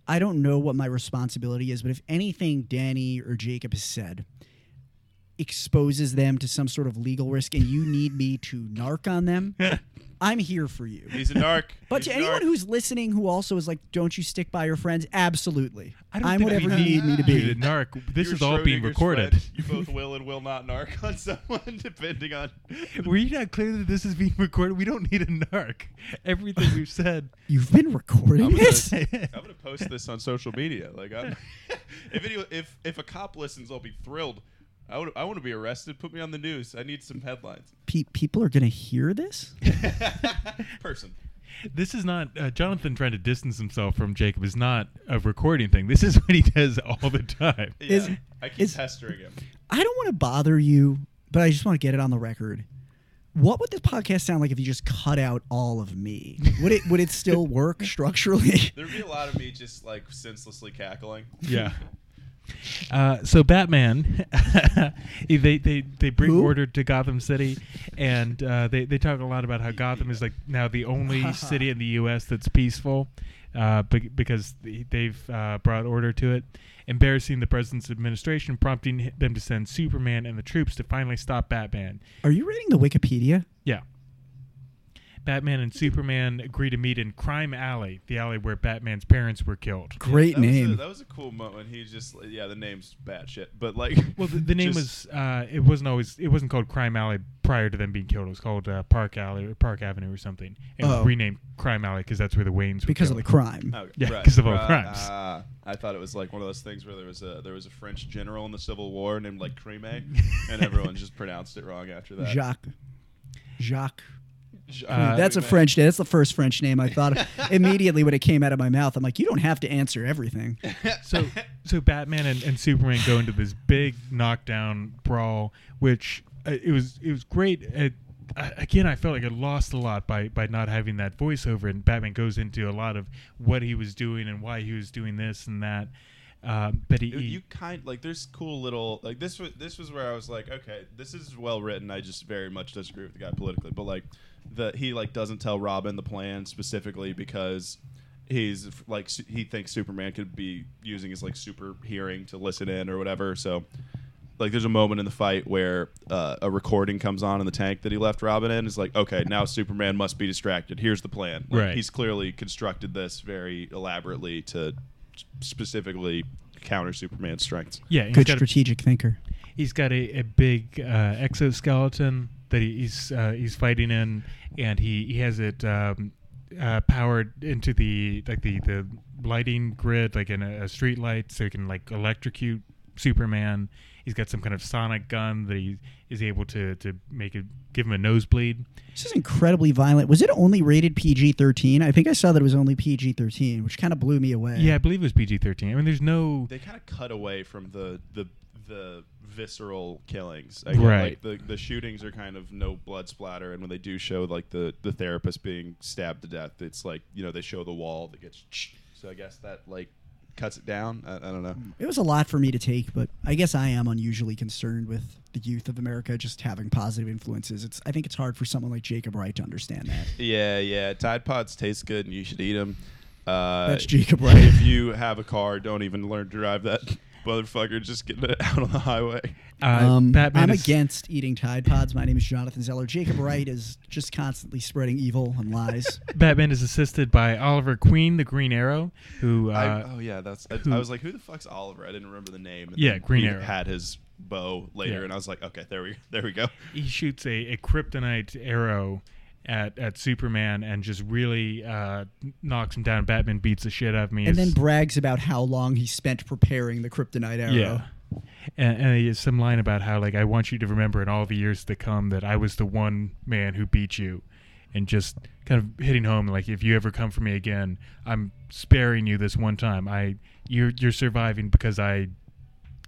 [SPEAKER 4] I don't know what my responsibility is, but if anything Danny or Jacob has said exposes them to some sort of legal risk and you need me to narc on them, I'm here for you.
[SPEAKER 2] He's a narc.
[SPEAKER 4] But
[SPEAKER 2] He's
[SPEAKER 4] to
[SPEAKER 2] a
[SPEAKER 4] anyone
[SPEAKER 2] narc.
[SPEAKER 4] who's listening who also is like, don't you stick by your friends? Absolutely.
[SPEAKER 1] I
[SPEAKER 4] I'm
[SPEAKER 1] think
[SPEAKER 4] whatever
[SPEAKER 1] we
[SPEAKER 4] you need me to be.
[SPEAKER 1] you narc. This
[SPEAKER 2] You're
[SPEAKER 1] is all being
[SPEAKER 2] Schrodinger's
[SPEAKER 1] recorded.
[SPEAKER 2] friend. You both will and will not narc on someone, depending on.
[SPEAKER 1] Were you not clear that this is being recorded? We don't need a narc. Everything we've said.
[SPEAKER 4] You've been recording
[SPEAKER 2] I'm gonna-
[SPEAKER 4] this?
[SPEAKER 2] I'm gonna post this on social media. Like, I'm, if any, if if a cop listens, I'll be thrilled. I would, I want to be arrested. Put me on the news. I need some headlines.
[SPEAKER 4] Pe- people are going to hear this?
[SPEAKER 2] Person.
[SPEAKER 1] This is not uh, Jonathan trying to distance himself from Jacob. Is not a recording thing. This is what he does all the time.
[SPEAKER 2] Yeah,
[SPEAKER 4] Is-
[SPEAKER 2] I keep
[SPEAKER 4] is-
[SPEAKER 2] pestering him.
[SPEAKER 4] I don't want to bother you, but I just want to get it on the record. What would this podcast sound like if you just cut out all of me? Would it would it still work structurally?
[SPEAKER 2] There'd be a lot of me just like senselessly cackling.
[SPEAKER 1] Yeah. Uh, so Batman, they, they they bring
[SPEAKER 4] Who?
[SPEAKER 1] order to Gotham City, and uh, they they talk a lot about how Gotham is like now the only city in the U.S. that's peaceful, uh, be- because th- they've uh, brought order to it, embarrassing the president's administration, prompting h- them to send Superman and the troops to finally stop Batman.
[SPEAKER 4] Are you reading the Wikipedia?
[SPEAKER 1] Yeah. Batman and Superman agree to meet in Crime Alley, the alley where Batman's parents were killed.
[SPEAKER 4] Great
[SPEAKER 2] that
[SPEAKER 4] name.
[SPEAKER 2] Was a, that was a cool moment. He just yeah, the name's bad shit, but like
[SPEAKER 1] Well, the, the name
[SPEAKER 2] just-
[SPEAKER 1] was uh, it wasn't always it wasn't called Crime Alley prior to them being killed. It was called uh, Park Alley or Park Avenue or something, and
[SPEAKER 4] Oh.
[SPEAKER 1] renamed Crime Alley because that's where the Waynes were
[SPEAKER 4] because of the
[SPEAKER 1] killed.
[SPEAKER 4] crime.
[SPEAKER 2] Oh,
[SPEAKER 1] Yeah,
[SPEAKER 2] right.
[SPEAKER 1] 'cause of all the
[SPEAKER 2] Right.
[SPEAKER 1] crimes.
[SPEAKER 2] Ah, I thought it was like one of those things where there was a there was a French general in the Civil War named like Creme, and everyone just pronounced it wrong after that.
[SPEAKER 4] Jacques. Jacques.
[SPEAKER 2] Jacques
[SPEAKER 1] Uh,
[SPEAKER 4] That's a
[SPEAKER 2] Cremet.
[SPEAKER 4] French name. That's the first French name I thought of. Immediately when it came out of my mouth, I'm like, you don't have to answer everything.
[SPEAKER 1] so so Batman and, and Superman go into this big knockdown brawl, which uh, it was it was great. It, I- again, I felt like I lost a lot by by not having that voiceover, and Batman goes into a lot of what he was doing and why he was doing this and that. Um, but he,
[SPEAKER 2] You- you kind like there's cool little like this was this was where I was like okay this is well written I just very much disagree with the guy politically but like the he like doesn't tell Robin the plan specifically because he's like su- he thinks Superman could be using his like super hearing to listen in or whatever so like there's a moment in the fight where uh, a recording comes on in the tank that he left Robin in it's like okay now Superman must be distracted here's the plan Like,
[SPEAKER 1] Right.
[SPEAKER 2] he's clearly constructed this very elaborately to specifically counter Superman's strengths.
[SPEAKER 1] yeah, he's
[SPEAKER 4] Good
[SPEAKER 1] got a-
[SPEAKER 4] strategic thinker.
[SPEAKER 1] He's got a, a big uh, exoskeleton that he- he's uh, he's fighting in, and he, he has it um, uh, powered into the like the, the lighting grid, like in a, a street light, so he can like electrocute Superman. He's got some kind of sonic gun that he is able to to make it give him a nosebleed.
[SPEAKER 4] This is incredibly violent. Was it only rated PG 13? I think I saw that it was only PG 13, which kind of blew me away.
[SPEAKER 1] Yeah, I believe it was PG thirteen. I mean, there's no
[SPEAKER 2] They kind of cut away from the the the visceral killings. I guess.
[SPEAKER 1] Right.
[SPEAKER 2] Like the the shootings are kind of no blood splatter, and when they do show like the the therapist being stabbed to death, it's like you know they show the wall that gets. So I guess that like cuts it down. I, I don't know.
[SPEAKER 4] It was a lot for me to take, but I guess I am unusually concerned with the youth of America just having positive influences. It's I think it's hard for someone like Jacob Wright to understand that.
[SPEAKER 2] Yeah, yeah. Tide pods taste good, and you should eat them. Uh,
[SPEAKER 4] That's Jacob Wright.
[SPEAKER 2] If you have a car, don't even learn to drive that motherfucker. Just get it out on the highway.
[SPEAKER 1] uh,
[SPEAKER 4] um,
[SPEAKER 1] Batman.
[SPEAKER 4] I'm
[SPEAKER 1] is-
[SPEAKER 4] against eating Tide Pods. My name is Jonathan Zeller. Jacob Wright is just constantly spreading evil and lies.
[SPEAKER 1] Batman is assisted by Oliver Queen, the Green Arrow, who uh,
[SPEAKER 2] I, oh yeah, that's. I,
[SPEAKER 1] who-
[SPEAKER 2] I was like, who the fuck's Oliver? I didn't remember the name. And
[SPEAKER 1] Yeah,
[SPEAKER 2] then
[SPEAKER 1] Green
[SPEAKER 2] he
[SPEAKER 1] Arrow.
[SPEAKER 2] had his bow later,
[SPEAKER 1] Yeah.
[SPEAKER 2] and I was like, okay, there we, there we go.
[SPEAKER 1] he shoots a, a kryptonite arrow at, at Superman and just really uh, knocks him down. Batman beats the shit out of me.
[SPEAKER 4] and then brags about how long he spent preparing the kryptonite arrow.
[SPEAKER 1] yeah. And, and he has some line about how like I want you to remember in all the years to come that I was the one man who beat you, and just kind of hitting home like if you ever come for me again, I'm sparing you this one time. I you're you're surviving because I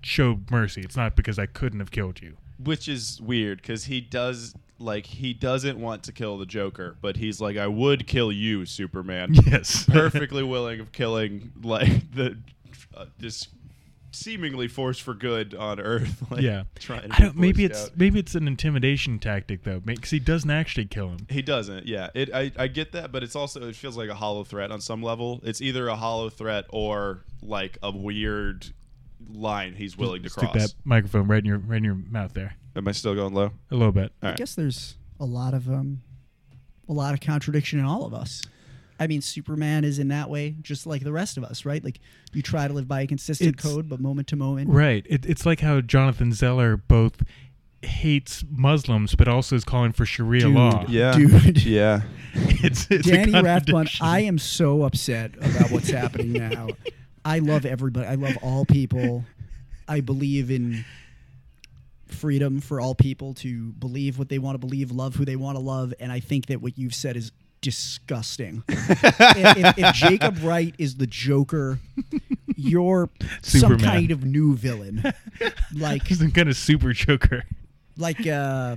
[SPEAKER 1] showed mercy. It's not because I couldn't have killed you.
[SPEAKER 2] Which is weird because he does like he doesn't want to kill the Joker, but he's like, I would kill you, Superman.
[SPEAKER 1] Yes,
[SPEAKER 2] Perfectly willing of killing like the uh, this seemingly force for good on Earth. Like,
[SPEAKER 1] yeah.
[SPEAKER 2] trying to
[SPEAKER 1] I don't.
[SPEAKER 2] be
[SPEAKER 1] Maybe
[SPEAKER 2] voiced
[SPEAKER 1] it's
[SPEAKER 2] out.
[SPEAKER 1] maybe it's an intimidation tactic though, because he doesn't actually kill him.
[SPEAKER 2] He doesn't. Yeah, it. I, I get that, but it's also it feels like a hollow threat on some level. It's either a hollow threat or like a weird line he's willing to
[SPEAKER 1] Stick
[SPEAKER 2] cross.
[SPEAKER 1] that microphone right in your right in your mouth there
[SPEAKER 2] Am I still going low?
[SPEAKER 1] a little bit.
[SPEAKER 2] All
[SPEAKER 4] I
[SPEAKER 2] right.
[SPEAKER 4] guess there's a lot of um, a lot of contradiction in all of us. I mean, Superman is in that way just like the rest of us, right? Like you try to live by a consistent
[SPEAKER 1] It's-
[SPEAKER 4] code, but moment to moment.
[SPEAKER 1] Right. It, it's like how Jonathan Zeller both hates Muslims but also is calling for Sharia
[SPEAKER 4] Dude.
[SPEAKER 1] law.
[SPEAKER 2] Yeah.
[SPEAKER 4] Dude.
[SPEAKER 2] Yeah.
[SPEAKER 1] It's, it's a
[SPEAKER 4] Danny Rathbun,
[SPEAKER 1] contradiction.
[SPEAKER 4] I am so upset about what's happening now. I love everybody. I love all people. I believe in freedom for all people to believe what they want to believe, love who they want to love, and I think that what you've said is disgusting. if, if- if Jacob Wright is the Joker, you're some
[SPEAKER 1] Superman.
[SPEAKER 4] kind of new villain, like
[SPEAKER 1] He's some kind of super joker.
[SPEAKER 4] like uh,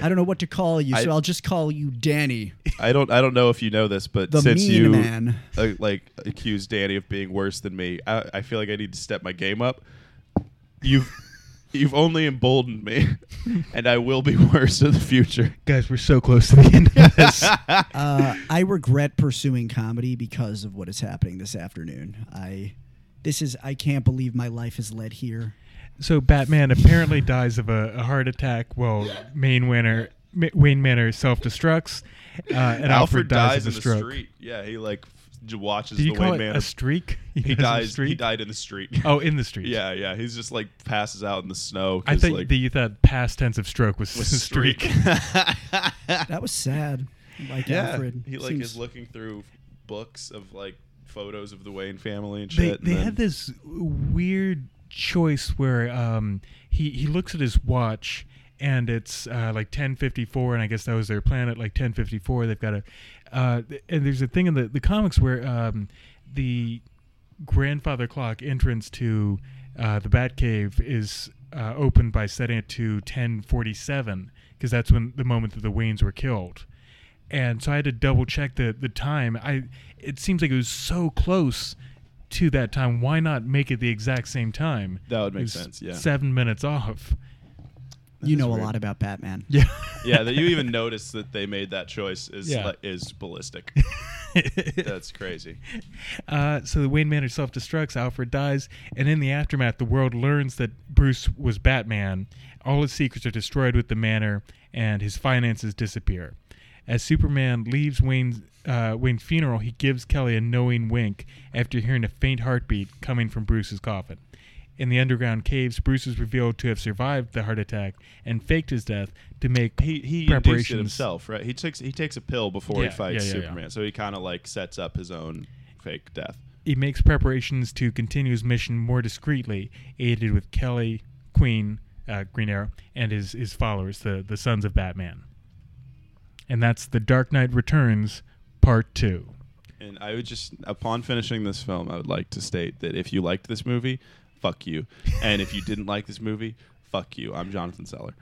[SPEAKER 4] I don't know what to call you, so
[SPEAKER 2] I-
[SPEAKER 4] I'll just call you Danny.
[SPEAKER 2] I don't I don't know if you know this, but
[SPEAKER 4] The
[SPEAKER 2] since
[SPEAKER 4] mean
[SPEAKER 2] you
[SPEAKER 4] man.
[SPEAKER 2] Uh, like accused Danny of being worse than me, I, I feel like I need to step my game up. You've you've only emboldened me, and I will be worse in the future.
[SPEAKER 1] Guys, we're so close to the end of this.
[SPEAKER 4] Uh, I regret pursuing comedy because of what is happening this afternoon. I this is I can't believe my life is led here.
[SPEAKER 1] so Batman apparently dies of a, a heart attack while Wayne Manor, Ma- Wayne Manor self-destructs, uh, and Alfred, dies, of a
[SPEAKER 2] in
[SPEAKER 1] stroke.
[SPEAKER 2] the street. Yeah, he like f- j- watches
[SPEAKER 1] Did you
[SPEAKER 2] the
[SPEAKER 1] call
[SPEAKER 2] way
[SPEAKER 1] it
[SPEAKER 2] man.
[SPEAKER 1] a streak?
[SPEAKER 2] he
[SPEAKER 1] in the
[SPEAKER 2] dies. He
[SPEAKER 1] street?
[SPEAKER 2] died in the street.
[SPEAKER 1] Oh, in the street.
[SPEAKER 2] yeah, yeah. He's just like passes out in the snow.
[SPEAKER 1] I
[SPEAKER 2] 'cause,
[SPEAKER 1] think
[SPEAKER 2] like,
[SPEAKER 1] that you thought past tense of stroke was,
[SPEAKER 2] with
[SPEAKER 1] streak.
[SPEAKER 4] That was sad. Like
[SPEAKER 2] yeah,
[SPEAKER 4] Alfred,
[SPEAKER 2] he like
[SPEAKER 4] Seems-
[SPEAKER 2] is looking through books of like photos of the Wayne family and
[SPEAKER 1] they
[SPEAKER 2] shit. and
[SPEAKER 1] they
[SPEAKER 2] then-
[SPEAKER 1] had this weird choice where um, he he looks at his watch and it's uh, like 10:54, and I guess that was their plan at like 10:54. They've got a uh, th- and there's a thing in the the comics where um, the grandfather clock entrance to uh, the Batcave is uh, opened by setting it to 10:47 because that's when the moment that the Waynes were killed. And so I had to double check the, the time. I it seems like it was so close to that time. Why not make it the exact same time?
[SPEAKER 2] That would make
[SPEAKER 1] It was
[SPEAKER 2] sense, yeah.
[SPEAKER 1] seven minutes off.
[SPEAKER 4] you know a
[SPEAKER 2] weird.
[SPEAKER 4] lot about Batman.
[SPEAKER 1] Yeah,
[SPEAKER 2] yeah, that you even notice that they made that choice is
[SPEAKER 1] Yeah.
[SPEAKER 2] like, is ballistic. That's crazy.
[SPEAKER 1] Uh, so the Wayne Manor self destructs, Alfred dies, and in the aftermath, the world learns that Bruce was Batman. All his secrets are destroyed with the manor, and his finances disappear. As Superman leaves Wayne's, uh, Wayne's funeral, he gives Kelly a knowing wink after hearing a faint heartbeat coming from Bruce's coffin. In the underground caves, Bruce is revealed to have survived the heart attack and faked his death to make
[SPEAKER 2] He he induced it
[SPEAKER 1] preparations
[SPEAKER 2] himself, right? He takes he takes a pill before
[SPEAKER 1] Yeah,
[SPEAKER 2] he fights
[SPEAKER 1] yeah, yeah, yeah.
[SPEAKER 2] Superman, so he kind of like sets up his own fake death.
[SPEAKER 1] He makes preparations to continue his mission more discreetly, aided with Kelly, Queen, uh, Green Arrow, and his, his followers, the, the Sons of Batman. And that's The Dark Knight Returns, Part 2.
[SPEAKER 2] And I would just, upon finishing this film, I would like to state that if you liked this movie, fuck you, and if you didn't like this movie, fuck you. I'm Jonathan Seller.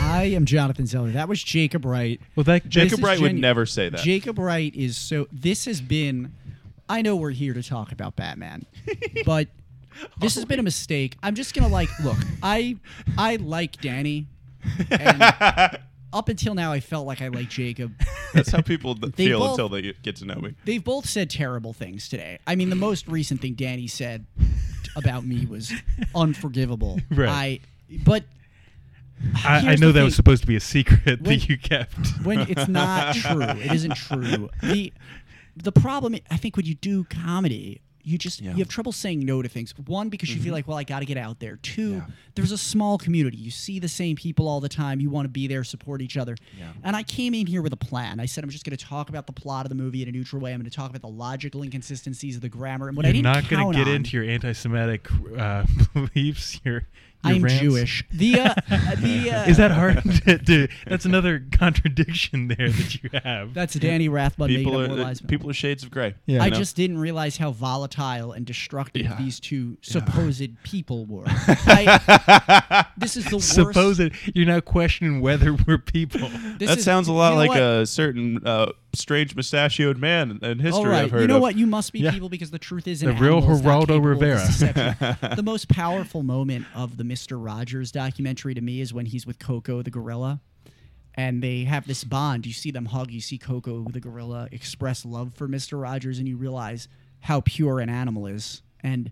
[SPEAKER 4] I am Jonathan Zeller. That was Jacob Wright.
[SPEAKER 1] Well, that
[SPEAKER 4] This
[SPEAKER 2] Jacob
[SPEAKER 4] is
[SPEAKER 2] Wright would
[SPEAKER 4] genu-
[SPEAKER 2] never say that.
[SPEAKER 4] Jacob Wright is so. This has been. I know we're here to talk about Batman, but this has been a mistake. I'm just gonna like look. I I like Danny. And up until now, I felt like I liked Jacob.
[SPEAKER 2] That's how people th-
[SPEAKER 4] They
[SPEAKER 2] feel
[SPEAKER 4] both-
[SPEAKER 2] until they get to know me.
[SPEAKER 4] They've both said terrible things today. I mean, the most recent thing Danny said about me was unforgivable.
[SPEAKER 1] Right.
[SPEAKER 4] I, but
[SPEAKER 1] I, I
[SPEAKER 4] here's
[SPEAKER 1] know
[SPEAKER 4] the
[SPEAKER 1] that was
[SPEAKER 4] thing.
[SPEAKER 1] supposed to be a secret
[SPEAKER 4] When-
[SPEAKER 1] that you kept.
[SPEAKER 4] when it's not true, it isn't true. The the problem I think when you do comedy, you just you have trouble saying no to things. One because
[SPEAKER 1] Mm-hmm.
[SPEAKER 4] you feel like, well, I got to get out there. Two, there's a small community. You see the same people all the time. You want to be there, support each other. And I came in here with a plan. I said I'm just going to talk about the plot of the movie in a neutral way. I'm going to talk about the logical inconsistencies of the grammar and what I
[SPEAKER 1] You're
[SPEAKER 4] didn't
[SPEAKER 1] not gonna
[SPEAKER 4] count
[SPEAKER 1] get
[SPEAKER 4] on-
[SPEAKER 1] into your anti-Semitic uh, beliefs. Your, your
[SPEAKER 4] I'm
[SPEAKER 1] rants.
[SPEAKER 4] Jewish. The uh, the uh,
[SPEAKER 1] Is that hard to do? That's another contradiction there that you have.
[SPEAKER 4] that's Danny Rathbun making
[SPEAKER 2] People
[SPEAKER 4] up
[SPEAKER 2] are uh,
[SPEAKER 4] more
[SPEAKER 1] uh,
[SPEAKER 4] lies.
[SPEAKER 2] people are shades of gray.
[SPEAKER 1] Yeah.
[SPEAKER 4] I
[SPEAKER 1] No.
[SPEAKER 4] just didn't realize how volatile and destructive
[SPEAKER 2] Yeah.
[SPEAKER 4] these two supposed people were. I, this is the worst.
[SPEAKER 1] Suppose that you're now questioning whether we're people.
[SPEAKER 4] this
[SPEAKER 2] That
[SPEAKER 4] is-
[SPEAKER 2] sounds a
[SPEAKER 4] you
[SPEAKER 2] lot
[SPEAKER 4] know
[SPEAKER 2] like
[SPEAKER 4] what?
[SPEAKER 2] a certain uh, strange mustachioed man in history
[SPEAKER 4] All right,
[SPEAKER 2] I've heard
[SPEAKER 4] you know
[SPEAKER 2] of.
[SPEAKER 4] what? You must be
[SPEAKER 1] Yeah.
[SPEAKER 4] people because the truth is,
[SPEAKER 1] The
[SPEAKER 4] an
[SPEAKER 1] real
[SPEAKER 4] animal is not
[SPEAKER 1] Geraldo
[SPEAKER 4] capable of
[SPEAKER 1] Rivera.
[SPEAKER 4] deception. the most powerful moment of the Mister Rogers documentary to me is when he's with Coco the gorilla, and they have this bond. You see them hug. You see Coco the gorilla express love for Mister Rogers, and you realize how pure an animal is, and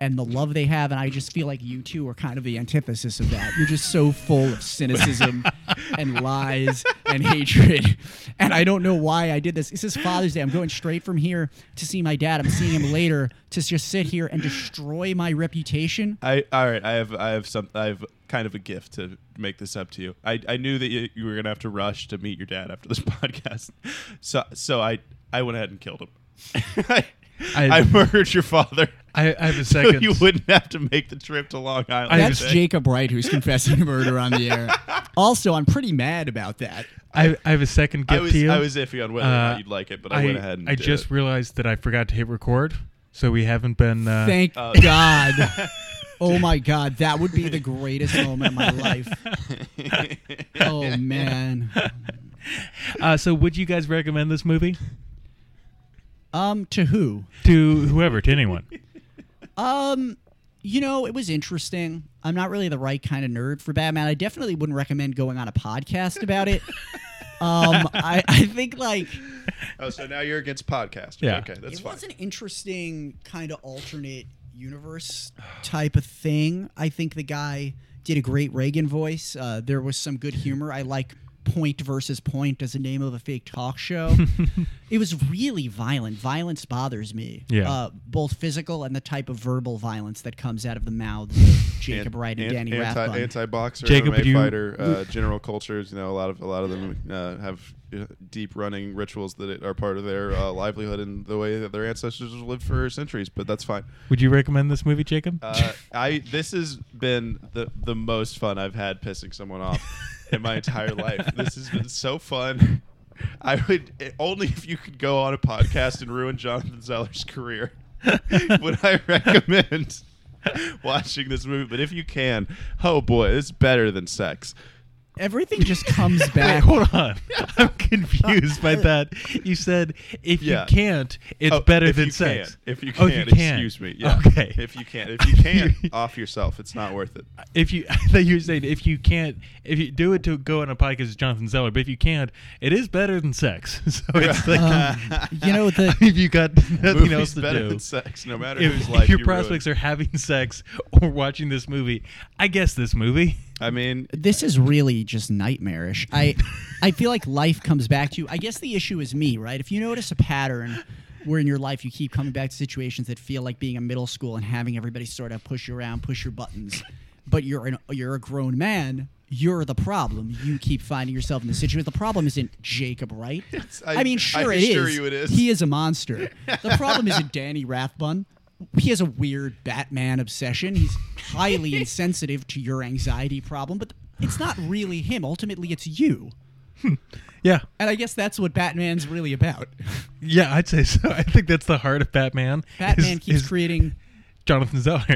[SPEAKER 4] and the love they have. And I just feel like you two are kind of the antithesis of that. You're just so full of cynicism and lies and hatred. And I don't know why I did this. This is Father's Day. I'm going straight from here to see my dad. I'm seeing him later to just sit here and destroy my reputation.
[SPEAKER 2] I all right. I have I have some I have kind of a gift to make this up to you. I, I knew that you, you were gonna have to rush to meet your dad after this podcast, so so I I went ahead and killed him. I,
[SPEAKER 1] I-
[SPEAKER 2] murdered your father.
[SPEAKER 1] I, I have a
[SPEAKER 2] So
[SPEAKER 1] second.
[SPEAKER 2] you wouldn't have to make the trip to Long Island.
[SPEAKER 1] I have
[SPEAKER 4] That's
[SPEAKER 1] a
[SPEAKER 2] today.
[SPEAKER 4] Jacob Wright who's confessing to murder on the air. Also, I'm pretty mad about that.
[SPEAKER 1] I, I have a second
[SPEAKER 2] I
[SPEAKER 1] gift
[SPEAKER 2] was
[SPEAKER 1] to you.
[SPEAKER 2] I was iffy on whether or
[SPEAKER 1] Uh,
[SPEAKER 2] not you'd like it, but I, went ahead and
[SPEAKER 1] I
[SPEAKER 2] did
[SPEAKER 1] just
[SPEAKER 2] it.
[SPEAKER 1] realized that I forgot to hit record, so we haven't been. Uh,
[SPEAKER 4] Thank
[SPEAKER 2] Uh,
[SPEAKER 4] God. Oh my god, that would be the greatest moment of my life. Oh man.
[SPEAKER 1] Uh, so, would you guys recommend this movie
[SPEAKER 4] Um to who?
[SPEAKER 1] to whoever, to anyone?
[SPEAKER 4] Um, you know, it was interesting. I'm not really the right kind of nerd for Batman. I definitely wouldn't recommend going on a podcast about it. um, I, I think like
[SPEAKER 2] Oh, so now you're against podcasters.
[SPEAKER 1] Yeah.
[SPEAKER 2] Okay, that's
[SPEAKER 4] it
[SPEAKER 2] fine.
[SPEAKER 4] was an interesting kind of alternate universe type of thing. I think the guy did a great Reagan voice. Uh, there was some good humor. I like Point versus Point as the name of a fake talk show. it was really violent. Violence bothers me.
[SPEAKER 1] Yeah.
[SPEAKER 4] Uh, both physical and the type of verbal violence that comes out of the mouths of Jacob Wright and Danny Rathbun.
[SPEAKER 2] Anti boxer,
[SPEAKER 1] Jacob, would
[SPEAKER 2] MMA
[SPEAKER 1] you-
[SPEAKER 2] fighter, uh, general cultures. You know, a lot of a lot of them uh, have uh, deep running rituals that are part of their uh, livelihood and the way that their ancestors lived for centuries. But that's fine.
[SPEAKER 1] Would you recommend this movie, Jacob?
[SPEAKER 2] Uh, I this has been the the most fun I've had pissing someone off in my entire life. This has been so fun. I would only if you could go on a podcast and ruin Jonathan Zeller's career would I recommend watching this movie. But if you can, oh boy, it's better than sex.
[SPEAKER 4] Everything just comes
[SPEAKER 1] Wait,
[SPEAKER 4] back.
[SPEAKER 1] hold on. I'm confused by that. You said if
[SPEAKER 2] Yeah.
[SPEAKER 1] you can't, it's
[SPEAKER 2] Oh,
[SPEAKER 1] better
[SPEAKER 2] if
[SPEAKER 1] than
[SPEAKER 2] you
[SPEAKER 1] sex.
[SPEAKER 2] can. If you
[SPEAKER 1] Oh,
[SPEAKER 2] can, excuse me. Yeah.
[SPEAKER 1] Okay.
[SPEAKER 2] If you can, if you can't, uh, off yourself. It's not worth it.
[SPEAKER 1] If you, I thought you were saying if you can't, if you do it to go on a podcast with Jonathan Zeller, but if you can't, it is better than sex. So Oh, it's like,
[SPEAKER 2] Um,
[SPEAKER 4] you know the
[SPEAKER 1] if you got nothing
[SPEAKER 2] Movie's
[SPEAKER 1] else to
[SPEAKER 2] better
[SPEAKER 1] do,
[SPEAKER 2] than sex, no matter
[SPEAKER 1] if,
[SPEAKER 2] whose
[SPEAKER 1] if
[SPEAKER 2] life
[SPEAKER 1] your
[SPEAKER 2] you ruin.
[SPEAKER 1] prospects are having sex or watching this movie, I guess this movie.
[SPEAKER 2] I mean,
[SPEAKER 4] this is really just nightmarish. I I feel like life comes back to you. I guess the issue is me, right? If you notice a pattern where in your life you keep coming back to situations that feel like being in middle school and having everybody sort of push you around, push your buttons, but you're an, you're a grown man, you're the problem. You keep finding yourself in the situation. The problem isn't Jacob, right?
[SPEAKER 2] I-
[SPEAKER 4] I, mean, sure
[SPEAKER 2] I
[SPEAKER 4] it
[SPEAKER 2] assure
[SPEAKER 4] is.
[SPEAKER 2] you it is.
[SPEAKER 4] He is a monster. The problem isn't Danny Rathbun. He has a weird Batman obsession. He's highly insensitive to your anxiety problem, but it's not really him. Ultimately, it's you.
[SPEAKER 1] Yeah,
[SPEAKER 4] And I guess that's what Batman's really about.
[SPEAKER 1] yeah, I'd say so. I think that's the heart of Batman. is-
[SPEAKER 4] Batman keeps
[SPEAKER 1] is
[SPEAKER 4] creating.
[SPEAKER 1] Jonathan Zeller.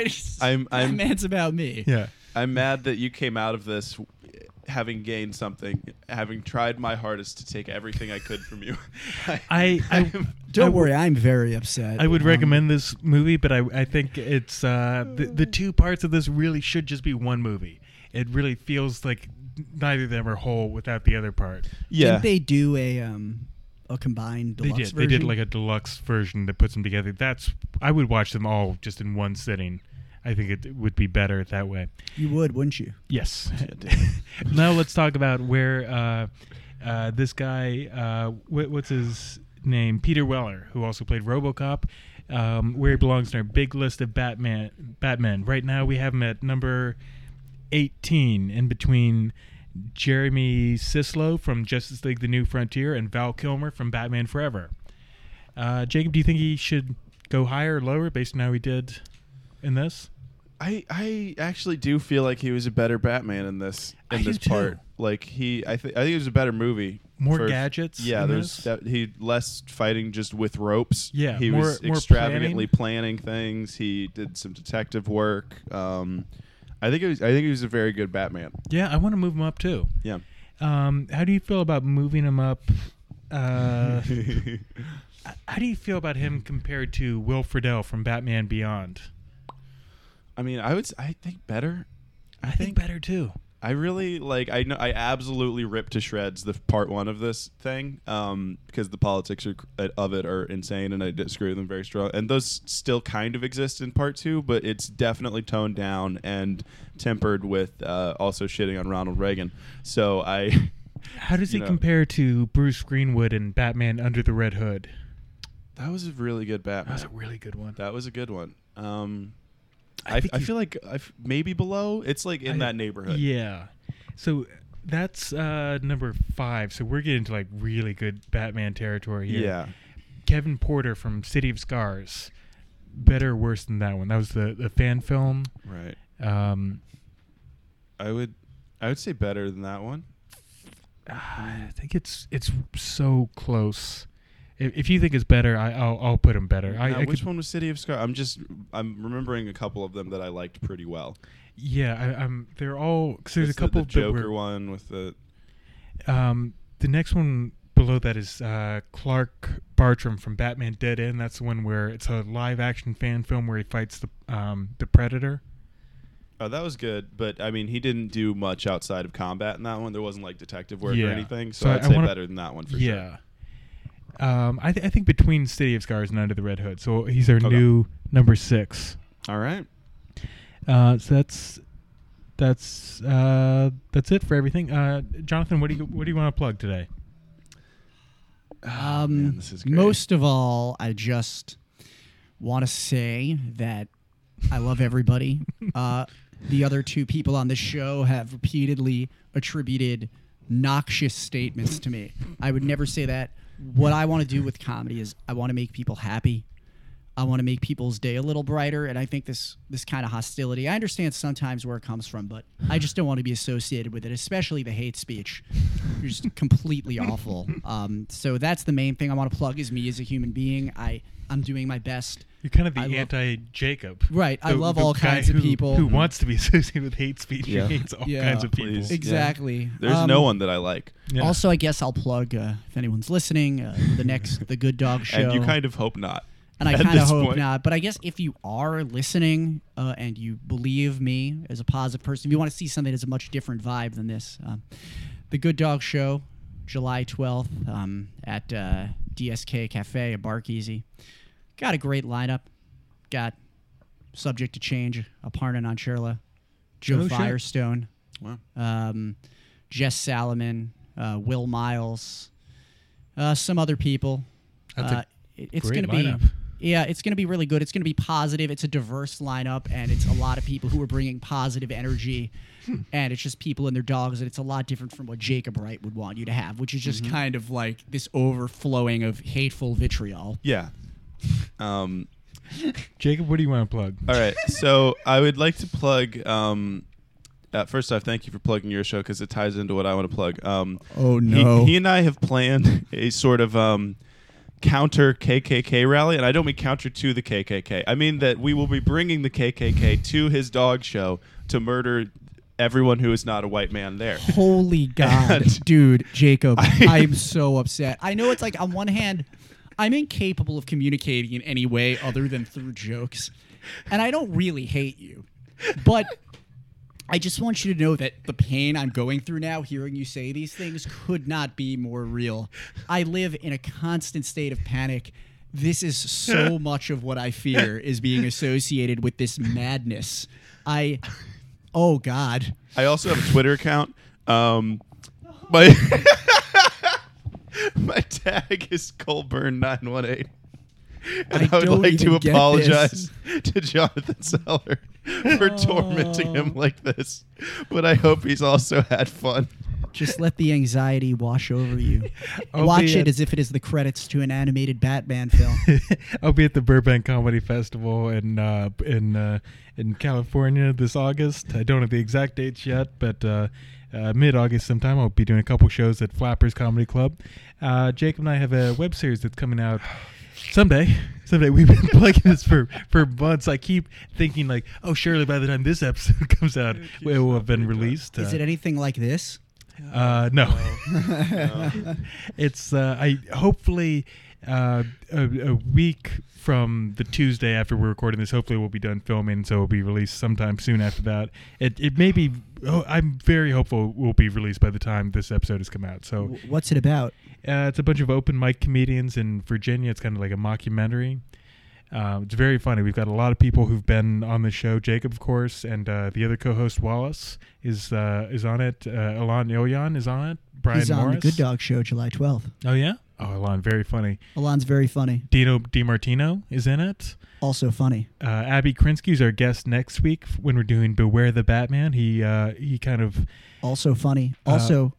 [SPEAKER 2] I'm- I'm-
[SPEAKER 4] Batman's about me.
[SPEAKER 1] Yeah.
[SPEAKER 2] I'm mad that you came out of this having gained something, having tried my hardest to take everything I could from you.
[SPEAKER 1] I, I
[SPEAKER 4] Don't
[SPEAKER 1] I w-
[SPEAKER 4] worry, I'm very upset.
[SPEAKER 1] I would
[SPEAKER 4] Um,
[SPEAKER 1] recommend this movie, but I, I think it's uh, the, the two parts of this really should just be one movie. It really feels like neither of them are whole without the other part.
[SPEAKER 2] yeah.
[SPEAKER 4] Didn't they do a um a combined
[SPEAKER 1] They
[SPEAKER 4] deluxe
[SPEAKER 1] did.
[SPEAKER 4] version?
[SPEAKER 1] They did like a deluxe version that puts them together. That's I would watch them all just in one sitting. I think it would be better that way.
[SPEAKER 4] you would, wouldn't you?
[SPEAKER 1] Yes. now let's talk about where uh, uh, this guy, uh, wh- what's his name, Peter Weller, who also played RoboCop, um, where he belongs in our big list of Batman. Batman. Right now we have him at number eighteen, in between Jeremy Sislow from Justice League: The New Frontier and Val Kilmer from Batman Forever. Uh, Jacob, do you think he should go higher or lower based on how he did in this?
[SPEAKER 2] I, I actually do feel like he was a better Batman in this in
[SPEAKER 1] I do
[SPEAKER 2] this
[SPEAKER 1] too.
[SPEAKER 2] part. Like he, I think I think it was a better movie.
[SPEAKER 1] More gadgets
[SPEAKER 2] Yeah,
[SPEAKER 1] in
[SPEAKER 2] there's
[SPEAKER 1] this?
[SPEAKER 2] that, he less fighting just with ropes.
[SPEAKER 1] Yeah,
[SPEAKER 2] he
[SPEAKER 1] more-
[SPEAKER 2] was
[SPEAKER 1] more
[SPEAKER 2] extravagantly planning. things. He did some detective work. Um, I think it was I think he was a very good Batman.
[SPEAKER 1] Yeah, I want to move him up too.
[SPEAKER 2] Yeah.
[SPEAKER 1] Um, how do you feel about moving him up? Uh, how do you feel about him compared to Will Friedle from Batman Beyond?
[SPEAKER 2] I mean, I would s- I think better.
[SPEAKER 1] I think better too.
[SPEAKER 2] I really like. I know. I absolutely ripped to shreds the part one of this thing um, because the politics are, uh, of it are insane, and I disagree with them very strong. And those still kind of exist in part two, but it's definitely toned down and tempered with uh, also shitting on Ronald Reagan. So I,
[SPEAKER 1] How does
[SPEAKER 2] You
[SPEAKER 1] he
[SPEAKER 2] know.
[SPEAKER 1] compare to Bruce Greenwood in Batman Under the Red Hood?
[SPEAKER 2] that was a really good
[SPEAKER 1] That was a
[SPEAKER 2] Batman.
[SPEAKER 1] really good one.
[SPEAKER 2] That was a good one. Um,
[SPEAKER 1] I
[SPEAKER 2] I, I,
[SPEAKER 1] think you-
[SPEAKER 2] feel like I've, maybe below. It's like in
[SPEAKER 1] I-
[SPEAKER 2] that neighborhood.
[SPEAKER 1] Yeah. So that's uh, number five. So we're getting to like really good Batman territory here.
[SPEAKER 2] Yeah.
[SPEAKER 1] Kevin Porter from City of Scars. Better or worse than that one? That was the, the fan film.
[SPEAKER 2] Right.
[SPEAKER 1] Um,
[SPEAKER 2] I would. I would say better than that one.
[SPEAKER 1] I think it's it's so close. If, if you think it's better, I, I'll, I'll put him better. I,
[SPEAKER 2] Now,
[SPEAKER 1] I
[SPEAKER 2] which
[SPEAKER 1] could-
[SPEAKER 2] one was City of Scars? I'm just I'm remembering a couple of them that I liked pretty well.
[SPEAKER 1] Yeah, I, I'm. They're all. Cause there's
[SPEAKER 2] It's
[SPEAKER 1] a couple
[SPEAKER 2] the, the
[SPEAKER 1] that were-
[SPEAKER 2] Joker one with the
[SPEAKER 1] Um, the next one below that is uh, Clark Bartram from Batman Dead End. That's the one where it's a live action fan film where he fights the um, the Predator.
[SPEAKER 2] Oh, that was good, but I mean, he didn't do much outside of combat in that one. There wasn't like detective work
[SPEAKER 1] Yeah.
[SPEAKER 2] or anything, so,
[SPEAKER 1] So I-
[SPEAKER 2] I'd
[SPEAKER 1] I
[SPEAKER 2] say
[SPEAKER 1] wanna-
[SPEAKER 2] better than that one for sure.
[SPEAKER 1] yeah. Um, I, th- I think between City of Scars and Under the Red Hood. So he's our
[SPEAKER 2] Okay.
[SPEAKER 1] new number six.
[SPEAKER 2] All right,
[SPEAKER 1] Uh, so that's that's uh, that's it for everything. Uh, Jonathan, what do you what do you want to plug today? Ah,
[SPEAKER 4] Um,
[SPEAKER 2] man, this is great.
[SPEAKER 4] Most of all, I just want to say that I love everybody. uh, the other two people on the show have repeatedly attributed noxious statements to me. I would never say that. What I want to do with comedy is I want to make people happy. I want to make people's day a little brighter, and I think this this kind of hostility. I understand sometimes where it comes from, but I just don't want to be associated with it, especially the hate speech. It's just completely awful. Um, so that's the main thing I want to plug is me as a human being. I I'm doing my best.
[SPEAKER 1] You're kind of the
[SPEAKER 4] I love-
[SPEAKER 1] anti Jacob.
[SPEAKER 4] Right, I love all kinds of people.
[SPEAKER 1] Who wants to be associated with hate speech?
[SPEAKER 2] Yeah.
[SPEAKER 1] Who hates all
[SPEAKER 4] Yeah.
[SPEAKER 1] kinds of people.
[SPEAKER 2] Please.
[SPEAKER 4] Exactly.
[SPEAKER 2] There's
[SPEAKER 4] Um,
[SPEAKER 2] no one that I like,
[SPEAKER 1] Yeah.
[SPEAKER 4] Also, I guess I'll plug uh, if anyone's listening uh, the next the Good Dog Show.
[SPEAKER 2] and you kind of hope not.
[SPEAKER 4] and I
[SPEAKER 2] at
[SPEAKER 4] kind of
[SPEAKER 2] this
[SPEAKER 4] hope
[SPEAKER 2] point.
[SPEAKER 4] not. But I guess if you are listening uh, and you believe me as a positive person, if you want to see something that's a much different vibe than this, um, the Good Dog Show, July twelfth um, at uh, DSK Cafe, a Barkeasy. Got a great lineup. Got subject to change. Aparna Nancherla, Joe
[SPEAKER 1] Oh, shit.
[SPEAKER 4] Firestone,
[SPEAKER 2] Wow.
[SPEAKER 4] um, Jess Salomon, uh, Will Miles, uh, some other people.
[SPEAKER 1] That's a
[SPEAKER 4] Uh, it- it's
[SPEAKER 1] great
[SPEAKER 4] going to be
[SPEAKER 1] lineup.
[SPEAKER 4] yeah, it's going to be really good. It's going to be positive. It's a diverse lineup, and it's a lot of people who are bringing positive energy, and it's just people and their dogs, and it's a lot different from what Jacob Wright would want you to have, which is just kind of like this overflowing of hateful vitriol.
[SPEAKER 2] Yeah. Um.
[SPEAKER 1] Jacob, what do you want to plug?
[SPEAKER 2] All right. So I would like to plug. Um, uh, first off, thank you for plugging your show because it ties into what I want to plug. Um,
[SPEAKER 4] Oh,
[SPEAKER 2] he-
[SPEAKER 4] no.
[SPEAKER 2] He, and I have planned a sort of um, counter KKK rally, and I don't mean counter to the KKK. I mean that we will be bringing the KKK to his dog show to murder everyone who is not a white man there.
[SPEAKER 4] Holy God,
[SPEAKER 2] And-
[SPEAKER 4] dude, Jacob, I'm so upset. I know it's like on one hand, I'm incapable of communicating in any way other than through jokes, and I don't really hate you, but I just want you to know that the pain I'm going through now, hearing you say these things, could not be more real. I live in a constant state of panic. This is so much of what I fear is being associated with this madness. I, oh God.
[SPEAKER 2] I also have a Twitter account. Um, my my tag is Colburn918. And
[SPEAKER 4] I
[SPEAKER 2] I, would
[SPEAKER 4] don't
[SPEAKER 2] like to
[SPEAKER 4] even get
[SPEAKER 2] apologize to Jonathan Seller for tormenting him like this. But I hope he's also had fun.
[SPEAKER 4] Just let the anxiety wash over you.
[SPEAKER 1] I'll
[SPEAKER 4] Watch
[SPEAKER 1] be
[SPEAKER 4] it
[SPEAKER 1] at-
[SPEAKER 4] as if it is the credits to an animated Batman film.
[SPEAKER 1] I'll be at the Burbank Comedy Festival in uh, in uh, in California this August. I don't have the exact dates yet, but uh, uh, mid August sometime I'll be doing a couple shows at Flappers Comedy Club. Uh, Jacob and I have a web series that's coming out someday. Someday we've been plugging this for for months. I keep thinking like, oh, surely by the time this episode comes out, it will have been released.
[SPEAKER 4] is
[SPEAKER 1] Uh,
[SPEAKER 4] it anything like this?
[SPEAKER 1] uh, no. it's uh, I hopefully uh, a, a week from the Tuesday after we're recording this. Hopefully, we'll be done filming, so it'll be released sometime soon after that. It it may be. Oh, I'm very hopeful it will be released by the time this episode has come out. So
[SPEAKER 4] W- What's it about?
[SPEAKER 1] uh, it's a bunch of open mic comedians in Virginia. It's kind of like a mockumentary. Um, it's very funny. We've got a lot of people who've been on the show. Jacob, of course, and uh, the other co-host Wallace is uh, is on it. Uh, Alon Ilyan is on it. Brian
[SPEAKER 4] He's on
[SPEAKER 1] Morris.
[SPEAKER 4] the Good Dog Show, July 12th.
[SPEAKER 1] Oh yeah. Oh, Alon, very funny.
[SPEAKER 4] Alon's very funny.
[SPEAKER 1] Dino DiMartino is in it.
[SPEAKER 4] Also funny.
[SPEAKER 1] Uh, Abby Krinsky is our guest next week f- when we're doing Beware the Batman. He uh, he kind of
[SPEAKER 4] Also funny.
[SPEAKER 1] Uh,
[SPEAKER 4] Also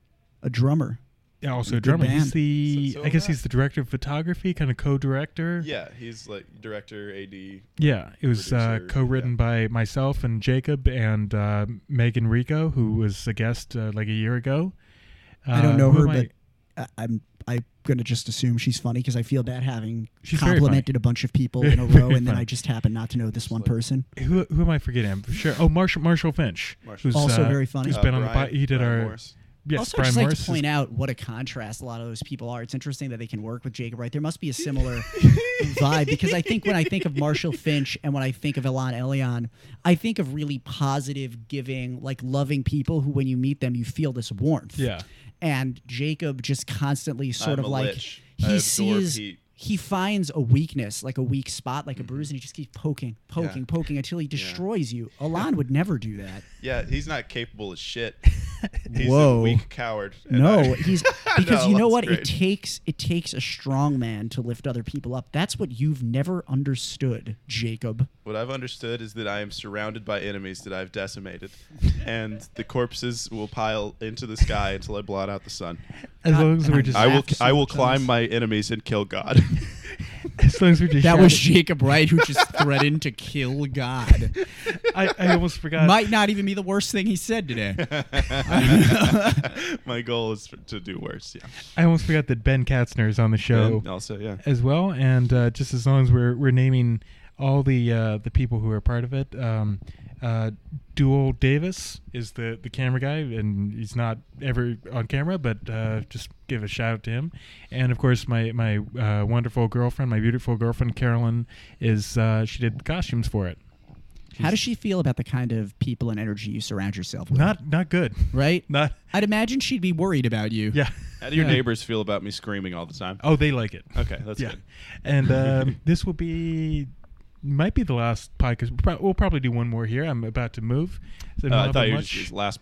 [SPEAKER 4] a drummer.
[SPEAKER 1] also a
[SPEAKER 4] Good
[SPEAKER 1] drummer.
[SPEAKER 4] band.
[SPEAKER 1] He's the
[SPEAKER 2] So- so
[SPEAKER 1] I guess
[SPEAKER 2] that-
[SPEAKER 1] he's the director of photography, kind of co-director.
[SPEAKER 2] Yeah, he's like director, AD.
[SPEAKER 1] Yeah, it was uh,
[SPEAKER 2] Producer,
[SPEAKER 1] co-written
[SPEAKER 2] yeah.
[SPEAKER 1] by myself and Jacob and uh, Megan
[SPEAKER 2] Mm-hmm.
[SPEAKER 1] Rico, who was a guest uh, like a year ago.
[SPEAKER 4] I don't
[SPEAKER 1] Uh,
[SPEAKER 4] know
[SPEAKER 1] who am
[SPEAKER 4] her,
[SPEAKER 1] I-
[SPEAKER 4] but I, I'm I'm gonna just assume she's funny because I feel bad having
[SPEAKER 1] She's very
[SPEAKER 4] complimented a bunch of people in a
[SPEAKER 1] Very
[SPEAKER 4] row, and then
[SPEAKER 1] funny.
[SPEAKER 4] I just happen not to know this one person.
[SPEAKER 1] Who, who am I forgetting? I'm sure. Oh, Marshall Marshall Finch,
[SPEAKER 2] Marshall.
[SPEAKER 1] who's
[SPEAKER 4] Also
[SPEAKER 1] uh,
[SPEAKER 4] very funny.
[SPEAKER 1] Who's
[SPEAKER 2] Uh,
[SPEAKER 1] been on
[SPEAKER 2] Brian-
[SPEAKER 1] the pod? He did
[SPEAKER 2] Brian
[SPEAKER 1] our
[SPEAKER 2] Morris.
[SPEAKER 1] yes.
[SPEAKER 4] also, I
[SPEAKER 1] Brian
[SPEAKER 4] just
[SPEAKER 1] Morris
[SPEAKER 4] like to
[SPEAKER 1] is-
[SPEAKER 4] point out what a contrast a lot of those people are. It's interesting that they can work with Jacob Wright. There must be a similar vibe because I think when I think of Marshall Finch and when I think of Elon Elyon, I think of really positive, giving, like loving people who, when you meet them, you feel this warmth.
[SPEAKER 1] Yeah.
[SPEAKER 4] And Jacob just constantly sort
[SPEAKER 2] I'm
[SPEAKER 4] of
[SPEAKER 2] a
[SPEAKER 4] like
[SPEAKER 2] lich. I
[SPEAKER 4] he
[SPEAKER 2] absorb
[SPEAKER 4] sees
[SPEAKER 2] heat.
[SPEAKER 4] he finds a weakness, like a weak spot, like a bruise,
[SPEAKER 2] Mm-hmm.
[SPEAKER 4] and he just keeps poking, poking, poking until he destroys you. Alon would never do that.
[SPEAKER 2] Yeah, he's not capable of shit. he's
[SPEAKER 4] Whoa.
[SPEAKER 2] a weak coward. and I-
[SPEAKER 4] No, he's because
[SPEAKER 2] No,
[SPEAKER 4] you know
[SPEAKER 2] that's
[SPEAKER 4] what? It
[SPEAKER 2] great.
[SPEAKER 4] takes it takes a strong man to lift other people up. That's what you've never understood, Jacob.
[SPEAKER 2] What I've understood is that I am surrounded by enemies that I've decimated, and the corpses will pile into the sky until I blot out the sun.
[SPEAKER 1] As long as
[SPEAKER 4] And
[SPEAKER 1] we're
[SPEAKER 4] I'm
[SPEAKER 1] just
[SPEAKER 2] I will,
[SPEAKER 4] Laugh so
[SPEAKER 2] I will
[SPEAKER 4] much on
[SPEAKER 2] climb
[SPEAKER 4] this.
[SPEAKER 2] my enemies and kill God.
[SPEAKER 1] as long as we're just
[SPEAKER 4] That was
[SPEAKER 1] shouting-
[SPEAKER 4] Jacob Wright who just threatened to kill God.
[SPEAKER 1] I, I almost forgot.
[SPEAKER 4] Might not even be the worst thing he said today.
[SPEAKER 2] my goal is for, to do worse. Yeah.
[SPEAKER 1] I almost forgot that Ben Katzner is on the show
[SPEAKER 2] And also, yeah.
[SPEAKER 1] as well. And uh, just as long as we're we're naming all the uh, the people who are part of it, um, uh, Dual Davis is the the camera guy, and he's not ever on camera, but uh, just give a shout out to him. And of course, my my uh, wonderful girlfriend, my beautiful girlfriend Carolyn, is uh, she did costumes for it.
[SPEAKER 4] How does she feel about the kind of people and energy you surround yourself with?
[SPEAKER 1] Not not good.
[SPEAKER 4] right.
[SPEAKER 1] Not
[SPEAKER 4] I'd imagine she'd be worried about you.
[SPEAKER 1] yeah.
[SPEAKER 2] How do your
[SPEAKER 1] Yeah.
[SPEAKER 2] neighbors feel about me screaming all the time?
[SPEAKER 1] Oh, they like it.
[SPEAKER 2] Okay, that's
[SPEAKER 1] yeah.
[SPEAKER 2] good.
[SPEAKER 1] And um, this will be might be the last podcast. We'll prob- We'll probably do one more here. I'm about to move. So,
[SPEAKER 2] Uh,
[SPEAKER 1] not
[SPEAKER 2] I thought you
[SPEAKER 1] much.
[SPEAKER 2] just last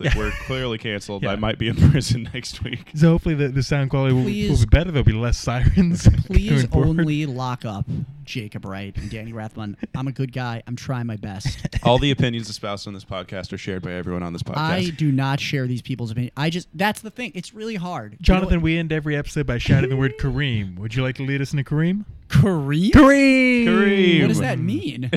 [SPEAKER 2] Like we're clearly canceled.
[SPEAKER 1] Yeah.
[SPEAKER 2] I might be in prison next week.
[SPEAKER 1] so hopefully the, the sound quality will, will
[SPEAKER 4] Please-
[SPEAKER 1] be better. There'll be less sirens.
[SPEAKER 4] Please
[SPEAKER 1] going forward.
[SPEAKER 4] only lock up Jacob Wright and Danny Rathman. I'm a good guy. I'm trying my best.
[SPEAKER 2] All the opinions espoused on this podcast are shared by everyone on this podcast.
[SPEAKER 4] I do not share these people's opinion. I just that's the thing. It's really hard.
[SPEAKER 1] Jonathan, we end every episode by shouting the word Kareem. Would you like to lead us in a Kareem?
[SPEAKER 4] Kareem.
[SPEAKER 1] Kareem.
[SPEAKER 4] What does that mean?